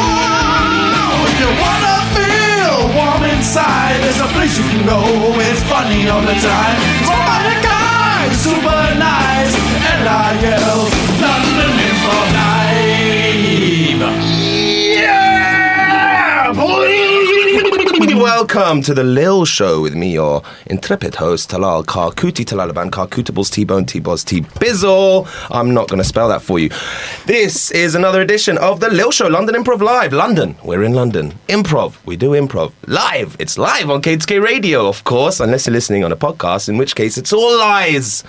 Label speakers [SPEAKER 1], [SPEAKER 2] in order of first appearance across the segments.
[SPEAKER 1] If you wanna feel warm inside, there's a place you can go. It's funny all the time. It's all by the guys, super nice. And I yell, London is for life. Yeah, boy.
[SPEAKER 2] Welcome to the Lil Show with me, your intrepid host, Talal Karkuti, Talalaban Karkutables, T Bone, T Boz, T Bizzle. I'm not going to spell that for you. This is another edition of the Lil Show, London Improv Live. London, we're in London. Improv, we do improv. Live, it's live on K2K Radio, of course, unless you're listening on a podcast, in which case it's all lies.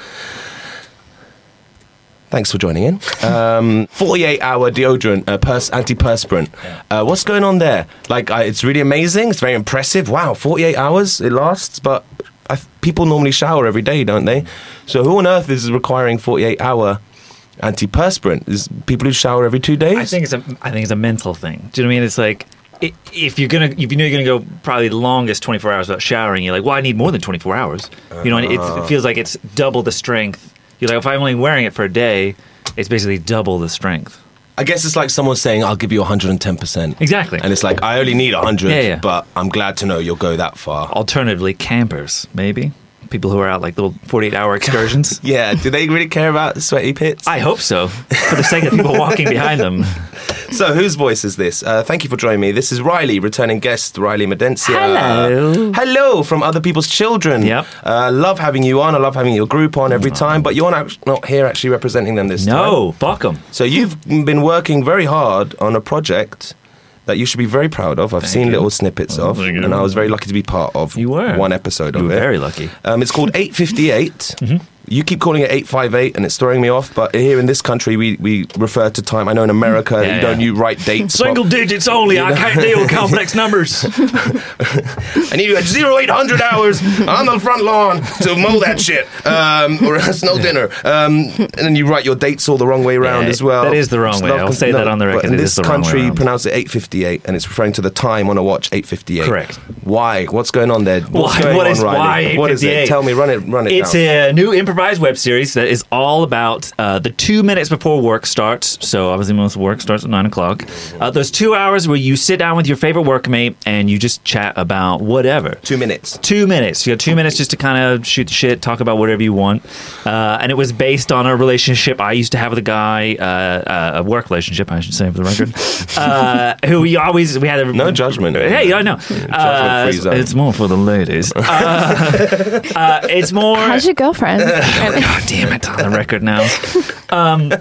[SPEAKER 2] Thanks for joining in. Um, 48 hour deodorant, uh, pers- antiperspirant. Uh, what's going on there? Like, uh, it's really amazing. It's very impressive. Wow, 48 hours it lasts, but I f- people normally shower every day, don't they? So, who on earth is requiring 48 hour antiperspirant? Is people who shower every two days?
[SPEAKER 3] I think it's a I think it's a mental thing. Do you know what I mean? It's like i- if you're gonna if you know you're gonna go probably the longest 24 hours without showering, you're like, well, I need more than 24 hours. You know, and it, it feels like it's double the strength. You're like, if I'm only wearing it for a day, it's basically double the strength.
[SPEAKER 2] I guess it's like someone saying, I'll give you 110%.
[SPEAKER 3] Exactly.
[SPEAKER 2] And it's like, I only need 100,
[SPEAKER 3] Yeah, yeah.
[SPEAKER 2] but I'm glad to know you'll go that far.
[SPEAKER 3] Alternatively, campers maybe people who are out like little 48 hour excursions.
[SPEAKER 2] Yeah, do they really care about sweaty pits?
[SPEAKER 3] I hope so, for the sake of people walking behind them.
[SPEAKER 2] So, whose voice is this? Uh, thank you for joining me. This is Riley, returning guest Riley Medencia.
[SPEAKER 3] Hello.
[SPEAKER 2] Hello from Other People's Children.
[SPEAKER 3] Yep.
[SPEAKER 2] Uh, love having you on. I love having your group on every time, but you're not, not here actually representing them this time.
[SPEAKER 3] No, fuck them.
[SPEAKER 2] So, you've been working very hard on a project that you should be very proud of. I've seen
[SPEAKER 3] you. Oh,
[SPEAKER 2] little snippets of,
[SPEAKER 3] thank you.
[SPEAKER 2] and I was very lucky to be part of
[SPEAKER 3] You were.
[SPEAKER 2] one episode
[SPEAKER 3] You
[SPEAKER 2] of
[SPEAKER 3] were
[SPEAKER 2] it.
[SPEAKER 3] very lucky. Mm-hmm.
[SPEAKER 2] Um, it's called 858. You keep calling it 858, and it's throwing me off. But here in this country, we, we refer to time. I know in America,
[SPEAKER 3] Yeah,
[SPEAKER 2] you don't
[SPEAKER 3] yeah.
[SPEAKER 2] you write dates.
[SPEAKER 3] Single
[SPEAKER 2] but-
[SPEAKER 3] digits only. I can't deal with complex numbers.
[SPEAKER 2] I need you at 0800 hours on the front lawn to mow that shit, um, or else no dinner. Um, and then you write your dates all the wrong way around
[SPEAKER 3] Yeah,
[SPEAKER 2] as well.
[SPEAKER 3] that is the wrong
[SPEAKER 2] It's
[SPEAKER 3] way.
[SPEAKER 2] not-
[SPEAKER 3] I'll say that on the
[SPEAKER 2] but
[SPEAKER 3] record,
[SPEAKER 2] In
[SPEAKER 3] it
[SPEAKER 2] this
[SPEAKER 3] is the wrong way
[SPEAKER 2] country, you
[SPEAKER 3] around.
[SPEAKER 2] pronounce it 858, and it's referring to the time on a watch, 858.
[SPEAKER 3] Correct.
[SPEAKER 2] Why? What's going on there? What's
[SPEAKER 3] Why-
[SPEAKER 2] going
[SPEAKER 3] what
[SPEAKER 2] on,
[SPEAKER 3] is-
[SPEAKER 2] Riley?
[SPEAKER 3] why
[SPEAKER 2] What is it?
[SPEAKER 3] 858?
[SPEAKER 2] Tell me. Run it. Run it.
[SPEAKER 3] It's
[SPEAKER 2] down.
[SPEAKER 3] a new improvised web series that is all about uh, the two minutes before work starts. So obviously, most work starts at nine o'clock. Uh, those two hours where you sit down with your favorite workmate and you just chat about whatever.
[SPEAKER 2] Two minutes.
[SPEAKER 3] Two minutes. You got two minutes just to kind of shoot the shit, talk about whatever you want. Uh, and it was based on a relationship I used to have with a guy, uh, uh, a work relationship, I should say, for the record, uh, who we always we had a
[SPEAKER 2] No judgment.
[SPEAKER 3] Hey, I know. Uh,
[SPEAKER 2] free zone.
[SPEAKER 3] it's more for the ladies. Uh, uh, it's more. Oh,
[SPEAKER 4] How's your girlfriend?
[SPEAKER 3] God damn it, on the record now. Um,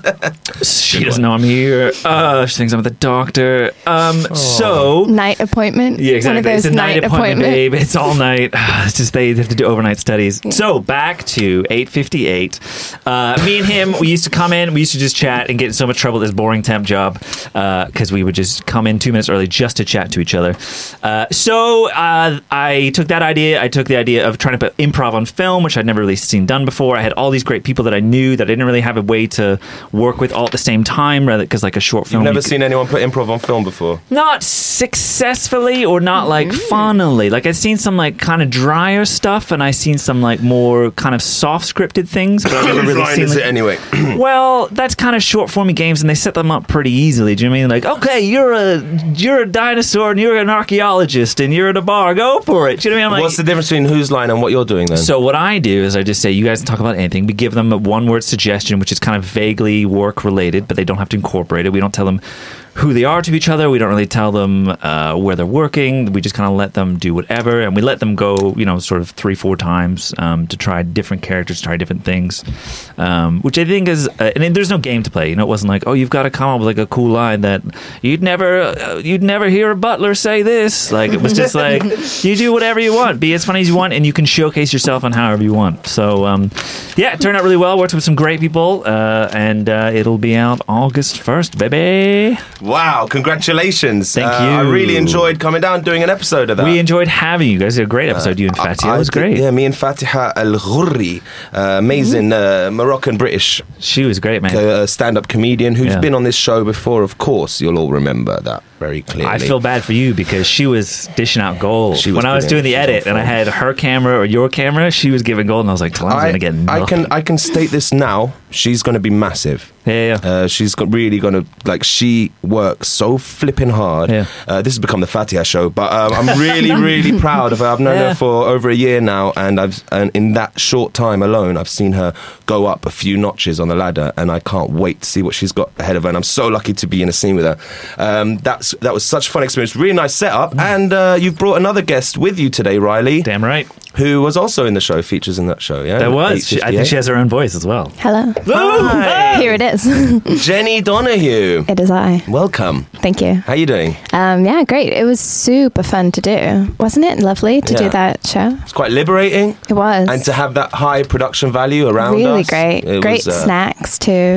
[SPEAKER 3] she doesn't know I'm here. Uh, she thinks I'm at the doctor. Um, So.
[SPEAKER 4] night appointment.
[SPEAKER 3] Yeah, exactly.
[SPEAKER 4] One of those
[SPEAKER 3] it's a night, appointment, babe. It's all night. It's just they have to do overnight studies. So back to 8:58. Uh, me and him, we used to come in. We used to just chat and get in so much trouble at this boring temp job because we would just come in two minutes early just to chat to each other. Uh, so uh, I took that idea. I took the idea of trying to put improv on film, which I'd never really seen done before. I had all these great people that I knew that I didn't really have a way to work with all at the same time, rather because like a short film.
[SPEAKER 2] I've
[SPEAKER 3] you
[SPEAKER 2] never
[SPEAKER 3] could-
[SPEAKER 2] seen anyone put improv on film before.
[SPEAKER 3] not successfully or not like funnily. Like I've seen some like kind of drier stuff, and I've seen some like more kind of soft scripted things. But I've never
[SPEAKER 2] Whose
[SPEAKER 3] really
[SPEAKER 2] line
[SPEAKER 3] seen.
[SPEAKER 2] is
[SPEAKER 3] like-
[SPEAKER 2] it anyway?
[SPEAKER 3] well, that's kind of short formy games, and they set them up pretty easily. Do you know what I mean like okay, you're a you're a dinosaur, and you're an archaeologist, and you're in a bar. Go for it. Do you know what I mean? I'm like,
[SPEAKER 2] What's the difference between whose line and what you're doing then?
[SPEAKER 3] so what I do is I just say, you guys talk about anything. We give them a one word suggestion, which is kind of vaguely work related, but they don't have to incorporate it. We don't tell them who they are to each other. We don't really tell them uh, where they're working. We just kind of let them do whatever, and we let them go, you know, sort of three, four times um, to try different characters, try different things, um, which I think is. Uh, and there's no game to play. You know, it wasn't like, oh, you've got to come up with like a cool line that you'd never, uh, you'd never hear a butler say this. Like it was just like you do whatever you want, be as funny as you want, and you can showcase yourself on however you want. So um, yeah, it turned out really well. Worked with some great people, uh, and uh, it'll be out August first, baby.
[SPEAKER 2] Wow, congratulations.
[SPEAKER 3] Thank
[SPEAKER 2] Uh, I
[SPEAKER 3] you.
[SPEAKER 2] really enjoyed coming down doing an episode of that.
[SPEAKER 3] We enjoyed having you guys. You did a great episode, you and Fatih. That
[SPEAKER 2] Uh, I
[SPEAKER 3] was
[SPEAKER 2] did-
[SPEAKER 3] great.
[SPEAKER 2] Yeah, me and Fatiha Al Ghurri, uh, amazing
[SPEAKER 3] Mm-hmm.
[SPEAKER 2] uh, Moroccan British
[SPEAKER 3] She was great, man.
[SPEAKER 2] uh, stand up comedian who's
[SPEAKER 3] Yeah.
[SPEAKER 2] been on this show before, of course. You'll all remember that very clearly.
[SPEAKER 3] I feel bad for you because she was dishing out gold.
[SPEAKER 2] She was
[SPEAKER 3] when I was doing
[SPEAKER 2] brilliant. She was on
[SPEAKER 3] the edit and I
[SPEAKER 2] fire.
[SPEAKER 3] had her camera or your camera, she was giving gold, and I was like, Talan's
[SPEAKER 2] I,
[SPEAKER 3] gonna get
[SPEAKER 2] I
[SPEAKER 3] nothing.
[SPEAKER 2] can I can state this now. She's going to be massive.
[SPEAKER 3] Yeah, yeah.
[SPEAKER 2] Uh, she's got really going to like. She works so flipping hard.
[SPEAKER 3] Yeah.
[SPEAKER 2] Uh, this has become the Fatiha show, but um, I'm really really proud of her. I've known
[SPEAKER 3] Yeah.
[SPEAKER 2] her for over a year now, and I've and in that short time alone, I've seen her go up a few notches on the ladder, and I can't wait to see what she's got ahead of her. And I'm so lucky to be in a scene with her. Um, that's that was such a fun experience. Really nice setup,
[SPEAKER 3] Mm.
[SPEAKER 2] and uh, you've brought another guest with you today, Riley
[SPEAKER 3] Damn right.
[SPEAKER 2] who was also in the show, features in that show. Uh, Yeah,
[SPEAKER 3] That was. She, I think she has her own voice as well.
[SPEAKER 4] Hello.
[SPEAKER 2] Hi.
[SPEAKER 4] Here it is. it
[SPEAKER 2] Jenny Donahue.
[SPEAKER 4] is I.
[SPEAKER 2] Welcome.
[SPEAKER 4] Thank you.
[SPEAKER 2] How you doing?
[SPEAKER 4] Um, yeah, great. It was super fun to do. Wasn't it lovely to
[SPEAKER 2] Yeah.
[SPEAKER 4] do that show?
[SPEAKER 2] It's quite liberating,
[SPEAKER 4] It was.
[SPEAKER 2] and to have that high production value around
[SPEAKER 4] really
[SPEAKER 2] us,
[SPEAKER 4] great.
[SPEAKER 2] it
[SPEAKER 4] Great
[SPEAKER 2] was, uh, Mm.
[SPEAKER 4] snacks, too.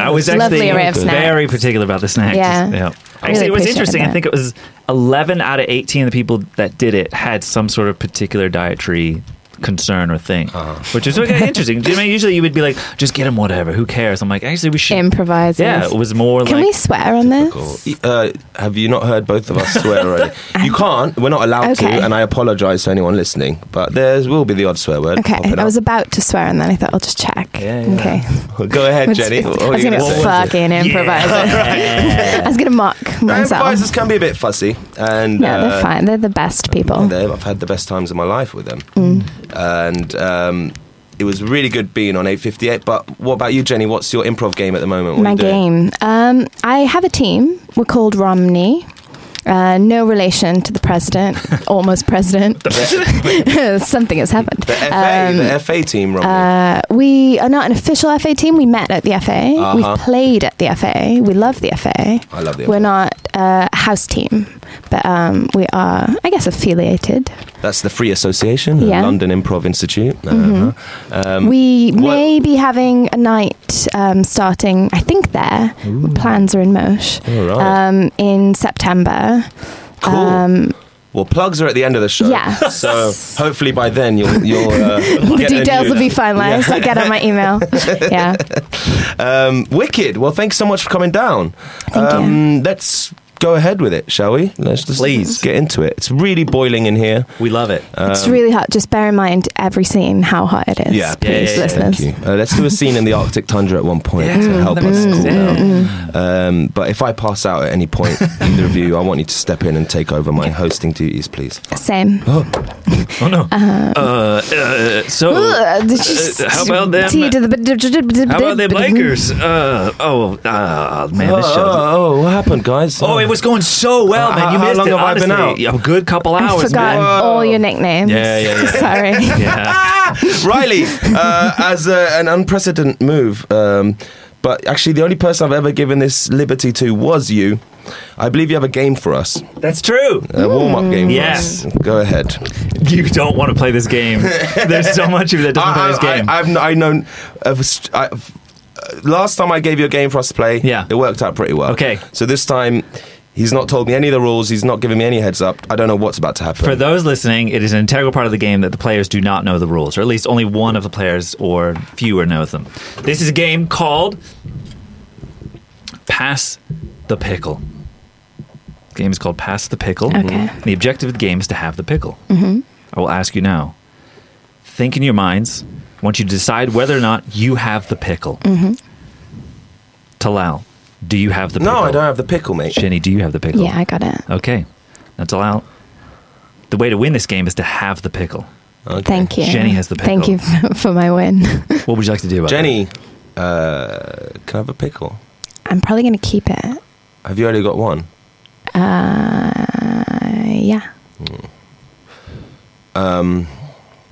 [SPEAKER 3] I was
[SPEAKER 4] Lovely
[SPEAKER 3] actually
[SPEAKER 4] array of snacks.
[SPEAKER 3] very particular about the snacks.
[SPEAKER 4] Yeah. I
[SPEAKER 3] Actually,
[SPEAKER 4] really
[SPEAKER 3] it was
[SPEAKER 4] appreciated
[SPEAKER 3] interesting. I
[SPEAKER 4] that.
[SPEAKER 3] think it was 11 out of 18 of the people that did it had some sort of particular dietary concern or thing,
[SPEAKER 2] Uh-huh.
[SPEAKER 3] which is really interesting. Do you know, usually you would be like, just get them whatever, who cares? I'm like, actually, we should.
[SPEAKER 4] Improvisers.
[SPEAKER 3] yeah, it was more
[SPEAKER 4] Can
[SPEAKER 3] like.
[SPEAKER 4] we swear on this?
[SPEAKER 2] Uh, have you not heard both of us swear already? you can't. We're not allowed
[SPEAKER 4] Okay.
[SPEAKER 2] to, and I apologise to anyone listening. But there will be the odd swear word.
[SPEAKER 4] Okay,
[SPEAKER 2] popping
[SPEAKER 4] I was
[SPEAKER 2] up.
[SPEAKER 4] about to swear and then I thought I'll just check.
[SPEAKER 3] Yeah, yeah.
[SPEAKER 4] Okay.
[SPEAKER 2] Go ahead, Jenny.
[SPEAKER 4] I
[SPEAKER 2] What
[SPEAKER 4] was
[SPEAKER 2] were you
[SPEAKER 4] gonna
[SPEAKER 2] going to say?
[SPEAKER 4] fucking improvise. I was gonna mock myself.
[SPEAKER 2] Improvisers can be a bit fussy, and
[SPEAKER 4] No,
[SPEAKER 2] uh,
[SPEAKER 4] they're fine. They're the best people.
[SPEAKER 2] And they- I've had the best times of my life with them.
[SPEAKER 4] Mm.
[SPEAKER 2] And um, it was really good being on 858. But what about you, Jenny? What's your improv game at the moment? What
[SPEAKER 4] My
[SPEAKER 2] are you doing?
[SPEAKER 4] game. Um, I have a team. We're called Romney. Uh, no relation to the president, almost president. Something has happened.
[SPEAKER 2] The FA,
[SPEAKER 4] Um,
[SPEAKER 2] the FA team, Romney.
[SPEAKER 4] uh, we are not an official FA team. We met at the FA.
[SPEAKER 2] Uh-huh.
[SPEAKER 4] We've played at the FA. We love the FA.
[SPEAKER 2] I love the
[SPEAKER 4] We're
[SPEAKER 2] FA.
[SPEAKER 4] not a house team, but um, we are, I guess, affiliated.
[SPEAKER 2] That's the Free Association, the
[SPEAKER 4] Yeah. Mm-hmm.
[SPEAKER 2] London Improv Institute. Uh-huh. Um,
[SPEAKER 4] We
[SPEAKER 2] what-
[SPEAKER 4] may be having a night um, starting, I think, there. Plans are in motion.
[SPEAKER 2] All right.
[SPEAKER 4] Um, in September.
[SPEAKER 2] Cool.
[SPEAKER 4] Um,
[SPEAKER 2] well, plugs are at the end of the show.
[SPEAKER 4] Yeah.
[SPEAKER 2] So hopefully by then you'll you'll uh,
[SPEAKER 4] the
[SPEAKER 2] get a
[SPEAKER 4] details
[SPEAKER 2] new-
[SPEAKER 4] will be finalized. I'll get on my email. Yeah.
[SPEAKER 2] Um, wicked. Well, thanks so much for coming down. Um,
[SPEAKER 4] Thank you.
[SPEAKER 2] Let's go ahead with it, shall we? Let's just
[SPEAKER 3] Please.
[SPEAKER 2] let's get into it. It's really boiling in here.
[SPEAKER 3] We love it.
[SPEAKER 4] it's really hot. Just bear in mind every scene how hot it is.
[SPEAKER 2] Um, Yeah,
[SPEAKER 4] please,
[SPEAKER 3] yeah, yeah,
[SPEAKER 4] listeners.
[SPEAKER 2] Thank you. Uh, let's do a scene in the Arctic tundra at one point to help us cool
[SPEAKER 3] Mm-hmm.
[SPEAKER 2] down. Um, but if I pass out at any point in the review, I want you to step in and take over my hosting duties, please.
[SPEAKER 4] Same.
[SPEAKER 3] oh, no.
[SPEAKER 4] Uh-huh.
[SPEAKER 3] Uh, uh, so.
[SPEAKER 4] Ugh, this
[SPEAKER 3] uh,
[SPEAKER 4] is-
[SPEAKER 3] how about them-
[SPEAKER 4] tea to the-
[SPEAKER 3] How about the bikers? Uh, oh, uh, man,
[SPEAKER 2] oh,
[SPEAKER 3] this show.
[SPEAKER 2] oh, oh, what happened, guys?
[SPEAKER 3] Oh, it was going so well,
[SPEAKER 2] How-
[SPEAKER 3] man.
[SPEAKER 2] Uh,
[SPEAKER 3] You
[SPEAKER 2] how
[SPEAKER 3] missed
[SPEAKER 2] long
[SPEAKER 3] it.
[SPEAKER 2] have I been Uh,
[SPEAKER 3] honestly. a good couple
[SPEAKER 4] I
[SPEAKER 3] hours,
[SPEAKER 4] forgot
[SPEAKER 3] man.
[SPEAKER 4] all your nicknames.
[SPEAKER 3] Yeah, yeah, yeah.
[SPEAKER 4] Sorry.
[SPEAKER 3] Yeah.
[SPEAKER 2] Ah! Riley, uh, as a, an unprecedented move, um, but actually the only person I've ever given this liberty to was you. I believe you have a game for us,
[SPEAKER 3] That's true.
[SPEAKER 2] a warm-up game. for
[SPEAKER 3] Mm. Yes.
[SPEAKER 2] us. Go ahead.
[SPEAKER 3] You don't want to play this game. There's so much of you that doesn't play
[SPEAKER 2] I,
[SPEAKER 3] this game.
[SPEAKER 2] I, have I known. I've, st- I, last time I gave you a game for us to play,
[SPEAKER 3] Yeah.
[SPEAKER 2] it worked out pretty well.
[SPEAKER 3] Okay.
[SPEAKER 2] So this time, he's not told me any of the rules. He's not giving me any heads up. I don't know what's about to happen.
[SPEAKER 3] For those listening, it is an integral part of the game that the players do not know the rules, or at least only one of the players or fewer knows them. This is a game called Pass the Pickle. The game is called Pass the Pickle. Mm-hmm.
[SPEAKER 4] Okay. Mm-hmm.
[SPEAKER 3] The objective of the game is to have the pickle. I will ask you now. Think in your minds. I want you to decide whether or not you have the pickle.
[SPEAKER 4] Mm-hmm.
[SPEAKER 3] Talal, do you have the
[SPEAKER 2] no,
[SPEAKER 3] pickle?
[SPEAKER 2] I don't have the pickle, mate.
[SPEAKER 3] Jenny, do you have the pickle?
[SPEAKER 4] yeah, I got it.
[SPEAKER 3] Okay, that's all out. The way to win this game is to have the pickle.
[SPEAKER 2] Okay.
[SPEAKER 4] Thank you.
[SPEAKER 3] Jenny has the pickle.
[SPEAKER 4] Thank you f- for my win.
[SPEAKER 3] What would you like to do about
[SPEAKER 2] Jenny, uh, can I have a pickle?
[SPEAKER 4] I'm probably going to keep it.
[SPEAKER 2] Have you already got one?
[SPEAKER 4] Uh, yeah.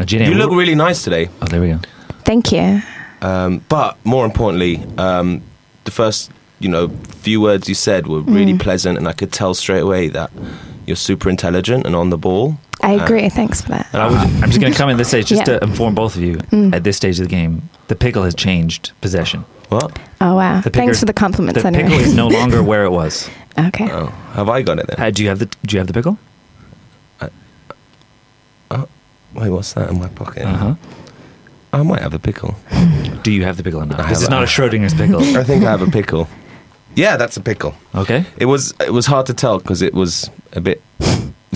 [SPEAKER 3] Virginia,
[SPEAKER 2] You look
[SPEAKER 3] we're-
[SPEAKER 2] really nice today.
[SPEAKER 3] oh, there we go.
[SPEAKER 4] Thank you.
[SPEAKER 2] Um, but more importantly, um, the first you know few words you said were really pleasant, and I could tell straight away that you're super intelligent and on the ball.
[SPEAKER 4] I agree. Thanks for that.
[SPEAKER 2] And I would,
[SPEAKER 3] Ah. I'm just going to come in this stage just
[SPEAKER 4] Yeah. Mm.
[SPEAKER 3] to inform both of you. At this stage of the game, the pickle has changed possession.
[SPEAKER 2] what?
[SPEAKER 4] Oh wow.
[SPEAKER 3] The
[SPEAKER 4] Thanks
[SPEAKER 3] picker-
[SPEAKER 4] for the compliments
[SPEAKER 3] The
[SPEAKER 4] anyway.
[SPEAKER 3] pickle is no longer where it was.
[SPEAKER 4] okay.
[SPEAKER 2] Oh, have I got it then?
[SPEAKER 3] Uh, do you have the Do you have the pickle?
[SPEAKER 2] Wait, what's that in my pocket?
[SPEAKER 3] Uh
[SPEAKER 2] I might have a pickle.
[SPEAKER 3] huh. Do you have the pickle or not?
[SPEAKER 2] I
[SPEAKER 3] This
[SPEAKER 2] have
[SPEAKER 3] is
[SPEAKER 2] it.
[SPEAKER 3] not a Schrodinger's pickle.
[SPEAKER 2] I think I have a pickle. Yeah, that's a pickle.
[SPEAKER 3] Okay.
[SPEAKER 2] It was it was hard to tell because it was a bit.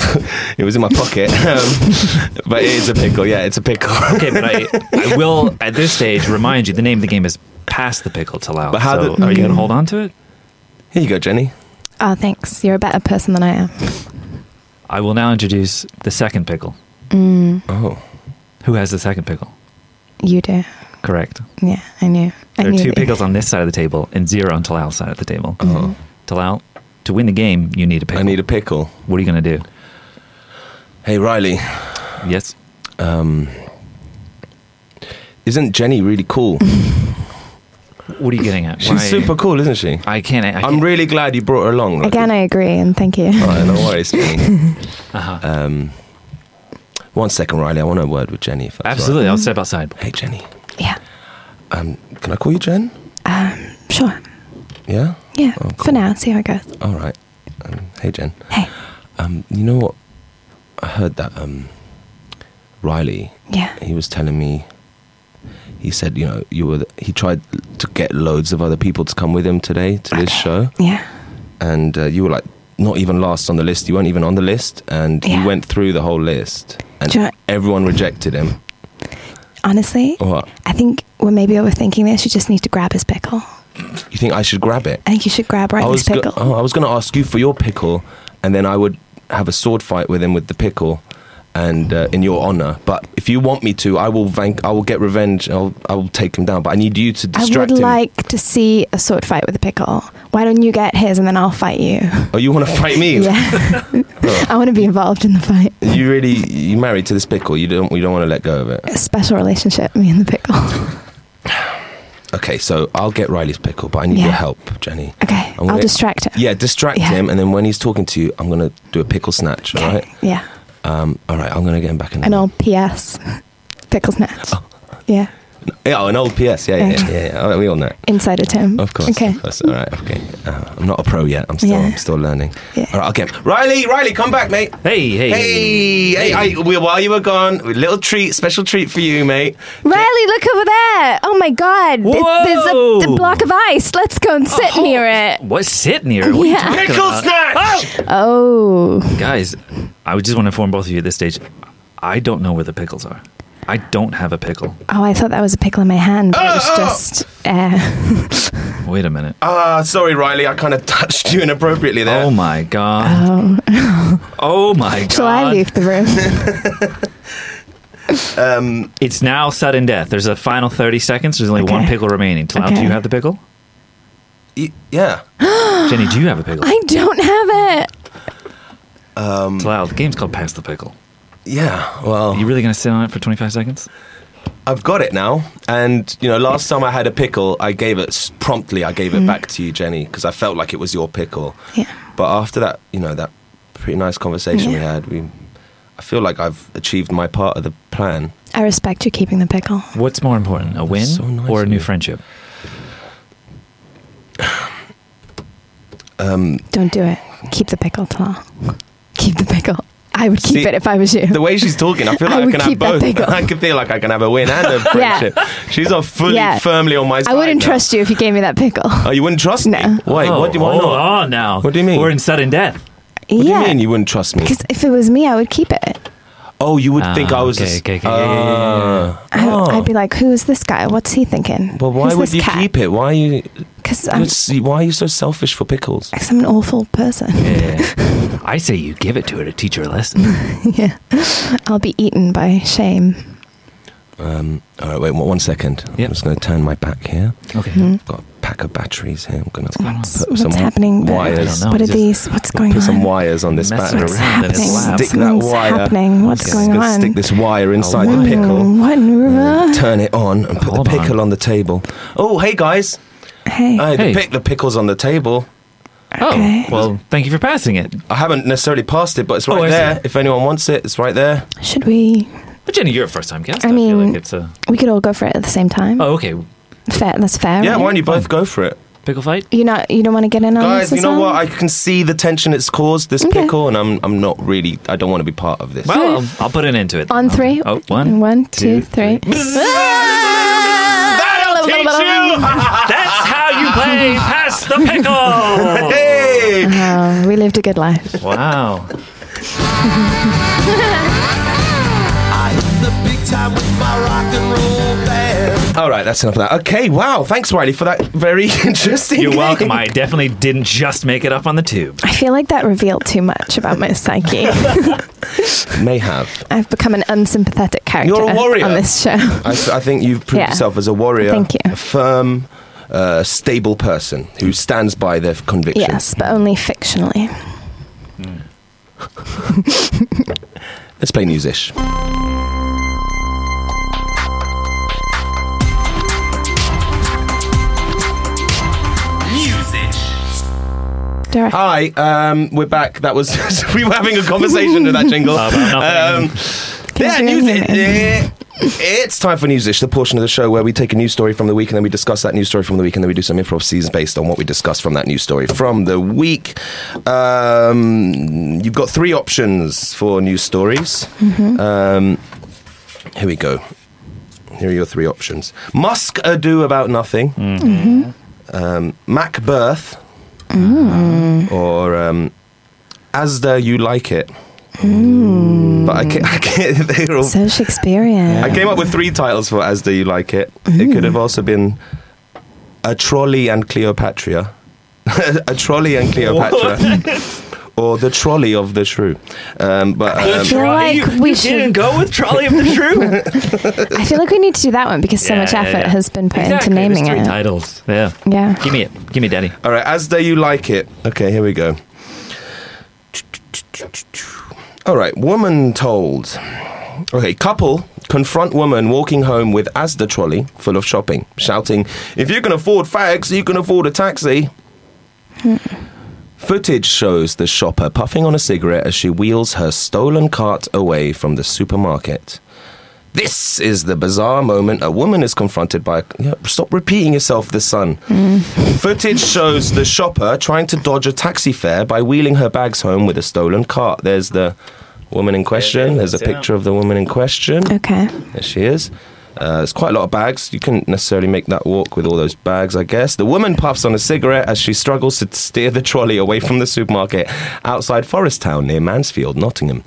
[SPEAKER 2] it was in my pocket, um, but it is a pickle. Yeah, it's a pickle.
[SPEAKER 3] Okay, but I, I will at this stage remind you the name of the game is Pass the Pickle to Loud.
[SPEAKER 2] But how Mm.
[SPEAKER 3] so
[SPEAKER 2] did-
[SPEAKER 3] are you going to hold on to it?
[SPEAKER 2] Here you go, Jenny.
[SPEAKER 4] Oh, thanks. You're a better person than I am.
[SPEAKER 3] I will now introduce the second pickle.
[SPEAKER 4] Mm.
[SPEAKER 2] Oh,
[SPEAKER 3] Who has the second pickle?
[SPEAKER 4] You do.
[SPEAKER 3] Correct.
[SPEAKER 4] Yeah, I knew. I
[SPEAKER 3] There are two
[SPEAKER 4] knew that you-
[SPEAKER 3] pickles on this side of the table and zero on Talal's side of the table.
[SPEAKER 4] Mm-hmm.
[SPEAKER 2] oh.
[SPEAKER 3] Talal, to win the game, you need a pickle.
[SPEAKER 2] I need a pickle.
[SPEAKER 3] what are you going to do?
[SPEAKER 2] Hey, Riley,
[SPEAKER 3] Yes.
[SPEAKER 2] isn't Jenny really cool?
[SPEAKER 3] What are you getting at?
[SPEAKER 2] She's super cool, isn't she?
[SPEAKER 3] I can't. I can't
[SPEAKER 2] I'm really glad you brought her along. Roger.
[SPEAKER 4] Again, I agree, and thank you.
[SPEAKER 2] All right, no worries, Jenny. um, one second, Riley. I want to word with Jenny. If that's all right.
[SPEAKER 3] absolutely. I'll step outside.
[SPEAKER 2] Hey, Jenny.
[SPEAKER 4] Yeah,
[SPEAKER 2] Um, can I call you Jen?
[SPEAKER 4] sure.
[SPEAKER 2] Yeah.
[SPEAKER 4] Yeah,
[SPEAKER 2] Oh,
[SPEAKER 4] for
[SPEAKER 2] cool.
[SPEAKER 4] now, see how it goes.
[SPEAKER 2] All right. Um, hey, Jen.
[SPEAKER 4] Hey,
[SPEAKER 2] Um, you know what? I heard that um, Riley.
[SPEAKER 4] yeah,
[SPEAKER 2] He was telling me. He said, you know, you were. The, he tried to get loads of other people to come with him today to this show,
[SPEAKER 4] yeah,
[SPEAKER 2] and uh, you were like not even last on the list. You weren't even on the list, and
[SPEAKER 4] Yeah.
[SPEAKER 2] he went through the whole list, and
[SPEAKER 4] Do you know-
[SPEAKER 2] everyone rejected him.
[SPEAKER 4] honestly,
[SPEAKER 2] What?
[SPEAKER 4] I think we're maybe overthinking this. You just need to grab his pickle.
[SPEAKER 2] You think I should grab it?
[SPEAKER 4] I think you should grab
[SPEAKER 2] I was
[SPEAKER 4] Riley's
[SPEAKER 2] go-
[SPEAKER 4] pickle.
[SPEAKER 2] oh, I was going to ask you for your pickle, and then I would have a sword fight with him with the pickle, and uh, in your honor. But if you want me to, I will vank. I will get revenge. I'll I will take him down. But I need you to
[SPEAKER 4] I
[SPEAKER 2] distract
[SPEAKER 4] would
[SPEAKER 2] him.
[SPEAKER 4] like to see a sword fight with a pickle. Why don't you get his and then I'll fight you?
[SPEAKER 2] oh, you want to fight me?
[SPEAKER 4] Yeah, I want to be involved in the fight.
[SPEAKER 2] You really you married to this pickle. You don't you don't want to let go of it.
[SPEAKER 4] A special relationship, me and the pickle.
[SPEAKER 2] Okay, so I'll get Riley's pickle, but I need
[SPEAKER 4] Yeah.
[SPEAKER 2] your help, Jenny.
[SPEAKER 4] Okay,
[SPEAKER 2] I'm
[SPEAKER 4] I'll
[SPEAKER 2] gonna-
[SPEAKER 4] distract him.
[SPEAKER 2] Yeah, distract
[SPEAKER 4] Yeah.
[SPEAKER 2] him, and then when he's talking to you, I'm gonna do a pickle snatch. All right.
[SPEAKER 4] Okay, yeah.
[SPEAKER 2] Um. All right. I'm gonna get him back in. the
[SPEAKER 4] An old PS, pickle snatch.
[SPEAKER 2] Oh.
[SPEAKER 4] Yeah,
[SPEAKER 2] Yeah, oh, an old PS. Yeah, yeah, yeah. yeah, yeah. Oh, We all know.
[SPEAKER 4] insider term.
[SPEAKER 2] Of course.
[SPEAKER 4] Okay.
[SPEAKER 2] Of course. All right. Okay. Uh, I'm not a pro yet. I'm still.
[SPEAKER 4] Yeah.
[SPEAKER 2] I'm still learning.
[SPEAKER 4] Yeah.
[SPEAKER 2] All right. Okay. Riley. Riley, come back, mate.
[SPEAKER 3] Hey, hey,
[SPEAKER 2] Hey, hey, I, we, while you were gone, a little treat, special treat for you, mate.
[SPEAKER 4] Riley, look over there! Oh my God! Th- There's
[SPEAKER 3] Whoa!
[SPEAKER 4] a, a block of ice. Let's go and
[SPEAKER 2] Oh.
[SPEAKER 4] sit near it.
[SPEAKER 3] What's sitting here? What are you
[SPEAKER 4] Yeah.
[SPEAKER 3] talking
[SPEAKER 2] Pickle
[SPEAKER 3] about?
[SPEAKER 2] snatch!
[SPEAKER 4] Oh,
[SPEAKER 3] Guys, I would just want to inform both of you at this stage. I don't know where the pickles are. I don't have a pickle.
[SPEAKER 4] oh! I thought that was a pickle in my hand, but it was
[SPEAKER 2] Oh, oh.
[SPEAKER 4] just uh,
[SPEAKER 3] Wait a minute.
[SPEAKER 2] Ah, sorry, Riley. I kind of touched you inappropriately there.
[SPEAKER 3] Oh my god. Oh, my god.
[SPEAKER 4] shall I leave the room?
[SPEAKER 3] It's now sudden death. There's a final 30 seconds. There's only
[SPEAKER 4] Okay.
[SPEAKER 3] one pickle remaining. Talal, do
[SPEAKER 4] Okay.
[SPEAKER 3] you have the pickle?
[SPEAKER 2] Y- yeah.
[SPEAKER 3] Jenny, do you have a pickle?
[SPEAKER 4] I don't have it.
[SPEAKER 3] Talal, the game's called Pass the Pickle.
[SPEAKER 2] Yeah. Well,
[SPEAKER 3] Are you really going to sit on it for 25 seconds?
[SPEAKER 2] I've got it now. And, you know, last time I had a pickle, I gave it s- promptly, I gave it back to you, Jenny, because I felt like it was your pickle.
[SPEAKER 4] Mm. Yeah.
[SPEAKER 2] But after that, you know, that pretty nice conversation we
[SPEAKER 4] Yeah.
[SPEAKER 2] had, we, I feel like I've achieved my part of the plan.
[SPEAKER 4] I respect you keeping the pickle.
[SPEAKER 3] What's more important, a win
[SPEAKER 2] So nice
[SPEAKER 3] or a
[SPEAKER 2] of
[SPEAKER 3] new
[SPEAKER 2] you.
[SPEAKER 3] friendship?
[SPEAKER 4] Don't do it. Keep the pickle, Talal. Keep the pickle. I would keep
[SPEAKER 2] See,
[SPEAKER 4] it if I was you.
[SPEAKER 2] The way she's talking, I feel
[SPEAKER 4] I
[SPEAKER 2] like I,
[SPEAKER 4] would
[SPEAKER 2] can
[SPEAKER 4] keep
[SPEAKER 2] have
[SPEAKER 4] that
[SPEAKER 2] both.
[SPEAKER 4] pickle.
[SPEAKER 2] I can feel like I can have a win and a friendship. She's on fully,
[SPEAKER 4] Yeah.
[SPEAKER 2] firmly on my side.
[SPEAKER 4] I wouldn't
[SPEAKER 2] now.
[SPEAKER 4] trust you if you gave me that pickle.
[SPEAKER 2] Oh, you wouldn't trust me?
[SPEAKER 4] No.
[SPEAKER 2] Wait,
[SPEAKER 3] oh,
[SPEAKER 2] what do you
[SPEAKER 3] hold
[SPEAKER 2] want? What
[SPEAKER 3] on now.
[SPEAKER 2] What do you mean?
[SPEAKER 3] We're in sudden death.
[SPEAKER 2] do
[SPEAKER 4] yeah.
[SPEAKER 2] you mean you wouldn't trust me?
[SPEAKER 4] Because if it was me, I would keep it.
[SPEAKER 2] Oh, you would think
[SPEAKER 3] Ah,
[SPEAKER 2] I was. a
[SPEAKER 3] okay,
[SPEAKER 2] s-
[SPEAKER 3] okay, okay, yeah, yeah, yeah, yeah, yeah.
[SPEAKER 4] I,
[SPEAKER 2] Oh.
[SPEAKER 4] I'd be like, "Who is this guy? What's he thinking?"
[SPEAKER 2] But why would you keep it? Why are you?
[SPEAKER 4] Because
[SPEAKER 2] you're
[SPEAKER 4] I'm,
[SPEAKER 2] s- why are you so selfish for pickles?
[SPEAKER 4] 'cause I'm an awful person.
[SPEAKER 3] Yeah. Eh, I say you give it to her to teach her a lesson.
[SPEAKER 4] Mm-hmm. yeah, I'll be eaten by shame.
[SPEAKER 2] Um, all right, wait one, one second.
[SPEAKER 3] Yep.
[SPEAKER 2] I'm just going to turn my back here.
[SPEAKER 3] Okay.
[SPEAKER 2] I've got a pack of batteries here. I'm gonna
[SPEAKER 4] What's,
[SPEAKER 2] put
[SPEAKER 4] what's
[SPEAKER 2] some
[SPEAKER 4] happening? there?
[SPEAKER 2] wires.
[SPEAKER 3] I don't know,
[SPEAKER 4] What are
[SPEAKER 3] just
[SPEAKER 4] these? What's going
[SPEAKER 2] Put
[SPEAKER 4] on?
[SPEAKER 2] some wires on this
[SPEAKER 3] Messing
[SPEAKER 2] battering.
[SPEAKER 4] What's
[SPEAKER 3] around in his
[SPEAKER 4] happening?
[SPEAKER 3] lab.
[SPEAKER 2] Stick that
[SPEAKER 4] Something's
[SPEAKER 2] wire.
[SPEAKER 4] happening. What's
[SPEAKER 2] Yes,
[SPEAKER 4] going
[SPEAKER 2] gonna
[SPEAKER 4] on?
[SPEAKER 2] Stick this wire inside the
[SPEAKER 4] Hmm,
[SPEAKER 2] pickle.
[SPEAKER 4] What in Ruva?
[SPEAKER 2] Turn it on and put
[SPEAKER 3] Hold
[SPEAKER 2] the
[SPEAKER 3] on.
[SPEAKER 2] pickle on. the table. Oh, hey guys!
[SPEAKER 4] Hey.
[SPEAKER 2] I had to
[SPEAKER 3] Hey.
[SPEAKER 2] pick the pickles on the table.
[SPEAKER 4] okay.
[SPEAKER 3] Oh, well, thank you for passing it.
[SPEAKER 2] I haven't necessarily passed it, but it's
[SPEAKER 3] Oh,
[SPEAKER 2] right
[SPEAKER 3] I see.
[SPEAKER 2] there. If anyone wants it, it's right there.
[SPEAKER 4] Should we?
[SPEAKER 3] But Jenny, you're a first time guest.
[SPEAKER 4] I
[SPEAKER 3] I, feel
[SPEAKER 4] mean-
[SPEAKER 3] like it's a.
[SPEAKER 4] We could all go for it at the same time.
[SPEAKER 3] Oh, okay.
[SPEAKER 4] Fair. That's fair.
[SPEAKER 2] Yeah,
[SPEAKER 4] right?
[SPEAKER 2] why don't you both go for it?
[SPEAKER 3] Pickle fight?
[SPEAKER 4] You not? You don't want to get in on
[SPEAKER 2] Guys,
[SPEAKER 4] Oh, this?
[SPEAKER 2] you
[SPEAKER 4] as
[SPEAKER 2] know
[SPEAKER 4] well?
[SPEAKER 2] what? I can see the tension it's caused, this
[SPEAKER 4] Okay.
[SPEAKER 2] pickle, and I'm, I'm not really, I don't want to be part of this.
[SPEAKER 3] Well, I'll, I'll put an end to it.
[SPEAKER 4] On
[SPEAKER 3] Okay.
[SPEAKER 4] three.
[SPEAKER 3] Oh, one.
[SPEAKER 4] One, two, three.
[SPEAKER 2] That'll teach you!
[SPEAKER 3] That's how you play Pass the Pickle!
[SPEAKER 2] Hey!
[SPEAKER 4] Oh, we lived a good life.
[SPEAKER 3] wow.
[SPEAKER 2] All right, that's enough of that. Okay, wow. Thanks, Riley, for that very interesting.
[SPEAKER 3] You're welcome.
[SPEAKER 2] game.
[SPEAKER 3] I definitely didn't just make it up on the tube.
[SPEAKER 4] I feel like that revealed too much about my psyche.
[SPEAKER 2] May have.
[SPEAKER 4] I've become an unsympathetic character
[SPEAKER 2] You're a warrior.
[SPEAKER 4] on this show.
[SPEAKER 2] I, s- I think you've proved
[SPEAKER 4] Yeah.
[SPEAKER 2] yourself as a warrior.
[SPEAKER 4] Thank you.
[SPEAKER 2] A firm, uh, stable person who stands by their convictions.
[SPEAKER 4] Yes, but only fictionally.
[SPEAKER 2] Let's play newsish.
[SPEAKER 4] Direct.
[SPEAKER 2] Hi, um, we're back. That was we were having a conversation with that jingle. Um,
[SPEAKER 3] About nothing.
[SPEAKER 2] yeah,
[SPEAKER 4] you
[SPEAKER 2] news
[SPEAKER 4] hear
[SPEAKER 2] it- yeah. It's time for Newsish, the portion of the show where we take a news story from the week and then we discuss that news story from the week and then we do some improv scenes based on what we discussed from that news story from the week. Um, you've got three options for news stories. Um, here we go. Here are your three options Musk a do about nothing, um, Macbeth, or um, Asda you like it. But I can't, I can't, they're all
[SPEAKER 4] so Shakespearean.
[SPEAKER 2] I came up with three titles for As Do You Like It. It could have also been A Trolley and Cleopatra. a Trolley and Cleopatra. or The Trolley of the Shrew. Um, but
[SPEAKER 4] I
[SPEAKER 2] um,
[SPEAKER 4] feel
[SPEAKER 3] Trolley,
[SPEAKER 4] like
[SPEAKER 3] you,
[SPEAKER 4] we
[SPEAKER 3] you
[SPEAKER 4] should-
[SPEAKER 3] didn't go with Trolley of the Shrew.
[SPEAKER 4] I feel like we need to do that one because so
[SPEAKER 3] Yeah,
[SPEAKER 4] much
[SPEAKER 3] yeah,
[SPEAKER 4] effort
[SPEAKER 3] yeah.
[SPEAKER 4] has been put
[SPEAKER 3] Exactly,
[SPEAKER 4] into
[SPEAKER 3] there's
[SPEAKER 4] naming
[SPEAKER 3] three
[SPEAKER 4] it.
[SPEAKER 3] titles. Yeah.
[SPEAKER 4] Yeah.
[SPEAKER 3] Give me it. Give me Daddy.
[SPEAKER 2] all right, As Do You Like It. Okay, here we go. All right, woman told. Okay, couple confront woman walking home with Asda trolley full of shopping, shouting, If you can afford fags, you can afford a taxi. Footage shows the shopper puffing on a cigarette as she wheels her stolen cart away from the supermarket. This is the bizarre moment a woman is confronted by. Yeah, stop repeating yourself, the sun. Footage shows the shopper trying to dodge a taxi fare by wheeling her bags home with a stolen cart. There's the woman in question. There's a picture of the woman in question.
[SPEAKER 4] Okay.
[SPEAKER 2] There she is. Uh, it's quite a lot of bags. You couldn't necessarily make that walk with all those bags, I guess. The woman puffs on a cigarette as she struggles to steer the trolley away from the supermarket outside Forest Town near Mansfield, Nottingham.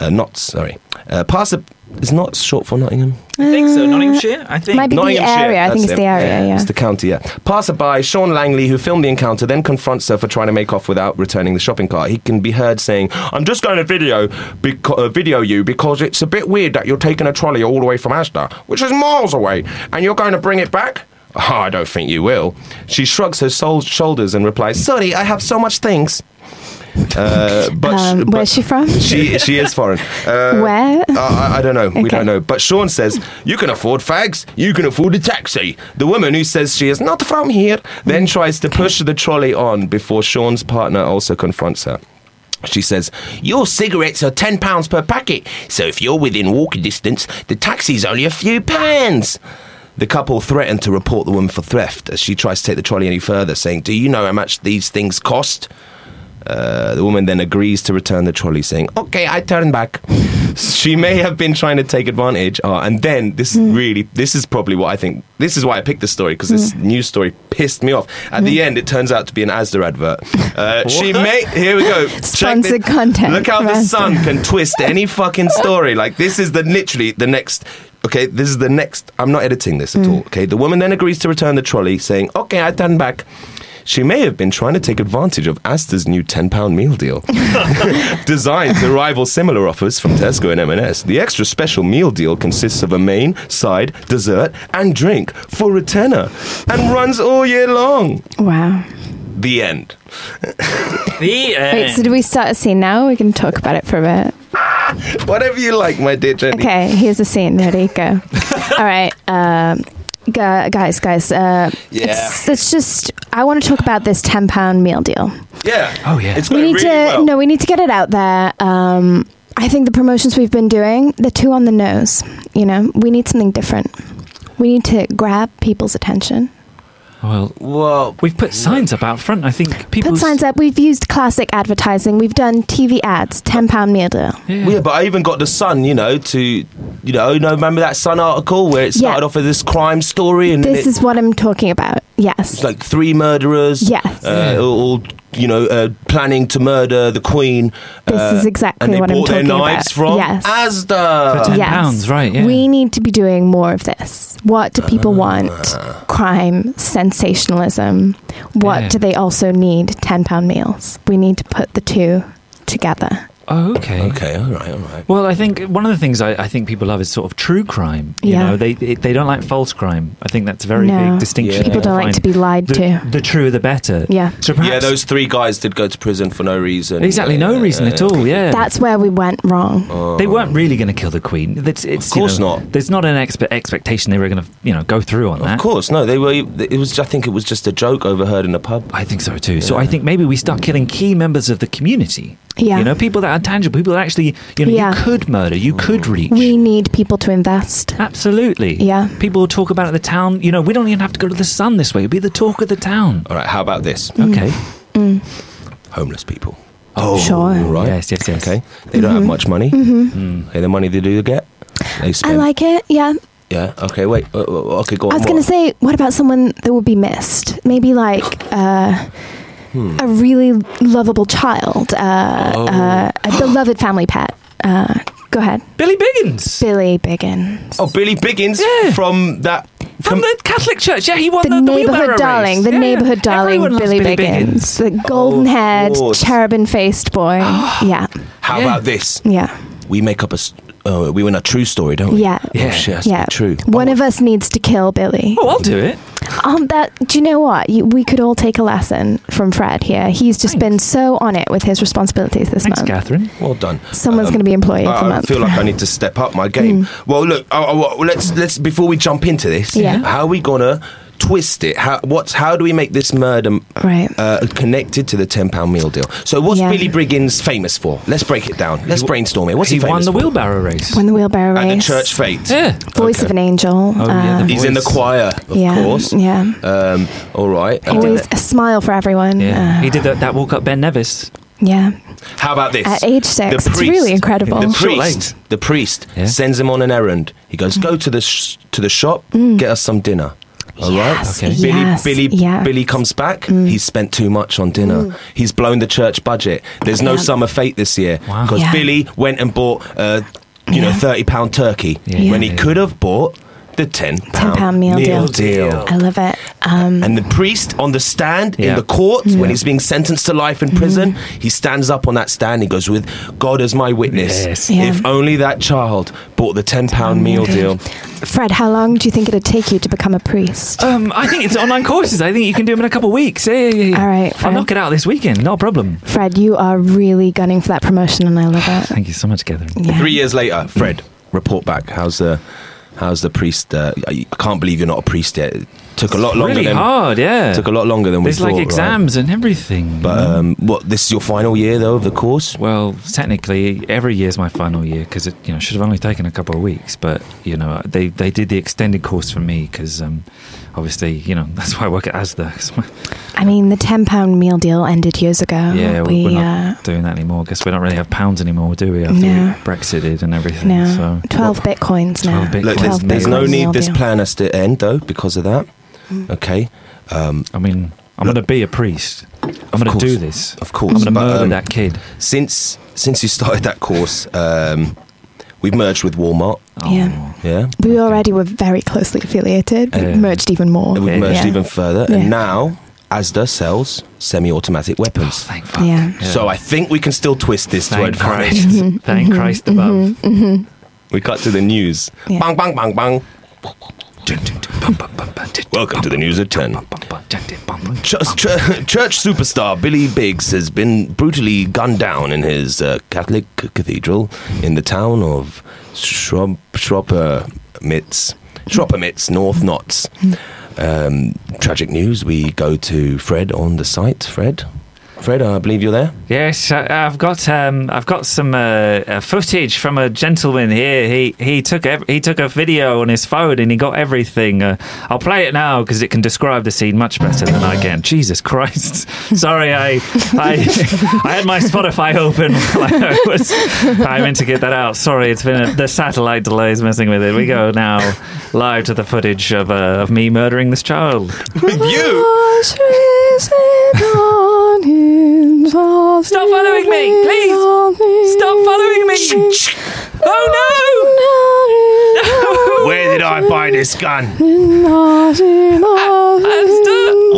[SPEAKER 2] Uh, Notts, sorry. Uh, past the, is Notts short for Nottingham?
[SPEAKER 3] I think so.
[SPEAKER 4] Uh,
[SPEAKER 3] Nottinghamshire? I think.
[SPEAKER 4] Might be the
[SPEAKER 2] Nottinghamshire,
[SPEAKER 4] area. I
[SPEAKER 2] that's
[SPEAKER 4] think it's
[SPEAKER 2] it.
[SPEAKER 4] the area. Yeah.
[SPEAKER 2] It's the county, yeah. Passerby Sean Langley, who filmed the encounter, then confronts her for trying to make off without returning the shopping cart. He can be heard saying, "I'm just going to video beco- uh, video you because it's a bit weird that you're taking a trolley all the way from Asda, which is miles away, and you're going to bring it back." "Oh, I don't think you will. She shrugs her sol- shoulders and replies, "Sorry, I have so much things." Uh, but sh-
[SPEAKER 4] um,
[SPEAKER 2] but
[SPEAKER 4] where's she from?
[SPEAKER 2] she she is foreign. Uh,
[SPEAKER 4] Where?
[SPEAKER 2] I, I- I don't know. We
[SPEAKER 4] Okay.
[SPEAKER 2] don't know. But Sean says you can afford fags. You can afford a taxi. The woman who says she is not from here then tries to push the trolley on before Sean's partner also confronts her. She says, Your cigarettes are £10 per packet, so if you're within walking distance, the taxi's only a few pounds. The couple threaten to report the woman for theft as she tries to take the trolley any further, saying, Do you know how much these things cost? Uh, the woman then agrees to return the trolley, saying, "Okay, I turn back." she may have been trying to take advantage, uh, and then this
[SPEAKER 4] Mm.
[SPEAKER 2] is really, this is probably what I think. This is why I picked this story because this
[SPEAKER 4] Mm.
[SPEAKER 2] news story pissed me off. At the end, it turns out to be an ASDA advert. Uh, she may. Here we go. Check
[SPEAKER 4] Sponsored content
[SPEAKER 2] Look how
[SPEAKER 4] from
[SPEAKER 2] the
[SPEAKER 4] Asda.
[SPEAKER 2] sun can twist any fucking story. Like this is the literally the next. Okay, this is the next. I'm not editing this at all. Okay, the woman then agrees to return the trolley, saying, "Okay, I turn back." She may have been trying to take advantage of Asda's new £10 meal deal, designed to rival similar offers from Tesco and M&S. The extra special meal deal consists of a main, side, dessert, and drink for a tenner, and runs all year long.
[SPEAKER 4] Wow.
[SPEAKER 2] The end.
[SPEAKER 3] The
[SPEAKER 4] Wait, so do we start a scene now? We can talk about it for a bit.
[SPEAKER 2] Whatever you like, my dear Jenny.
[SPEAKER 4] Okay, here's the scene. Ready? Go. All right. Um, gu- guys, guys. Uh, it's, it's just, I want to talk about this £10 meal deal.
[SPEAKER 2] Yeah.
[SPEAKER 3] Oh, yeah.
[SPEAKER 2] It's
[SPEAKER 4] We
[SPEAKER 2] going
[SPEAKER 4] need
[SPEAKER 2] really
[SPEAKER 4] to,
[SPEAKER 2] well.
[SPEAKER 4] no, we need to get it out there. Um, I think the promotions we've been doing, they're too on the nose. You know, we need something different. We need to grab people's attention.
[SPEAKER 3] well,
[SPEAKER 2] Well,
[SPEAKER 3] we've put signs up out front. I think people
[SPEAKER 4] Put signs up. We've used classic advertising. We've done TV ads,
[SPEAKER 3] Uh,
[SPEAKER 4] £10 meal deal.
[SPEAKER 2] Well, yeah, but I even got the Sun, you know, to, you know, no, remember that Sun article where it
[SPEAKER 4] Yeah.
[SPEAKER 2] started off with this crime story and it-
[SPEAKER 4] This is what I'm talking about. Yes.
[SPEAKER 2] it's like three murderers,
[SPEAKER 4] Yes.
[SPEAKER 2] uh,
[SPEAKER 3] Mm.
[SPEAKER 2] all you know, uh, planning to murder the Queen.
[SPEAKER 4] This
[SPEAKER 2] uh,
[SPEAKER 4] is exactly
[SPEAKER 2] and they
[SPEAKER 4] what I'm
[SPEAKER 2] bought their
[SPEAKER 4] talking
[SPEAKER 2] knives
[SPEAKER 4] about.
[SPEAKER 2] from
[SPEAKER 4] Yes.
[SPEAKER 2] Asda.
[SPEAKER 3] For 10 pounds, right, yeah.
[SPEAKER 4] We need to be doing more of this. What do
[SPEAKER 2] Uh.
[SPEAKER 4] people want? Crime, sensationalism. What
[SPEAKER 3] Yeah.
[SPEAKER 4] do they also need? £10 meals. We need to put the two together.
[SPEAKER 3] Oh, okay.
[SPEAKER 2] Okay, all right, all right.
[SPEAKER 3] Well, I think one of the things I, I think people love is sort of true crime. You
[SPEAKER 4] Yeah.
[SPEAKER 3] know, they it- they don't like false crime. I think that's a very
[SPEAKER 4] No.
[SPEAKER 3] big distinction.
[SPEAKER 2] People
[SPEAKER 3] that I
[SPEAKER 4] don't like
[SPEAKER 3] find.
[SPEAKER 4] to be lied
[SPEAKER 3] the,
[SPEAKER 4] to.
[SPEAKER 3] The truer, the better.
[SPEAKER 4] Yeah.
[SPEAKER 3] So perhaps
[SPEAKER 2] yeah, those three guys did go to prison for no reason.
[SPEAKER 3] exactly no
[SPEAKER 2] Uh,
[SPEAKER 3] reason at all. Yeah,
[SPEAKER 4] That's where we went wrong.
[SPEAKER 3] they weren't really going to kill the queen. That's it's,
[SPEAKER 2] Of course
[SPEAKER 3] you know,
[SPEAKER 2] not.
[SPEAKER 3] There's not an expe- expectation they were going to you know go through on that.
[SPEAKER 2] Of course, no. They were. It was. I think it was just a joke overheard in a pub.
[SPEAKER 3] I think so too. So I think maybe we start killing key members of the community.
[SPEAKER 4] Yeah.
[SPEAKER 3] You know, people that are tangible, people that actually, you know,
[SPEAKER 4] Yeah.
[SPEAKER 3] you could murder, you could reach.
[SPEAKER 4] We need people to invest.
[SPEAKER 3] Absolutely.
[SPEAKER 4] Yeah.
[SPEAKER 3] People talk about it, the town. You know, we don't even have to go to the sun this way. It'd be the talk of the town.
[SPEAKER 2] All right. How about this?
[SPEAKER 4] Mm.
[SPEAKER 3] Okay.
[SPEAKER 2] Homeless people.
[SPEAKER 3] Oh,
[SPEAKER 4] Sure.
[SPEAKER 2] Right.
[SPEAKER 3] Yes, yes, yes.
[SPEAKER 2] Okay. They don't have much money. Okay, the money they do get, they
[SPEAKER 4] Mm-hmm. I
[SPEAKER 2] spend.
[SPEAKER 4] like it. Yeah.
[SPEAKER 2] Yeah. Okay. Wait. Uh, uh, okay. Go on.
[SPEAKER 4] I was
[SPEAKER 2] what?
[SPEAKER 4] going to say, what about someone that would be missed? Maybe like uh, a really lovable child, uh, uh, a beloved family pet. Uh, go ahead.
[SPEAKER 3] Billy Biggins.
[SPEAKER 4] Billy Biggins.
[SPEAKER 2] Oh, Billy Biggins
[SPEAKER 3] Yeah.
[SPEAKER 2] from that.
[SPEAKER 3] From
[SPEAKER 2] from-
[SPEAKER 3] the Catholic Church. Yeah, he won
[SPEAKER 4] the,
[SPEAKER 3] the, the
[SPEAKER 4] neighborhood
[SPEAKER 3] wheelbarrow
[SPEAKER 4] darling,
[SPEAKER 3] race.
[SPEAKER 4] the
[SPEAKER 3] Yeah.
[SPEAKER 4] neighborhood darling,
[SPEAKER 3] Everyone loves
[SPEAKER 4] Billy, Biggins, the golden-haired,
[SPEAKER 2] course.
[SPEAKER 4] cherubim-faced boy. yeah,
[SPEAKER 2] how
[SPEAKER 3] Yeah.
[SPEAKER 2] about this?
[SPEAKER 4] yeah,
[SPEAKER 2] We make up a. s- Uh, we win a true story, don't we?
[SPEAKER 4] Yeah.
[SPEAKER 2] Oh,
[SPEAKER 3] Yeah.
[SPEAKER 2] shit, that's
[SPEAKER 4] yeah.
[SPEAKER 2] yeah. true.
[SPEAKER 4] One of us needs to kill Billy.
[SPEAKER 3] Oh, I'll do it.
[SPEAKER 4] Um, that do you know what? You, we could all take a lesson from Fred here. He's just been so on it with his responsibilities this
[SPEAKER 3] Thanks,
[SPEAKER 4] month.
[SPEAKER 3] Catherine.
[SPEAKER 2] Well done. Um,
[SPEAKER 4] Someone's going to be employee of the
[SPEAKER 2] I, I
[SPEAKER 4] month. Hmm.
[SPEAKER 2] feel like I need to step up my game. Well, look. Uh, uh, well, let's let's before we jump into this.
[SPEAKER 4] Yeah.
[SPEAKER 2] How are we gonna twist it? How what's how do we make this murder
[SPEAKER 4] Right.
[SPEAKER 2] uh, connected to the ten pound meal deal? So what's
[SPEAKER 4] Yeah.
[SPEAKER 2] Billy Briggins famous for? Let's break it down. Let's brainstorm it. What's he,
[SPEAKER 3] he won
[SPEAKER 2] famous
[SPEAKER 3] the
[SPEAKER 2] for?
[SPEAKER 3] wheelbarrow race.
[SPEAKER 4] Win the wheelbarrow race.
[SPEAKER 2] And the church fate.
[SPEAKER 3] yeah.
[SPEAKER 4] Voice
[SPEAKER 2] Okay.
[SPEAKER 4] of an angel.
[SPEAKER 3] Oh, yeah, the
[SPEAKER 4] uh,
[SPEAKER 2] He's in the
[SPEAKER 3] Voice.
[SPEAKER 2] choir, of
[SPEAKER 4] yeah,
[SPEAKER 2] course.
[SPEAKER 4] yeah.
[SPEAKER 2] Um, all right.
[SPEAKER 4] Always a smile for everyone.
[SPEAKER 3] Yeah.
[SPEAKER 4] uh,
[SPEAKER 3] he did that, that walk up Ben Nevis.
[SPEAKER 4] yeah.
[SPEAKER 2] How about this?
[SPEAKER 4] At age six, it's really incredible.
[SPEAKER 2] The
[SPEAKER 3] Short
[SPEAKER 2] priest,
[SPEAKER 3] legs.
[SPEAKER 2] the priest
[SPEAKER 3] Yeah.
[SPEAKER 2] sends him on an errand. He goes, "Go to the sh- to the shop, get us some dinner." All right.
[SPEAKER 4] Yes,
[SPEAKER 3] Okay.
[SPEAKER 2] Billy,
[SPEAKER 4] Mm. yes, Mm.
[SPEAKER 2] Billy,
[SPEAKER 4] yeah.
[SPEAKER 2] Billy comes back. He's spent too much on dinner. He's blown the church budget. There's no
[SPEAKER 4] Yeah.
[SPEAKER 2] summer fete this year
[SPEAKER 3] Wow.
[SPEAKER 2] because
[SPEAKER 4] Yeah.
[SPEAKER 2] Billy went and bought, uh, you know, thirty pound turkey
[SPEAKER 3] Yeah.
[SPEAKER 2] when he
[SPEAKER 3] Yeah.
[SPEAKER 2] could have bought the ten
[SPEAKER 4] £10
[SPEAKER 2] pound
[SPEAKER 4] meal deal.
[SPEAKER 2] deal.
[SPEAKER 4] I love it. Um,
[SPEAKER 2] And the priest on the stand in
[SPEAKER 3] Yeah. Mm.
[SPEAKER 2] the court, when he's being sentenced to life in prison, he stands up on that stand. He goes, "With God as my witness,
[SPEAKER 3] Yes.
[SPEAKER 4] Yeah.
[SPEAKER 2] if only that child bought the ten pound meal deal."
[SPEAKER 4] Fred, how long do you think it'd take you to become a priest?
[SPEAKER 3] Um, I think it's online courses. I think you can do them in a couple of weeks. Yeah, yeah, yeah. yeah.
[SPEAKER 4] All right,
[SPEAKER 3] I'll
[SPEAKER 4] fine.
[SPEAKER 3] knock it out this weekend. No problem.
[SPEAKER 4] Fred, you are really gunning for that promotion, and I love it.
[SPEAKER 3] Thank you so much, Catherine.
[SPEAKER 4] Yeah.
[SPEAKER 2] Three years later, Fred, report back. How's the how's the priest? Uh, I I can't believe you're not a priest yet. It took a lot longer
[SPEAKER 3] Really
[SPEAKER 2] than
[SPEAKER 3] hard, yeah.
[SPEAKER 2] took a lot longer than
[SPEAKER 3] There's
[SPEAKER 2] we thought.
[SPEAKER 3] like
[SPEAKER 2] right?
[SPEAKER 3] exams and everything.
[SPEAKER 2] But um, what? This is your final year though of the course.
[SPEAKER 3] well, technically, every year's my final year because it you know should have only taken a couple of weeks. But you know they they did the extended course for me because um, obviously you know that's why I work at ASDA. 'cause my-
[SPEAKER 4] I mean, the £10 meal deal ended years ago.
[SPEAKER 3] yeah, we,
[SPEAKER 4] we,
[SPEAKER 3] are
[SPEAKER 4] uh,
[SPEAKER 3] not doing that anymore. Guess we don't really have pounds anymore, do we? After
[SPEAKER 4] No.
[SPEAKER 3] we Brexited and everything.
[SPEAKER 4] no,
[SPEAKER 3] So
[SPEAKER 4] 12 bitcoins now.
[SPEAKER 3] 12
[SPEAKER 2] Look, there's,
[SPEAKER 4] 12
[SPEAKER 2] there's no
[SPEAKER 4] bitcoins
[SPEAKER 2] need.
[SPEAKER 4] meal
[SPEAKER 2] This
[SPEAKER 4] deal.
[SPEAKER 2] plan has to end though because of that. Okay.
[SPEAKER 3] I mean, I'm going to be a priest. I'm going to
[SPEAKER 2] course.
[SPEAKER 3] do this.
[SPEAKER 2] Of course,
[SPEAKER 3] I'm going to
[SPEAKER 2] but,
[SPEAKER 3] murder
[SPEAKER 2] um,
[SPEAKER 3] that kid.
[SPEAKER 2] since since you started that course, um, we've merged with Walmart.
[SPEAKER 4] Yeah.
[SPEAKER 2] Yeah,
[SPEAKER 4] We already were very closely affiliated, but
[SPEAKER 3] Yeah.
[SPEAKER 4] merged even more.
[SPEAKER 2] we've merged even further,
[SPEAKER 4] Yeah.
[SPEAKER 2] and now Asda sells semi-automatic weapons.
[SPEAKER 3] Thank fuck.
[SPEAKER 4] Yeah.
[SPEAKER 2] So I think we can still twist this to
[SPEAKER 3] Thank
[SPEAKER 2] advantage.
[SPEAKER 3] Christ. Thank Christ above.
[SPEAKER 4] Mm-hmm.
[SPEAKER 2] We cut to the news.
[SPEAKER 4] Yeah.
[SPEAKER 2] Bang, bang, bang, bang. Welcome to the news at 10. Church, chur- church superstar Billy Biggs has been brutally gunned down in his uh, Catholic cathedral in the town of Shrop- Shroppermitz, Shroppermitz, North Notts. Um, tragic news. We go to Fred on the site. Fred, Fred, I believe you're there.
[SPEAKER 3] Yes, I, I've got um, I've got some uh, uh, footage from a gentleman here. He he took ev- he took a video on his phone and he got everything. Uh, I'll play it now because it can describe the scene much better than I can. Jesus Christ! Sorry, I I, I had my Spotify open. While I was I meant to get that out. Sorry, it's been a, the satellite delay is messing with it. We go now live to the footage of uh, of me murdering this child.
[SPEAKER 2] you.
[SPEAKER 4] Stop
[SPEAKER 3] Stop following me, please. Stop following me. Oh no!
[SPEAKER 2] Where did I buy this gun?
[SPEAKER 3] Asta!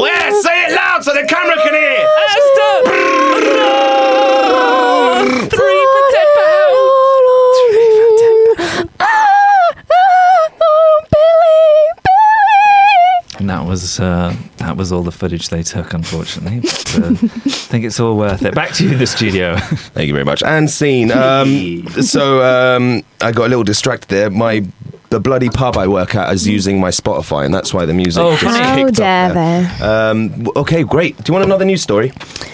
[SPEAKER 2] Where? Say it loud so the camera can hear.
[SPEAKER 3] Asta! No! Three for ten pounds! Three for ten
[SPEAKER 4] Ah, oh,
[SPEAKER 3] And that was uh, that was all the footage they took, unfortunately. But, uh, I think it's all worth it. Back to you in the studio.
[SPEAKER 2] Thank you very much. And scene. Um, so um, I got a little distracted there. My the bloody pub I work at is using my Spotify, and that's why the music.
[SPEAKER 3] Oh,
[SPEAKER 2] just
[SPEAKER 3] funny.
[SPEAKER 4] How
[SPEAKER 2] kicked
[SPEAKER 4] dare
[SPEAKER 2] up there.
[SPEAKER 4] they?
[SPEAKER 2] Um, w- okay, great. Do you want another news story?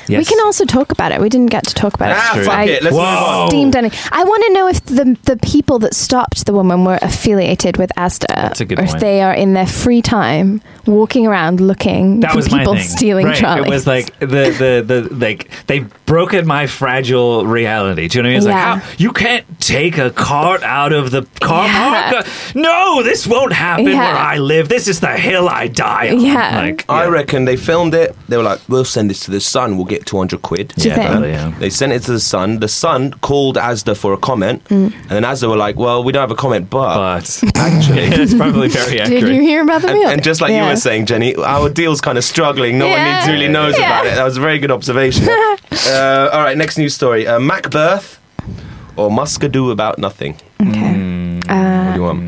[SPEAKER 4] We
[SPEAKER 3] Yes.
[SPEAKER 4] can also talk about it. We didn't get to talk about
[SPEAKER 3] That's
[SPEAKER 4] it.
[SPEAKER 3] Ah, true.
[SPEAKER 2] fuck
[SPEAKER 4] I
[SPEAKER 2] it. Let's move on.
[SPEAKER 4] steamed on it. I want to know if the the people that stopped the woman were affiliated with ASDA,
[SPEAKER 3] a good
[SPEAKER 4] or
[SPEAKER 3] point.
[SPEAKER 4] if they are in their free time walking around looking
[SPEAKER 3] that
[SPEAKER 4] for
[SPEAKER 3] was
[SPEAKER 4] people
[SPEAKER 3] my thing.
[SPEAKER 4] stealing
[SPEAKER 3] right.
[SPEAKER 4] trolleys.
[SPEAKER 3] It was like the, the the like they've broken my fragile reality. Do you know what I mean? It's
[SPEAKER 4] Yeah.
[SPEAKER 3] like how you can't take a cart out of the car
[SPEAKER 4] Yeah.
[SPEAKER 3] park. Uh, No, this won't happen
[SPEAKER 4] Yeah.
[SPEAKER 3] where I live. This is the hill I die on.
[SPEAKER 4] Yeah.
[SPEAKER 3] Like
[SPEAKER 2] I
[SPEAKER 3] yeah.
[SPEAKER 2] reckon they filmed it. They were like, "We'll send this to the Sun. We'll get two hundred quid."
[SPEAKER 4] Do you Yeah, think? probably,
[SPEAKER 3] yeah.
[SPEAKER 2] They sent it to the Sun. The Sun called Asda for a comment, and then Asda were like, "Well, we don't have a comment,
[SPEAKER 3] Mm. but actually it's probably very
[SPEAKER 4] Did
[SPEAKER 3] accurate.
[SPEAKER 4] you hear about the
[SPEAKER 2] And,
[SPEAKER 4] meal?
[SPEAKER 2] and just like you
[SPEAKER 4] Yeah.
[SPEAKER 2] were saying, Jenny, our deal's kind of struggling. No one
[SPEAKER 4] Yeah.
[SPEAKER 2] needs, really knows
[SPEAKER 4] Yeah.
[SPEAKER 2] about it. That was a very good observation. uh, all right, next news story: uh, Macbeth or Muscadoo about nothing.
[SPEAKER 3] Mm,
[SPEAKER 4] Okay. Uh,
[SPEAKER 2] What do you want?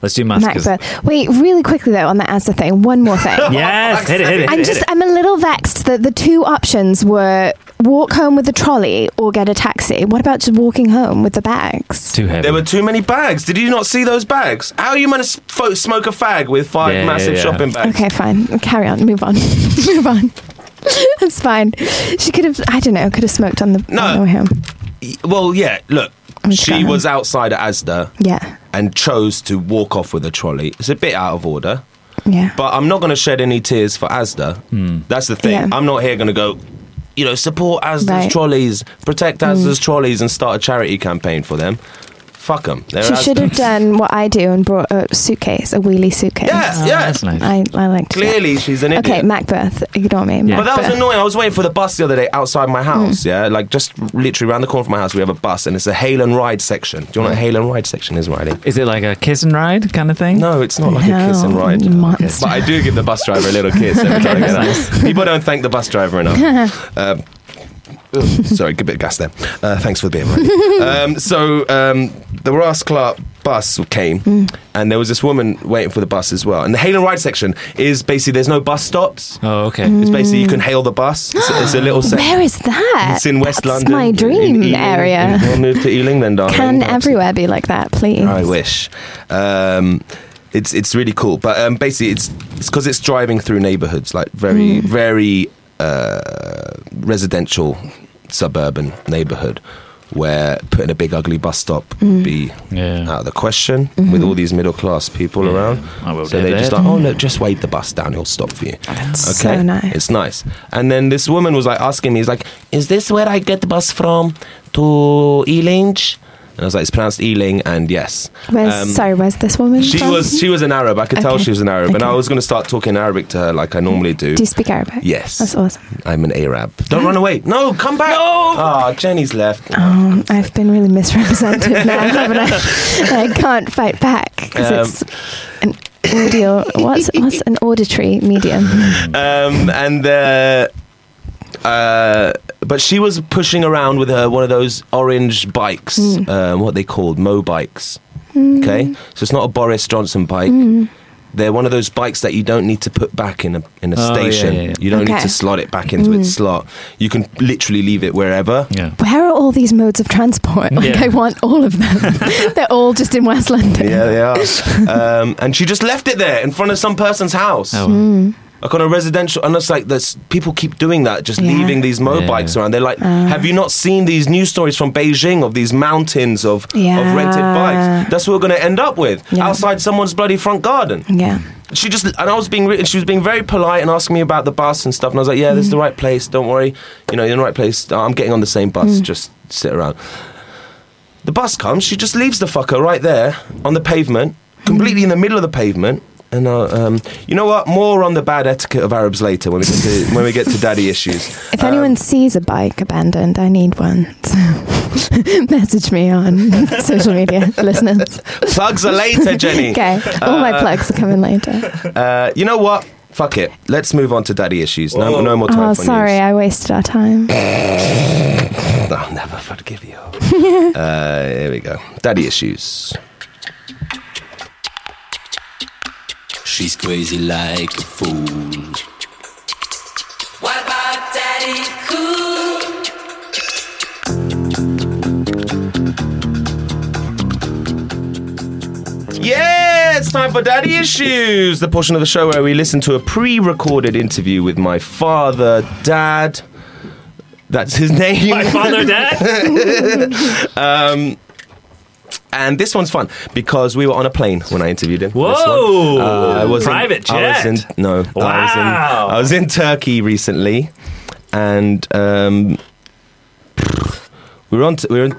[SPEAKER 3] Let's do maskers.
[SPEAKER 4] Macbeth. Wait, really quickly though, on the ASDA thing, one more thing.
[SPEAKER 3] Yes, hit it, hit it.
[SPEAKER 4] I'm
[SPEAKER 3] hit
[SPEAKER 4] just,
[SPEAKER 3] it.
[SPEAKER 4] I'm a little vexed that the two options were walk home with the trolley or get a taxi. What about just walking home with the bags?
[SPEAKER 3] too heavy.
[SPEAKER 2] There were too many bags. Did you not see those bags? How are you meant to fo- smoke a fag with five
[SPEAKER 3] Yeah, yeah,
[SPEAKER 2] massive
[SPEAKER 3] yeah.
[SPEAKER 2] shopping bags?
[SPEAKER 4] Okay, fine. Carry on. Move on. Move on. That's fine. She could have, I don't know, could have smoked on the,
[SPEAKER 2] No.
[SPEAKER 4] on the way home.
[SPEAKER 2] Y- Well, yeah. Look,
[SPEAKER 4] just
[SPEAKER 2] she
[SPEAKER 4] going.
[SPEAKER 2] was outside at Asda
[SPEAKER 4] Yeah.
[SPEAKER 2] and chose to walk off with a trolley. It's a bit out of order.
[SPEAKER 4] Yeah.
[SPEAKER 2] But I'm not going to shed any tears for Asda. That's the thing.
[SPEAKER 4] Yeah.
[SPEAKER 2] I'm not here going to go, you know, support Asda's
[SPEAKER 4] Right. Hmm.
[SPEAKER 2] trolleys, protect Asda's trolleys, and start a charity campaign for them. Fuck them. They're
[SPEAKER 4] she
[SPEAKER 2] Asda.
[SPEAKER 4] should have done what I do and brought a suitcase, a wheelie suitcase.
[SPEAKER 2] Yeah,
[SPEAKER 3] Oh,
[SPEAKER 2] yeah.
[SPEAKER 3] that's nice.
[SPEAKER 4] I, I like to. do that.
[SPEAKER 2] Clearly, she's an idiot.
[SPEAKER 4] Okay, Macbeth. Ignore me.
[SPEAKER 3] Yeah.
[SPEAKER 2] But that was
[SPEAKER 4] Macbeth.
[SPEAKER 2] annoying. I was waiting for the bus the other day outside
[SPEAKER 4] Hmm.
[SPEAKER 2] my house. Yeah, like just literally around the corner from my house, we have a bus, and it's a hail and ride section. Do you
[SPEAKER 4] Hmm.
[SPEAKER 2] know what a hail and ride section is, Riley?
[SPEAKER 3] Is it like a kiss and ride kind of thing?
[SPEAKER 2] No, it's not like a kiss and
[SPEAKER 4] No,
[SPEAKER 2] ride.
[SPEAKER 4] monster.
[SPEAKER 2] But I do give the bus driver a little kiss every time I get out. People don't thank the bus driver enough. Um, ugh, sorry, good bit of gas there. Uh, thanks for the beer, Riley. Um, so um, the Ross Clark bus came, and there was this woman waiting for the bus as well. And the hail and ride section is basically there's no bus stops.
[SPEAKER 3] Oh, okay.
[SPEAKER 4] Mm.
[SPEAKER 2] It's basically you can hail the bus. It's, it's a little section.
[SPEAKER 4] Where is that?
[SPEAKER 2] It's in West
[SPEAKER 4] That's
[SPEAKER 2] London.
[SPEAKER 4] my
[SPEAKER 2] in
[SPEAKER 4] dream
[SPEAKER 2] Ealing.
[SPEAKER 4] area.
[SPEAKER 2] We'll move to Ealing then, darling.
[SPEAKER 4] Can
[SPEAKER 2] Perhaps
[SPEAKER 4] everywhere be like that, please?
[SPEAKER 2] I wish. Um, it's it's really cool, but um, basically it's it's because it's driving through neighborhoods like
[SPEAKER 4] Mm.
[SPEAKER 2] very very uh, residential suburban neighborhood where putting a big ugly bus stop
[SPEAKER 4] Mm.
[SPEAKER 2] would be
[SPEAKER 3] Yeah.
[SPEAKER 2] out of the question
[SPEAKER 4] Mm-hmm.
[SPEAKER 2] with all these middle class people around.
[SPEAKER 3] I will
[SPEAKER 2] so
[SPEAKER 3] do
[SPEAKER 2] they're just
[SPEAKER 3] that.
[SPEAKER 2] like, oh look, just wave the bus down, he'll stop for you.
[SPEAKER 4] That's so nice.
[SPEAKER 2] It's nice. And then this woman was like asking me, "Is like, is this where I get the bus from to Ealing?" And I was like, "It's pronounced Ealing," and yes,
[SPEAKER 4] Where's
[SPEAKER 2] Um,
[SPEAKER 4] sorry? Where's this woman?
[SPEAKER 2] She
[SPEAKER 4] from?
[SPEAKER 2] was she was an Arab. I could tell
[SPEAKER 4] Okay.
[SPEAKER 2] she was an Arab, and I
[SPEAKER 4] Okay.
[SPEAKER 2] was going to start talking Arabic to her like I normally do.
[SPEAKER 4] Do you speak Arabic?
[SPEAKER 2] Yes.
[SPEAKER 4] That's awesome.
[SPEAKER 2] I'm an Arab. Don't run away. No, come back. No. Ah, Jenny's left.
[SPEAKER 4] Um, I've been really misrepresented now, haven't I? I can't fight back because
[SPEAKER 2] Um,
[SPEAKER 4] it's an audio. What's what's an auditory medium?
[SPEAKER 2] um, and uh, uh, but she was pushing around with her one of those orange bikes, um, what they called mo bikes. Okay, so it's not a Boris Johnson bike. They're one of those bikes that you don't need to put back in a in a
[SPEAKER 3] Oh, yeah,
[SPEAKER 2] station.
[SPEAKER 3] yeah, yeah.
[SPEAKER 2] You don't need
[SPEAKER 4] Okay.
[SPEAKER 2] to slot it back into its slot. You can literally leave it wherever.
[SPEAKER 3] Yeah.
[SPEAKER 4] Where are all these modes of transport? Like
[SPEAKER 3] Yeah.
[SPEAKER 4] I want all of them. They're all just in West London.
[SPEAKER 2] Yeah, they are. um, and she just left it there in front of some person's house.
[SPEAKER 3] Oh,
[SPEAKER 2] Like on a residential, and it's like this, people keep doing that, just
[SPEAKER 4] Yeah. Ah.
[SPEAKER 2] leaving these motorbikes
[SPEAKER 3] Yeah.
[SPEAKER 2] around. They're like, have you not seen these news stories from Beijing of these mountains of, of rented
[SPEAKER 4] Yeah.
[SPEAKER 2] bikes? That's what we're going to end up with
[SPEAKER 4] Yeah.
[SPEAKER 2] outside someone's bloody front garden.
[SPEAKER 4] Yeah.
[SPEAKER 2] She just, and I was being, re- she was being very polite and asking me about the bus and stuff. And I was like, yeah, this
[SPEAKER 4] Mm.
[SPEAKER 2] is the right place. Don't worry. You know, you're in the right place. I'm getting on the same
[SPEAKER 4] Mm.
[SPEAKER 2] bus. Just sit around. The bus comes. She just leaves the fucker right there on the pavement,
[SPEAKER 4] Mm.
[SPEAKER 2] completely in the middle of the pavement. And uh, um, you know what? More on the bad etiquette of Arabs later when we get to, when we get to daddy issues.
[SPEAKER 4] If
[SPEAKER 2] Um,
[SPEAKER 4] anyone sees a bike abandoned, I need one. So message me on social media, listeners.
[SPEAKER 2] Plugs are later, Jenny.
[SPEAKER 4] Okay. All my plugs are coming later.
[SPEAKER 2] Uh, you know what? Fuck it. Let's move on to daddy issues. No, no more time
[SPEAKER 4] Oh,
[SPEAKER 2] for
[SPEAKER 4] sorry,
[SPEAKER 2] news.
[SPEAKER 4] I wasted our time.
[SPEAKER 2] I'll never forgive you. uh, here we go. Daddy issues.
[SPEAKER 5] She's crazy like a fool.
[SPEAKER 6] What about Daddy Cool?
[SPEAKER 2] Yeah, it's time for Daddy Issues, the portion of the show where we listen to a pre recorded interview with my father, dad. That's his name.
[SPEAKER 3] my father, dad.
[SPEAKER 2] and this one's fun because we were on a plane when I interviewed him. This one. Uh,
[SPEAKER 3] Whoa.
[SPEAKER 2] I was in-
[SPEAKER 3] Private
[SPEAKER 2] I was
[SPEAKER 3] jet.
[SPEAKER 2] in, no, I, was in,
[SPEAKER 3] Wow.
[SPEAKER 2] I was in Turkey recently, and um, we were on. T- we were in,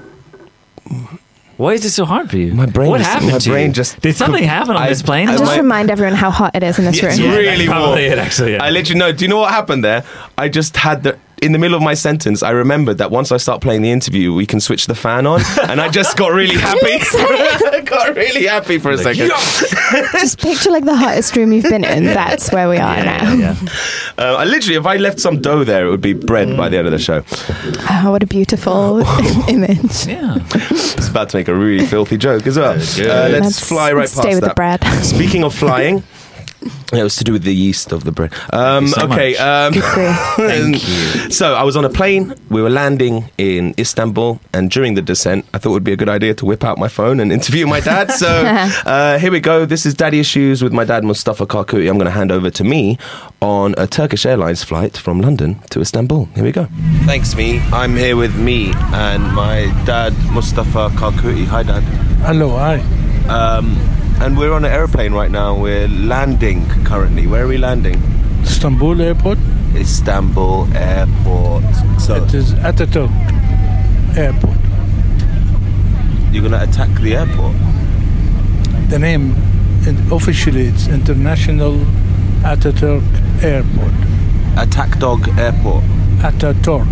[SPEAKER 3] Why is it so hard for you?
[SPEAKER 2] My brain
[SPEAKER 3] What
[SPEAKER 2] just-
[SPEAKER 3] happened
[SPEAKER 2] my
[SPEAKER 3] to
[SPEAKER 2] brain
[SPEAKER 3] you?
[SPEAKER 2] just-
[SPEAKER 3] Did something happen on
[SPEAKER 2] I-
[SPEAKER 3] this plane?
[SPEAKER 2] I
[SPEAKER 4] Just
[SPEAKER 2] might-
[SPEAKER 4] remind everyone how hot it is in this
[SPEAKER 2] Yes,
[SPEAKER 4] room.
[SPEAKER 3] Yeah, that's
[SPEAKER 2] really warm.
[SPEAKER 3] probably it, actually. Yeah.
[SPEAKER 2] I literally no. Do you know what happened there? I just had the in the middle of my sentence. I remembered that once I start playing the interview, we can switch the fan on, and I just got really happy. got really happy for a second.
[SPEAKER 4] Just picture like the hottest room you've been in. That's where we are now.
[SPEAKER 3] yeah.
[SPEAKER 2] Uh, I literally, if I left some dough there, it would be bread by the end of the show.
[SPEAKER 4] Oh, what a beautiful image.
[SPEAKER 3] yeah.
[SPEAKER 2] It's about to make a really filthy joke as well. Uh, let's fly right
[SPEAKER 4] let's
[SPEAKER 2] past
[SPEAKER 4] stay with
[SPEAKER 2] that.
[SPEAKER 4] the bread.
[SPEAKER 2] Speaking of flying. It was to do with the yeast of the bread. Um,
[SPEAKER 3] so
[SPEAKER 2] okay,
[SPEAKER 3] much.
[SPEAKER 2] um,
[SPEAKER 4] Agree.
[SPEAKER 2] Thank you. So I was on a plane. We were landing in Istanbul, and during the descent, I thought it would be a good idea to whip out my phone and interview my dad. So uh, here we go. This is Daddy Issues with my dad Mustafa Karkouti. I'm going to hand over to me on a Turkish Airlines flight from London to Istanbul. Here we go. Thanks, me. I'm here with me and my dad Mustafa Karkouti. Hi, Dad. Um,
[SPEAKER 7] Hello, hi.
[SPEAKER 2] And we're on an airplane right now. We're landing currently. Where are we landing?
[SPEAKER 7] Istanbul Airport.
[SPEAKER 2] Istanbul Airport. So
[SPEAKER 7] It is Ataturk Airport.
[SPEAKER 2] you're going to attack the airport.
[SPEAKER 7] The name, and officially, it's International Ataturk Airport.
[SPEAKER 2] Attack Dog Airport.
[SPEAKER 7] Ataturk.